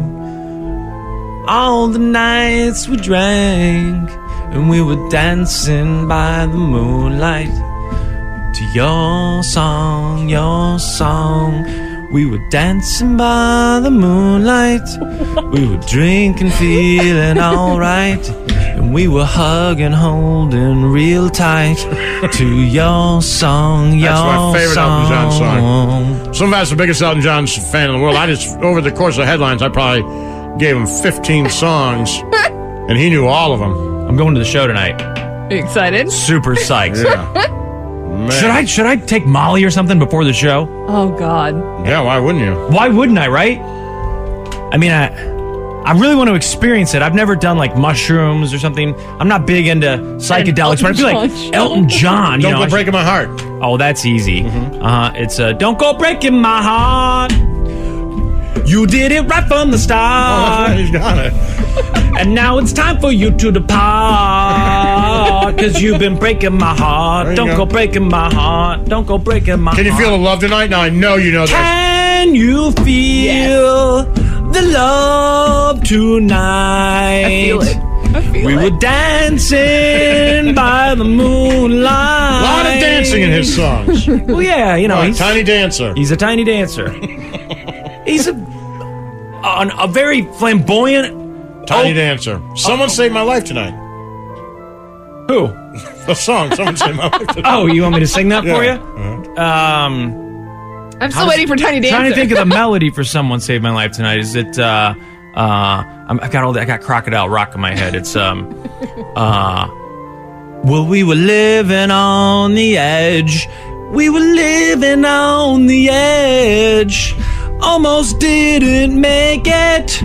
S3: all the nights we drank, and we were dancing by the moonlight to your song, your song.
S6: We were dancing by the moonlight. We were drinking, feeling alright. And we were hugging, holding real tight to your song, your
S4: That's my favorite
S6: song.
S4: Elton John song. Some of us the biggest Elton John fan in the world. I just over the course of headlines, I probably gave him 15 songs, and he knew all of them. I'm
S6: going to the show tonight.
S12: Excited?
S6: Super psyched.
S4: Man.
S6: Should I should I take Molly or something before the show?
S12: Oh God.
S4: Yeah, why wouldn't you?
S6: Why wouldn't I, right? I mean, I I really want to experience it. I've never done like mushrooms or something. I'm not big into psychedelics, but I feel like
S23: Elton John show.
S6: Elton John. You
S23: Don't
S6: know,
S23: Go Mm-hmm.
S6: I
S23: Breaking
S4: My Heart.
S6: Oh, that's easy. Uh, it's uh, Don't Go Breaking My Heart. You did it right from the start. and now it's time for you to depart. Because you've been breaking my heart.
S4: There you
S6: Don't
S4: go.
S6: go. breaking my heart. Don't go breaking my
S4: Can you
S6: heart.
S4: feel the love tonight? Now I know you know this.
S6: Can you feel the love tonight? I feel it. we were dancing by the moonlight.
S4: A lot of dancing in his songs.
S6: well, yeah, you know,
S4: Right,
S6: he's
S4: tiny dancer.
S6: He's a tiny dancer. he's a, an- a very flamboyant
S4: Tiny
S6: oh,
S4: dancer. Someone saved my life tonight.
S6: Who?
S4: A song. Someone saved my life tonight.
S6: Oh, you want me to sing that for
S4: Yeah.
S6: you? Um,
S12: I'm
S6: how
S12: still
S6: does-
S12: waiting for Tiny Dancer.
S6: Trying to think of the melody for "Someone Saved My Life Tonight." Is it? Uh, uh, I'm, I've got all that. I got crocodile rock in my head. It's um, uh, well, we were living on the edge. We were living on the edge. Almost didn't make it.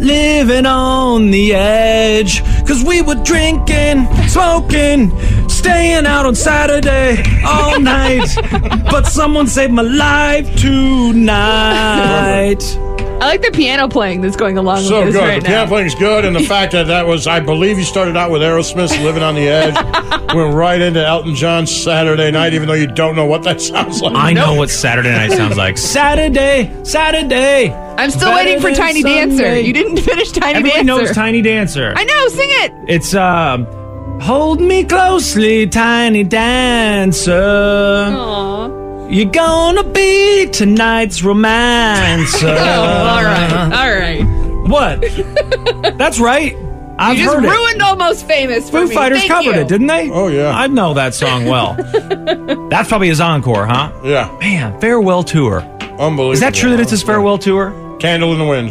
S6: Living on the edge. Cause we were drinking, smoking, staying out on Saturday all night. but someone saved my life tonight.
S12: I like the piano playing that's going along
S4: So good.
S12: with this right
S4: the
S12: now.
S4: piano playing's good, and the fact that that was, I believe he started out with Aerosmith, Living on the Edge. Went right into Elton John Saturday night, even though you don't know what that sounds like.
S6: I know what Saturday night sounds like.
S12: Saturday,
S6: Saturday.
S12: I'm still
S6: Better
S12: waiting for
S6: than
S12: Tiny
S6: Sunday.
S12: Dancer. You didn't finish Tiny
S6: Everybody
S12: Dancer.
S6: knows Tiny Dancer.
S12: I know. Sing it.
S6: It's um, hold me closely, tiny dancer. You're gonna be tonight's romancer.
S8: Oh,
S12: all right. All right.
S6: What? That's right. I've
S12: you just
S6: heard
S12: ruined Almost Famous
S6: it.
S12: for
S6: Foo
S12: me.
S6: Fighters
S12: Thank
S6: covered
S12: you.
S6: it, didn't they? Oh yeah. I know that song well. That's probably his encore, huh?
S4: Yeah.
S6: Man, farewell tour.
S4: Unbelievable.
S6: Is that true that it's his farewell tour?
S4: Candle in the wind.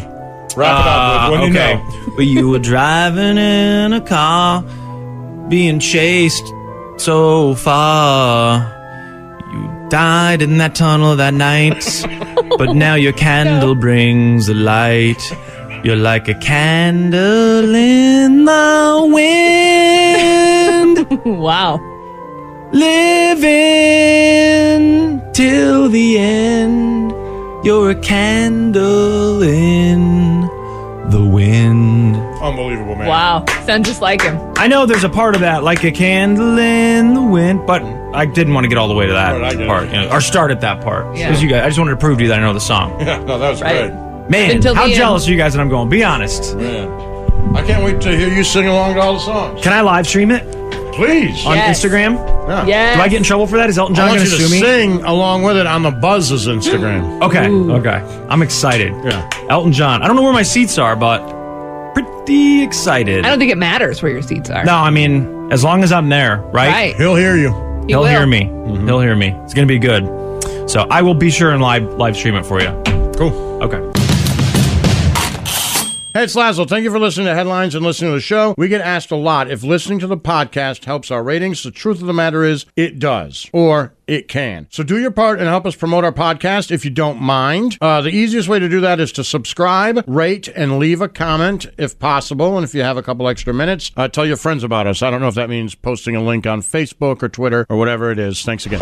S4: Wrap it up with
S6: Ah,
S4: one you
S6: okay.
S4: know.
S6: But you were driving in a car, being chased so far. You died in that tunnel that night, but now your candle brings a light. You're like a candle in the wind.
S12: wow.
S6: Living till the end. You're a candle in the wind.
S4: Unbelievable, man.
S12: Wow. Sound just like him.
S6: I know there's a part of that, like a candle in the wind, but I didn't want to get all the way to that
S4: Right, I get
S6: part,
S4: it.
S6: you know, or start at that part.
S12: Yeah.
S6: Because you guys, I just wanted to prove to you that I know the song.
S4: Yeah, no, that was
S12: Right.
S4: great.
S6: Man,
S12: Until the
S6: how
S12: end.
S6: jealous are you guys that I'm going? Be honest.
S4: Man. I can't wait to hear you sing along to all the songs.
S6: Can I live stream it
S4: Please.
S6: on Instagram?
S4: Yeah.
S6: Do I get in trouble for that? Is Elton John
S4: I
S6: going
S4: want you to
S6: sue me?
S4: sing along with it on the Buzz's Instagram.
S6: Okay, okay. I'm excited. Yeah. Elton John. I don't know where my seats are, but pretty excited.
S12: I don't think it matters where your seats are.
S6: No, I mean, as long as I'm there, right?
S12: Right.
S4: He'll hear you.
S12: He
S6: He'll
S12: will.
S6: hear me. He'll hear me. It's gonna be good. So I will be sure and live live stream it for you.
S4: Cool.
S6: Okay.
S4: Hey, it's Laszlo. Thank you for listening to Headlines and listening to the show. We get asked a lot if listening to the podcast helps our ratings. The truth of the matter is, it does, or it can. So do your part and help us promote our podcast if you don't mind. Uh, the easiest way to do that is to subscribe, rate, and leave a comment if possible. And if you have a couple extra minutes, uh, tell your friends about us. I don't know if that means posting a link on Facebook or Twitter or whatever it is. Thanks again.